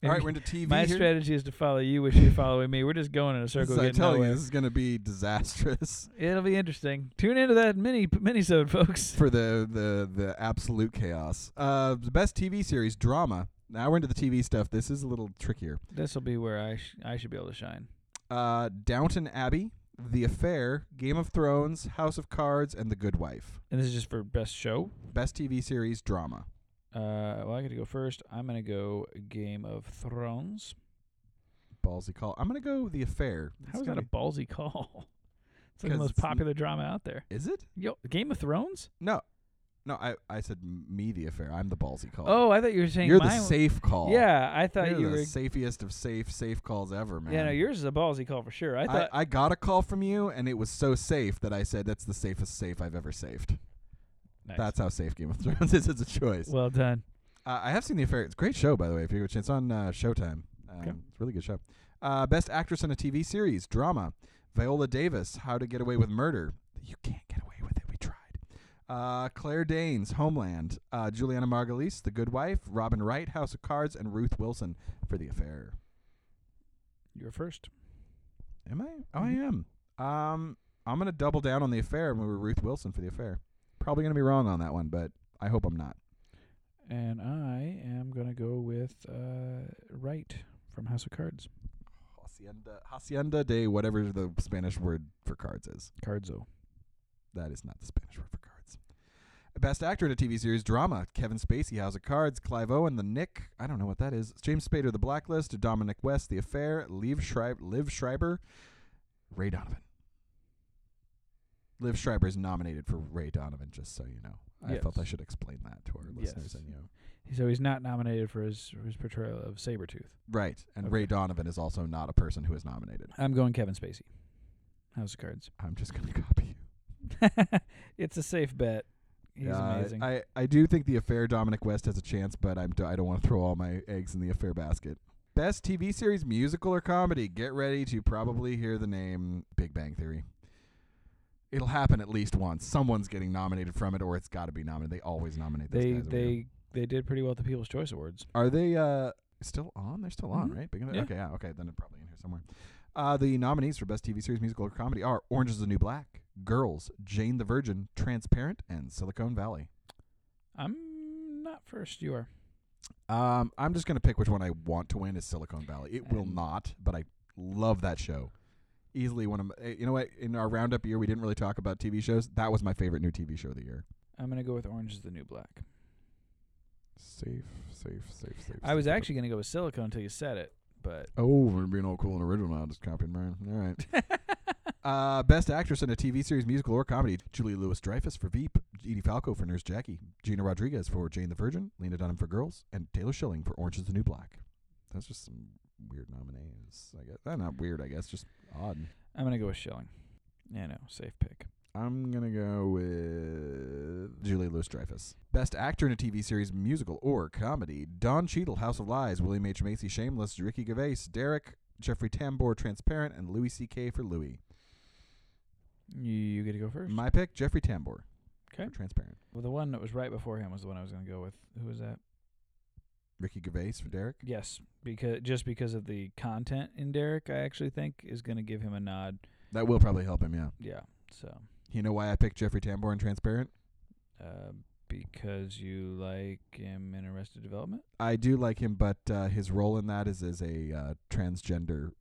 [SPEAKER 4] All right, we're into TV
[SPEAKER 3] my
[SPEAKER 4] here.
[SPEAKER 3] strategy is to follow you, which you're following me. We're just going in a
[SPEAKER 4] This
[SPEAKER 3] circle.
[SPEAKER 4] is- I'm
[SPEAKER 3] getting
[SPEAKER 4] telling you,
[SPEAKER 3] nowhere.
[SPEAKER 4] this is gonna be disastrous.
[SPEAKER 3] It'll be interesting. Tune into that mini minisode, folks.
[SPEAKER 4] for the the the absolute chaos. Uh, the best TV series drama. Now we're into the TV stuff. This is a little trickier.
[SPEAKER 3] This will be where I sh- I should be able to shine.
[SPEAKER 4] Uh, Downton Abbey, The Affair, Game of Thrones, House of Cards, and The Good Wife.
[SPEAKER 3] And this is just for best show.
[SPEAKER 4] Best TV series drama.
[SPEAKER 3] Uh, well, I got to go first. I'm gonna go Game of Thrones.
[SPEAKER 4] Ballsy call. I'm gonna go The Affair.
[SPEAKER 3] How
[SPEAKER 4] It's
[SPEAKER 3] is that
[SPEAKER 4] gotta
[SPEAKER 3] a ballsy call? [laughs] It's like
[SPEAKER 4] 'Cause
[SPEAKER 3] the most
[SPEAKER 4] it's n-
[SPEAKER 3] popular drama out there.
[SPEAKER 4] be- is it?
[SPEAKER 3] Yo, Game of Thrones?
[SPEAKER 4] No, no. I I said me The Affair. I'm the ballsy call.
[SPEAKER 3] Oh, I thought you were saying
[SPEAKER 4] you're the
[SPEAKER 3] mine.
[SPEAKER 4] safe call.
[SPEAKER 3] Yeah, I thought
[SPEAKER 4] You're
[SPEAKER 3] you
[SPEAKER 4] the
[SPEAKER 3] were.
[SPEAKER 4] safest of safe safe calls ever, man.
[SPEAKER 3] Yeah, no, yours is a ballsy call for sure. I thought
[SPEAKER 4] I, got a call from you, and it was so safe that I said that's the safest safe I've ever saved.
[SPEAKER 3] Nice.
[SPEAKER 4] That's how safe Game of Thrones [laughs] is. It's a choice.
[SPEAKER 3] well done.
[SPEAKER 4] Uh, I have seen The Affair. It's a great show, by the way. If you get a chance, it's on uh, Showtime. Um,
[SPEAKER 3] Okay.
[SPEAKER 4] It's a really good show. Uh, best actress in a TV series drama: Viola Davis, How to Get Away with Murder. You can't get away with it. We tried. Uh, Claire Danes, Homeland. Uh, Juliana Margulies, The Good Wife. Robin Wright, House of Cards, and Ruth Wilson for The Affair.
[SPEAKER 3] You're first.
[SPEAKER 4] Am I? Oh, I am. Um, I'm gonna double down on The Affair and we were Ruth Wilson for The Affair. Probably gonna be wrong on that one, but I hope I'm not.
[SPEAKER 8] And I am going to go with uh, Wright from House of Cards.
[SPEAKER 4] Hacienda, Hacienda de whatever the Spanish word for cards is.
[SPEAKER 8] Cardzo.
[SPEAKER 4] That is not the Spanish word for cards. Best actor in a TV series drama: Kevin Spacey, House of Cards; Clive Owen, The Nick. I don't know what that is. James Spader, The Blacklist; Dominic West, The Affair; Liv Schreiber, Liv Schreiber, Ray Donovan. Liv Schreiber is nominated for Ray Donovan. Just so you know, I felt I
[SPEAKER 8] Yes.
[SPEAKER 4] should explain that to our listeners
[SPEAKER 8] Yes.
[SPEAKER 4] and you.
[SPEAKER 3] So he's not nominated for his for his portrayal of Sabretooth.
[SPEAKER 4] Right, and Ray Donovan is also not a person who is nominated.
[SPEAKER 3] I'm going Kevin Spacey. House of Cards.
[SPEAKER 4] I'm just gonna [laughs] copy you.
[SPEAKER 3] it's a safe bet. He's
[SPEAKER 4] Yeah, I-
[SPEAKER 3] amazing.
[SPEAKER 4] Uh, I, I do think the affair Dominic West has a chance, but I'm d- I don't want to throw all my eggs in the affair basket. Best TV series, musical or comedy? Get ready to probably hear the name Big Bang Theory. It'll happen at least once. Someone's getting nominated from it, or it's got to be nominated. They always nominate. Those
[SPEAKER 3] they
[SPEAKER 4] guys over here.
[SPEAKER 3] they they did pretty well at the People's Choice Awards.
[SPEAKER 4] are they uh, still on? They're still on,
[SPEAKER 3] Mhm.
[SPEAKER 4] right? Big Bang-
[SPEAKER 3] Yeah.
[SPEAKER 4] Okay, yeah, okay. Then they're probably in here somewhere. Uh, the nominees for best TV series, musical or comedy are Orange Is the New Black, Girls, Jane the Virgin, Transparent, and Silicon Valley.
[SPEAKER 3] I'm not first. You are.
[SPEAKER 4] Um, I'm just gonna pick which one I want to win is Silicon Valley. It will
[SPEAKER 3] And-
[SPEAKER 4] not, but I love that show. Easily one of my, eh, you know what? In our roundup year, we didn't really talk about TV shows. That was my favorite new TV show of the year.
[SPEAKER 3] I'm gonna go with Orange is the New Black.
[SPEAKER 4] Safe, safe, safe, safe.
[SPEAKER 3] I was actually gonna go with Silicone until you said it, but [laughs]
[SPEAKER 4] Oh, we're being all cool and original now. Just copying mine. All right. uh, best actress in a TV series, musical, or comedy: Julie Louis Dreyfus for Veep, Edie Falco for Nurse Jackie, Gina Rodriguez for Jane the Virgin, Lena Dunham for Girls, and Taylor Schilling for Orange Is the New Black. That's just some weird nominees. I guess that's not weird. I guess just odd.
[SPEAKER 3] I'm gonna go with Schilling. Yeah, no, safe pick.
[SPEAKER 4] I'm gonna go with Julie Louis Dreyfus. Best actor in a TV series, musical, or comedy: Don Cheadle, House of Lies; William H Macy, Shameless; Ricky Gervais; Derek; Jeffrey Tambor, Transparent; and Louis C.K. for Louis.
[SPEAKER 3] You, you get to go first.
[SPEAKER 4] My pick: Jeffrey Tambor.
[SPEAKER 3] Okay.
[SPEAKER 4] for Transparent.
[SPEAKER 3] well, the one that was right before him was the one I was gonna go with. Who was that?
[SPEAKER 4] Ricky Gervais for Derek.
[SPEAKER 3] Yes, because just because of the content in Derek, I actually think is gonna give him a nod.
[SPEAKER 4] That will probably help him. Yeah.
[SPEAKER 3] Yeah. So,
[SPEAKER 4] You know why I picked Jeffrey Tambor in Transparent?
[SPEAKER 3] uh, because you like him in Arrested Development.
[SPEAKER 4] I do like him, but uh, his role in that is as a uh, transgender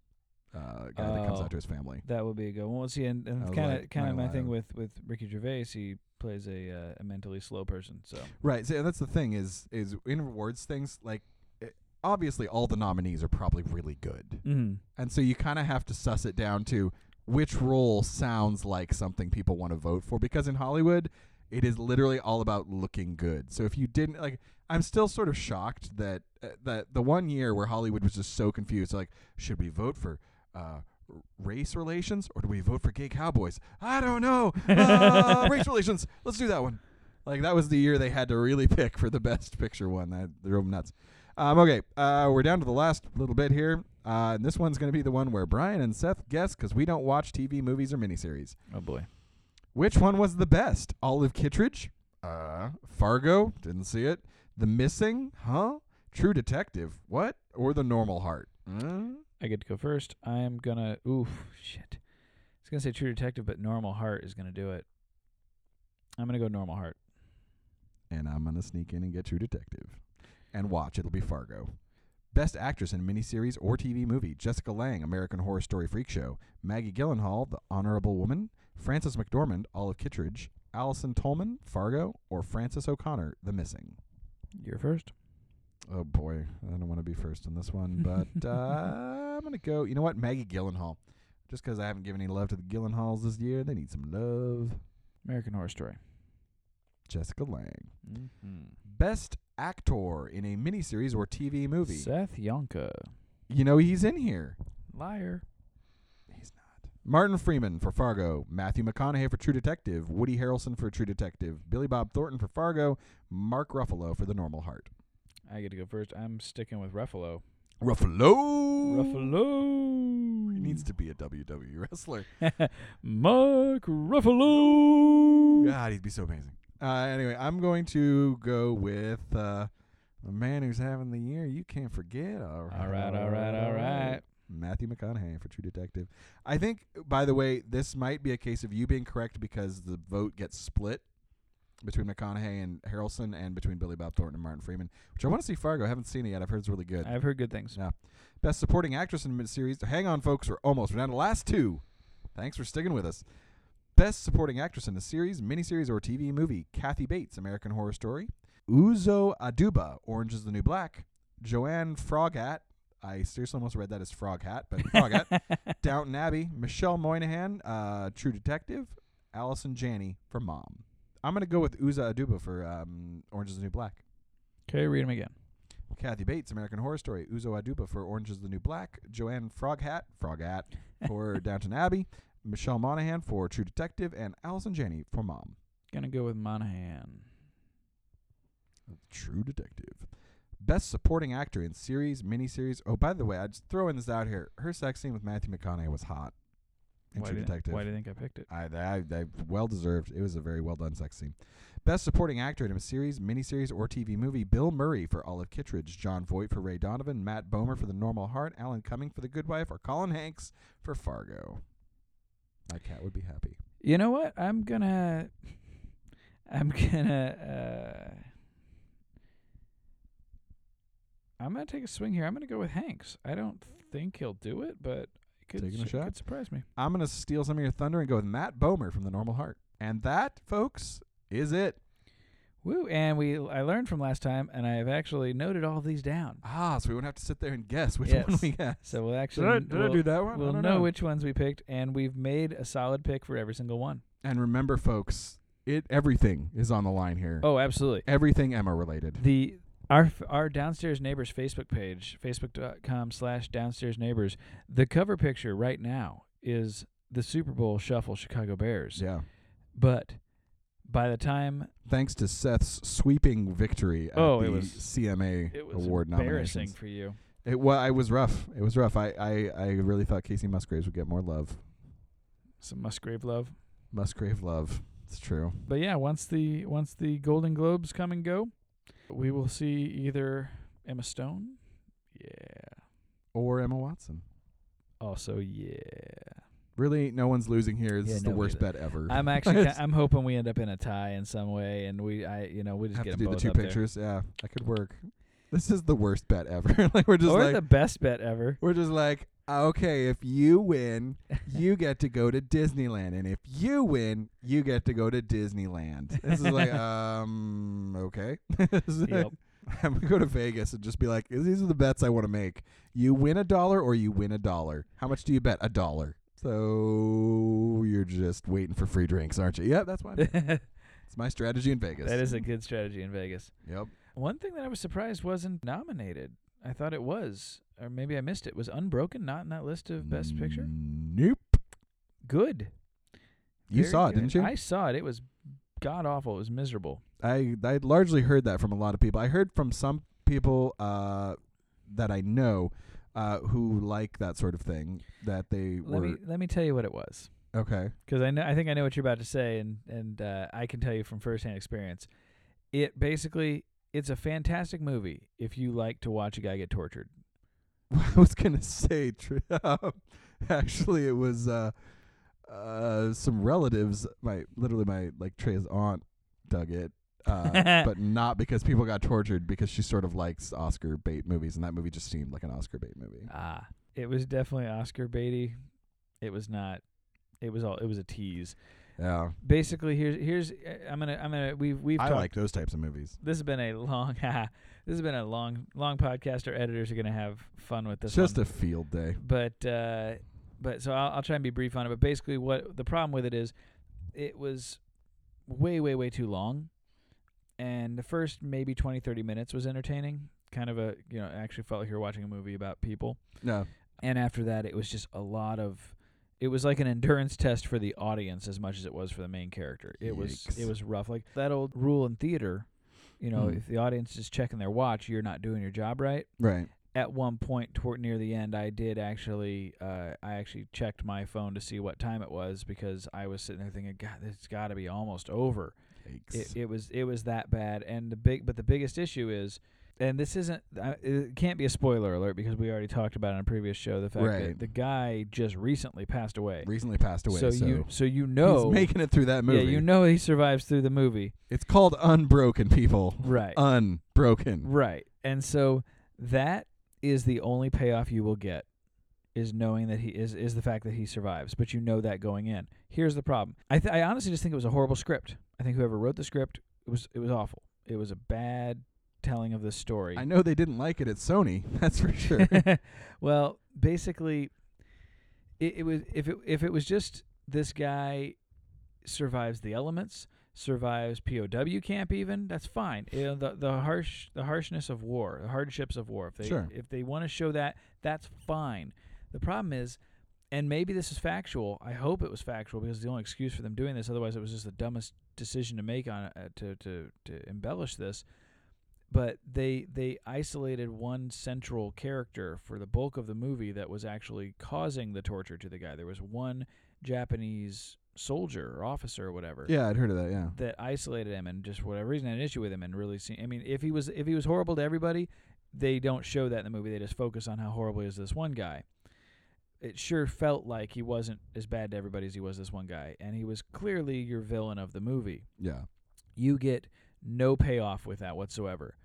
[SPEAKER 4] uh, guy that comes
[SPEAKER 3] Oh.
[SPEAKER 4] out to his family.
[SPEAKER 3] That would be a good one. Well, see, and,
[SPEAKER 4] I
[SPEAKER 3] and
[SPEAKER 4] was
[SPEAKER 3] kind of
[SPEAKER 4] like,
[SPEAKER 3] kind
[SPEAKER 4] not
[SPEAKER 3] of my
[SPEAKER 4] allowed.
[SPEAKER 3] thing with with Ricky Gervais, he plays a uh, a mentally slow person. So
[SPEAKER 4] Right. So that's the thing is is in rewards things like eh, obviously all the nominees are probably really good,
[SPEAKER 3] mm.
[SPEAKER 4] and so you kind of have to suss it down to which role sounds like something people want to vote for because in Hollywood it is literally all about looking good. So if you didn't like I'm still sort of shocked that uh, that the one year where Hollywood was just so confused like should we vote for uh r- race relations or do we vote for gay cowboys? I don't know. Uh, race relations. Let's do that one. Like that was the year they had to really [laughs] pick for the best picture one. That drove them nuts. Um, okay, uh, we're down to the last little bit here, uh, and this one's going to be the one where Brian and Seth guess because we don't watch TV, movies, or miniseries.
[SPEAKER 3] oh boy,
[SPEAKER 4] Which one was the best? Olive Kittredge? Uh, Fargo? Didn't see it. The Missing? Huh? True Detective? What? Or The Normal Heart? Mm?
[SPEAKER 3] I get to go first. I am gonna oof shit. I was gonna say True Detective, but Normal Heart is gonna do it. I'm gonna go Normal Heart.
[SPEAKER 4] and I'm gonna sneak in and get True Detective, and watch. It'll be Fargo. Best Actress in Miniseries or TV Movie: Jessica Lange, American Horror Story Freak Show; Maggie Gyllenhaal, The Honorable Woman; Frances McDormand, Olive Kittredge; Allison Tolman, Fargo; or Frances O'Connor, The Missing.
[SPEAKER 3] You're first.
[SPEAKER 4] Oh boy, I don't want to be first on this one, [laughs] but uh, I'm gonna go. You know what, Maggie Gyllenhaal. Just 'cause I haven't given any love to the Gyllenhaals this year, they need some love.
[SPEAKER 3] American Horror Story.
[SPEAKER 4] Jessica Lange.
[SPEAKER 3] Mm-hmm.
[SPEAKER 4] Best Actor in a Miniseries or TV Movie.
[SPEAKER 3] Seth Yonka,
[SPEAKER 4] You know he's in here.
[SPEAKER 3] liar.
[SPEAKER 4] He's not. Martin Freeman for Fargo, Matthew McConaughey for True Detective, Woody Harrelson for True Detective, Billy Bob Thornton for Fargo, Mark Ruffalo for The Normal Heart.
[SPEAKER 3] I get to go first. I'm sticking with Ruffalo.
[SPEAKER 4] Ruffalo.
[SPEAKER 3] Ruffalo.
[SPEAKER 4] needs to be a WWE wrestler.
[SPEAKER 3] Mark Ruffalo.
[SPEAKER 4] God, he'd be so amazing. Uh, anyway, I'm going to go with uh, the man who's having the year. You can't forget.
[SPEAKER 3] All right, all right, all right.
[SPEAKER 4] Matthew McConaughey for True Detective. I think, by the way, this might be a case of you being correct because the vote gets split between McConaughey and Harrelson and between Billy Bob Thornton and Martin Freeman, which I want to see Fargo. I haven't seen it yet. I've heard it's really good.
[SPEAKER 3] I've heard good things.
[SPEAKER 4] Best Supporting Actress in a Miniseries. Hang on, folks. We're almost. We're down to the last two. Thanks for sticking with us. Best Supporting Actress in a Series, Miniseries, or TV Movie. Kathy Bates, American Horror Story. Uzo Aduba, Orange is the New Black. Joanne Froghat. I seriously almost read that as Frog Hat,
[SPEAKER 3] [laughs]
[SPEAKER 4] but Froghat. Downton Abbey. Michelle Moynihan, uh, True Detective. Allison Janney for Mom. I'm going to go with Uzo Aduba for um, Orange is the New Black.
[SPEAKER 3] Okay, read them again.
[SPEAKER 4] Kathy Bates, American Horror Story. Uzo Aduba for Orange is the New Black. Joanne Froghat, Froghat
[SPEAKER 3] [laughs]
[SPEAKER 4] for Downton Abbey. Michelle Monaghan for True Detective. And Allison Janney for Mom.
[SPEAKER 3] Gonna go with Monahan.
[SPEAKER 4] True Detective. Best Supporting Actor in Series, Miniseries. Oh, by the way, I just throwing this out here. Her sex scene with Matthew McConaughey was hot in
[SPEAKER 3] why
[SPEAKER 4] True
[SPEAKER 3] did,
[SPEAKER 4] Detective.
[SPEAKER 3] Why do you think I picked it?
[SPEAKER 4] I, I, I well deserved. It was a very well done sex scene. Best supporting actor in a series, miniseries, or TV movie: Bill Murray for Olive Kittredge, John Voight for Ray Donovan, Matt Bomer for The Normal Heart, Alan Cumming for The Good Wife, or Colin Hanks for Fargo. My cat would be happy.
[SPEAKER 3] You know what? I'm gonna. [laughs] I'm gonna. Uh, I'm gonna take a swing here. I'm gonna go with Hanks. I don't think he'll do it, but it could,
[SPEAKER 4] Taking a
[SPEAKER 3] su-
[SPEAKER 4] shot?
[SPEAKER 3] could surprise me.
[SPEAKER 4] I'm gonna steal some of your thunder and go with Matt Bomer from The Normal Heart. And that, folks, is it.
[SPEAKER 3] Woo! And we I learned from last time, and I have actually noted all these down.
[SPEAKER 4] Ah, so we won't have to sit there and guess which one
[SPEAKER 3] Yes.
[SPEAKER 4] we got.
[SPEAKER 3] So we'll
[SPEAKER 4] Did
[SPEAKER 3] actually
[SPEAKER 4] I, did
[SPEAKER 3] we'll,
[SPEAKER 4] I do that one? I
[SPEAKER 3] we'll
[SPEAKER 4] don't
[SPEAKER 3] know
[SPEAKER 4] know.
[SPEAKER 3] which ones we picked, and we've made a solid pick for every single one.
[SPEAKER 4] And remember, folks, it everything is on the line here.
[SPEAKER 3] Oh, absolutely.
[SPEAKER 4] Everything Emma related.
[SPEAKER 3] the our our downstairs neighbors facebook page facebook.com slash downstairs neighbors the cover picture right now is the super bowl shuffle chicago bears
[SPEAKER 4] Yeah.
[SPEAKER 3] but by the time
[SPEAKER 4] Thanks to Seth's sweeping victory at
[SPEAKER 3] Oh,
[SPEAKER 4] the
[SPEAKER 3] it was-
[SPEAKER 4] CMA
[SPEAKER 3] it was
[SPEAKER 4] award
[SPEAKER 3] embarrassing
[SPEAKER 4] nominations.
[SPEAKER 3] for you
[SPEAKER 4] It was it was rough. It was rough. I, I, I really thought Casey Musgraves would get more love.
[SPEAKER 3] some musgrave love
[SPEAKER 4] Musgrave love. It's true.
[SPEAKER 3] but yeah once the once the golden globes come and go we will see either emma stone yeah
[SPEAKER 4] Or Emma Watson.
[SPEAKER 3] also yeah
[SPEAKER 4] Really, no one's losing here. This
[SPEAKER 3] Yeah,
[SPEAKER 4] is the
[SPEAKER 3] no,
[SPEAKER 4] worst
[SPEAKER 3] neither.
[SPEAKER 4] bet ever. [laughs]
[SPEAKER 3] i'm actually ki- i'm hoping we end up in a tie in some way and we i you know we just
[SPEAKER 4] have
[SPEAKER 3] get
[SPEAKER 4] to
[SPEAKER 3] 'em
[SPEAKER 4] do the
[SPEAKER 3] both
[SPEAKER 4] two
[SPEAKER 3] up there.
[SPEAKER 4] pictures. Yeah, that could work. This is the worst bet ever. [laughs] like we're just
[SPEAKER 3] or
[SPEAKER 4] like
[SPEAKER 3] the best
[SPEAKER 4] [laughs]
[SPEAKER 3] bet ever
[SPEAKER 4] we're just like okay, if you win, you get to go to Disneyland, and if you win, you get to go to Disneyland. This is
[SPEAKER 3] [laughs]
[SPEAKER 4] like, um, okay. [laughs] It's like,
[SPEAKER 3] Yep.
[SPEAKER 4] I'm gonna go to Vegas and just be like, these are the bets I want to make. You win a dollar or you win a dollar. How much do you bet? A dollar. So you're just waiting for free drinks, aren't you? Yep, that's why.
[SPEAKER 3] [laughs]
[SPEAKER 4] I'm-
[SPEAKER 3] that
[SPEAKER 4] It's my strategy in Vegas.
[SPEAKER 3] is a good strategy in Vegas.
[SPEAKER 4] Yep.
[SPEAKER 3] One thing that I was surprised wasn't nominated. I thought it was, or maybe I missed it. Was Unbroken not in that list of Best
[SPEAKER 4] Mm.
[SPEAKER 3] Picture?
[SPEAKER 4] Nope.
[SPEAKER 3] Good.
[SPEAKER 4] You
[SPEAKER 3] Very
[SPEAKER 4] saw it,
[SPEAKER 3] good.
[SPEAKER 4] didn't you?
[SPEAKER 3] I saw it. It was god awful. It was miserable.
[SPEAKER 4] I I largely heard that from a lot of people. I heard from some people uh, that I know uh, who like that sort of thing that they
[SPEAKER 3] Let
[SPEAKER 4] were
[SPEAKER 3] me let me tell you what it was,
[SPEAKER 4] okay. [laughs]
[SPEAKER 3] because I know I think I know what you're about to say, and and uh, I can tell you from firsthand experience. It basically it's a fantastic movie if you like to watch a guy get tortured.
[SPEAKER 4] I was gonna say tr- [laughs] actually it was uh, uh, some relatives. My literally my like Trey's aunt dug it. [laughs] Uh, but not because people got tortured because she sort of likes Oscar bait movies and that movie just seemed like an Oscar bait movie.
[SPEAKER 3] Ah, it was definitely Oscar Beatty. It was not. It was all. It was a tease.
[SPEAKER 4] Yeah.
[SPEAKER 3] basically here's here's uh, I'm gonna I'm gonna we've we've
[SPEAKER 4] I
[SPEAKER 3] talked.
[SPEAKER 4] like those types of movies.
[SPEAKER 3] [laughs] this has been a long [laughs] this has been a long long podcast. Our editors are gonna have fun with this.
[SPEAKER 4] It's just
[SPEAKER 3] one.
[SPEAKER 4] a field day.
[SPEAKER 3] but uh, but so I'll, I'll try and be brief on it. But basically, what the problem with it is, it was way way way too long, and the first maybe 20, 30 minutes was entertaining. Kind of a you know I actually felt like you were watching a movie about people
[SPEAKER 4] No.
[SPEAKER 3] and after that it was just a lot of it was like an endurance test for the audience as much as it was for the main character it was it
[SPEAKER 4] Yikes.
[SPEAKER 3] was rough like that old rule in theater you know
[SPEAKER 4] Hmm.
[SPEAKER 3] if the audience is checking their watch you're not doing your job right
[SPEAKER 4] Right.
[SPEAKER 3] at one point toward near the end, I did actually, uh, I actually checked my phone to see what time it was because I was sitting there thinking, God, it's got to be almost over. It, it was it was that bad, and the big but the biggest issue is, and this isn't uh, it can't be a spoiler alert because we already talked about it on a previous show the fact
[SPEAKER 4] Right.
[SPEAKER 3] that the guy just recently passed away.
[SPEAKER 4] Recently passed away.
[SPEAKER 3] so,
[SPEAKER 4] So,
[SPEAKER 3] you so you know
[SPEAKER 4] he's making it through that movie.
[SPEAKER 3] yeah you know he survives through the movie
[SPEAKER 4] it's called Unbroken, people.
[SPEAKER 3] [laughs] right
[SPEAKER 4] Unbroken.
[SPEAKER 3] right and so that is the only payoff you will get is knowing that he is is the fact that he survives but you know that going in here's the problem I th- I honestly just think it was a horrible script I think whoever wrote the script it was it was awful it was a bad telling of this story
[SPEAKER 4] I know they didn't like it at Sony. [laughs] That's for
[SPEAKER 3] [laughs]
[SPEAKER 4] sure.
[SPEAKER 3] well, basically, it, it was if it if it was just this guy survives the elements, survives POW camp, even that's fine. You know, the the harsh the harshness of war, the hardships of war. If they
[SPEAKER 4] Sure.
[SPEAKER 3] if they want to show that, that's fine. The problem is. And maybe this is factual. I hope it was factual because it's the only excuse for them doing this. Otherwise, it was just the dumbest decision to make on uh, to to to embellish this but they they isolated one central character for the bulk of the movie that was actually causing the torture to the guy. There was one Japanese soldier or officer or whatever
[SPEAKER 4] yeah, I'd heard of that. Yeah.
[SPEAKER 3] that isolated him and just for whatever reason had an issue with him and really seen. I mean, if he was if he was horrible to everybody, they don't show that in the movie. They just focus on how horrible he is to this one guy. It sure felt like he wasn't as bad to everybody as he was this one guy, and he was clearly your villain of the movie
[SPEAKER 4] Yeah.
[SPEAKER 3] you get no payoff with that whatsoever.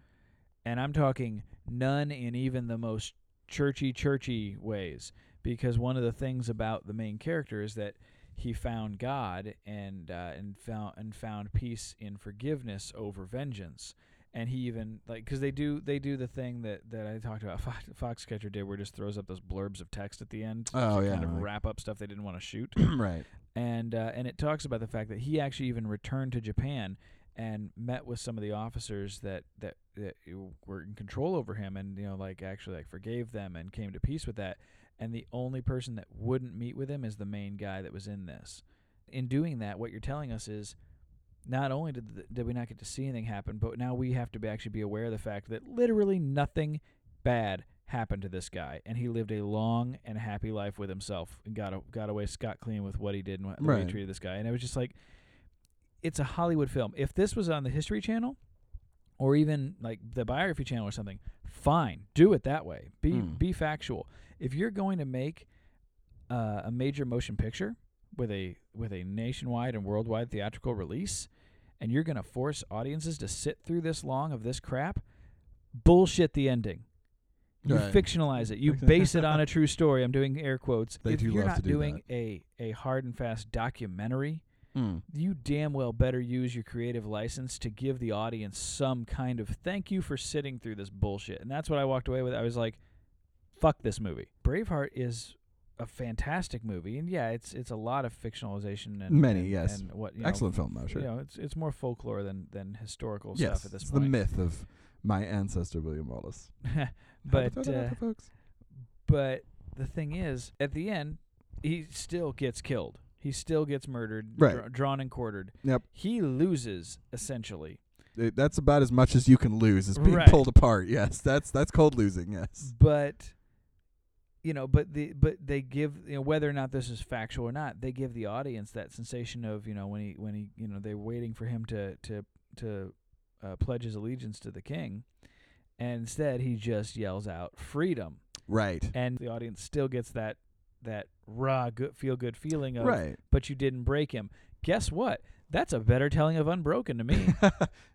[SPEAKER 3] And I'm talking none in even the most churchy, churchy ways. Because one of the things about the main character is that he found God and uh, and found and found peace in forgiveness over vengeance. And he even like because they do they do the thing that that I talked about [laughs] Fox, Foxcatcher did, where it just throws up those blurbs of text at the end to
[SPEAKER 4] Oh, yeah.
[SPEAKER 3] kind of
[SPEAKER 4] like-
[SPEAKER 3] wrap up stuff they didn't want to shoot
[SPEAKER 4] [clears throat] right.
[SPEAKER 3] and uh, and it talks about the fact that he actually even returned to Japan and met with some of the officers that that, that were in control over him, and you know, like actually like forgave them and came to peace with that. And the only person that wouldn't meet with him is the main guy that was in this. In doing that, what you're telling us is not only did, the, did we not get to see anything happen, but now we have to be actually be aware of the fact that literally nothing bad happened to this guy, and he lived a long and happy life with himself and got a, got away scot clean with what he did and what, the way
[SPEAKER 4] Right.
[SPEAKER 3] he treated this guy. And it was just like, it's a Hollywood film. If this was on the History Channel, or even like the Biography Channel or something, fine, do it that way. Be
[SPEAKER 4] Hmm.
[SPEAKER 3] be factual. If you're going to make uh, a major motion picture with a with a nationwide and worldwide theatrical release, and you're going to force audiences to sit through this long of this crap, bullshit the ending. You
[SPEAKER 4] Right.
[SPEAKER 3] fictionalize it.
[SPEAKER 4] [laughs]
[SPEAKER 3] You base it on a true story. I'm doing air quotes.
[SPEAKER 4] They
[SPEAKER 3] if
[SPEAKER 4] do
[SPEAKER 3] you're
[SPEAKER 4] love
[SPEAKER 3] not
[SPEAKER 4] to do
[SPEAKER 3] doing a a hard and fast documentary,
[SPEAKER 4] Mm.
[SPEAKER 3] you damn well better use your creative license to give the audience some kind of thank you for sitting through this bullshit. And that's what I walked away with. I was like, fuck this movie. Braveheart is a fantastic movie, and yeah, it's it's a lot of fictionalization and
[SPEAKER 4] Many,
[SPEAKER 3] and-
[SPEAKER 4] yes.
[SPEAKER 3] and what you know,
[SPEAKER 4] Excellent film, though. Sure.
[SPEAKER 3] you know, it's it's more folklore than than historical
[SPEAKER 4] yes.
[SPEAKER 3] stuff at this
[SPEAKER 4] it's
[SPEAKER 3] point.
[SPEAKER 4] the myth of my ancestor William Wallace. Had to
[SPEAKER 3] but
[SPEAKER 4] throw that out
[SPEAKER 3] uh,
[SPEAKER 4] there, folks.
[SPEAKER 3] but the thing is, at the end, he still gets killed. He still gets murdered,
[SPEAKER 4] Right.
[SPEAKER 3] dra- drawn and quartered.
[SPEAKER 4] Yep.
[SPEAKER 3] He loses essentially,
[SPEAKER 4] It- that's about as much as you can lose is being
[SPEAKER 3] Right.
[SPEAKER 4] pulled apart. Yes, that's that's cold losing. Yes,
[SPEAKER 3] but you know, but the but they give you know whether or not this is factual or not, they give the audience that sensation of you know when he when he you know they're waiting for him to to to uh, pledge his allegiance to the king, and instead he just yells out
[SPEAKER 4] [laughs]
[SPEAKER 3] freedom,
[SPEAKER 4] right,
[SPEAKER 3] and the audience still gets that that raw good feel good feeling of
[SPEAKER 4] right.
[SPEAKER 3] but you didn't break him. Guess what? That's a better telling of Unbroken
[SPEAKER 4] [laughs]
[SPEAKER 3] to me.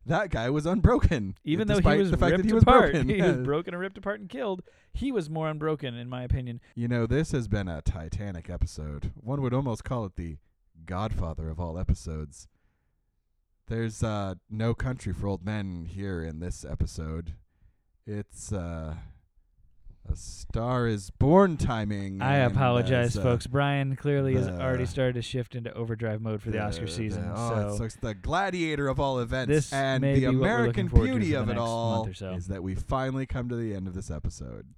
[SPEAKER 4] that guy was unbroken,
[SPEAKER 3] Even though
[SPEAKER 4] despite
[SPEAKER 3] he was
[SPEAKER 4] the fact
[SPEAKER 3] ripped
[SPEAKER 4] that he was
[SPEAKER 3] apart,
[SPEAKER 4] broken. [laughs]
[SPEAKER 3] he
[SPEAKER 4] yes.
[SPEAKER 3] was broken and ripped apart and killed. He was more unbroken, in my opinion.
[SPEAKER 4] You know, this has been a Titanic episode. One would almost call it the godfather of all episodes. There's uh, no country for old men here in this episode. It's uh, a star is born timing.
[SPEAKER 3] I
[SPEAKER 4] and as,
[SPEAKER 3] apologize,
[SPEAKER 4] uh,
[SPEAKER 3] folks. Brian clearly has
[SPEAKER 4] the-
[SPEAKER 3] already started to shift into overdrive mode for the, Oscar
[SPEAKER 4] the-
[SPEAKER 3] season.
[SPEAKER 4] oh,
[SPEAKER 3] so
[SPEAKER 4] it's the gladiator of all events.
[SPEAKER 3] This
[SPEAKER 4] and
[SPEAKER 3] may
[SPEAKER 4] the
[SPEAKER 3] be what we're
[SPEAKER 4] American
[SPEAKER 3] looking forward to
[SPEAKER 4] beauty
[SPEAKER 3] for the
[SPEAKER 4] of it
[SPEAKER 3] next month
[SPEAKER 4] all
[SPEAKER 3] or so.
[SPEAKER 4] is that we finally come to the end of this episode.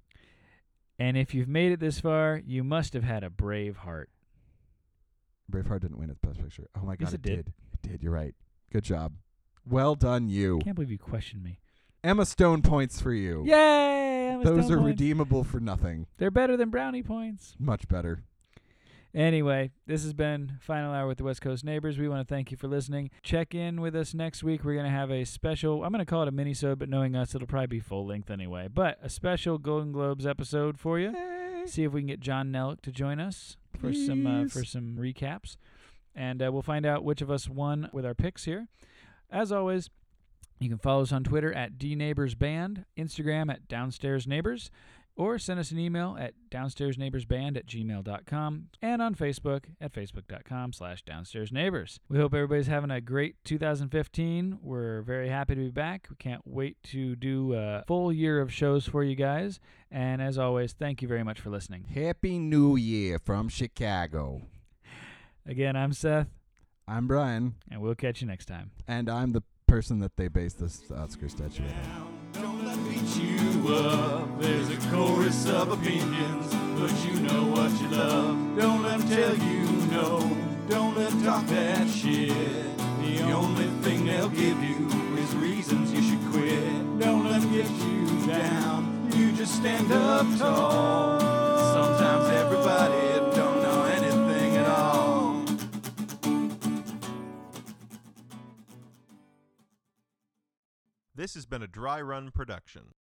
[SPEAKER 3] and if you've made it this far, you must have had a brave heart.
[SPEAKER 4] Braveheart didn't win its Best Picture. Oh my god,
[SPEAKER 3] Yes, it did.
[SPEAKER 4] It did. You're right. Good job. Well done, you.
[SPEAKER 3] Can't believe you questioned me.
[SPEAKER 4] Oh. Emma Stone points for you.
[SPEAKER 3] Yay! was
[SPEAKER 9] Those
[SPEAKER 3] dumb
[SPEAKER 9] are
[SPEAKER 3] points.
[SPEAKER 9] redeemable for nothing.
[SPEAKER 3] They're better than brownie points.
[SPEAKER 9] Much better.
[SPEAKER 3] Anyway, this has been Final Hour with the West Coast Neighbors. We want to thank you for listening. Check in with us next week. We're going to have a special, I'm going to call it a mini but knowing us, it'll probably be full length anyway. But a special Golden Globes episode for you. See if we can get John Nellick to join us for some uh,
[SPEAKER 9] Please.
[SPEAKER 3] for some recaps. And uh, we'll find out which of us won with our picks here. As always, you can follow us on Twitter at DNeighborsBand, Instagram at Downstairs Neighbors, or send us an email at downstairsneighborsband at gmail.com and on Facebook at facebook.com slash downstairsneighbors. We hope everybody's having a great 2015. We're very happy to be back. We can't wait to do a full year of shows for you guys. And as always, thank you very much for listening.
[SPEAKER 4] Happy New Year from Chicago.
[SPEAKER 3] Again, I'm Seth,
[SPEAKER 9] I'm Brian,
[SPEAKER 3] and we'll catch you next time.
[SPEAKER 9] and I'm the person that they based this Oscar statue on.
[SPEAKER 2] Don't let me beat you up. There's a chorus of opinions, but you know what you love. Don't let 'em tell you no. Don't let 'em talk that shit. The only thing they'll give you is reasons you should quit. Don't let 'em get you down. You just stand up tall. Sometimes everybody don't know anything at all.
[SPEAKER 10] This has been a dry run production.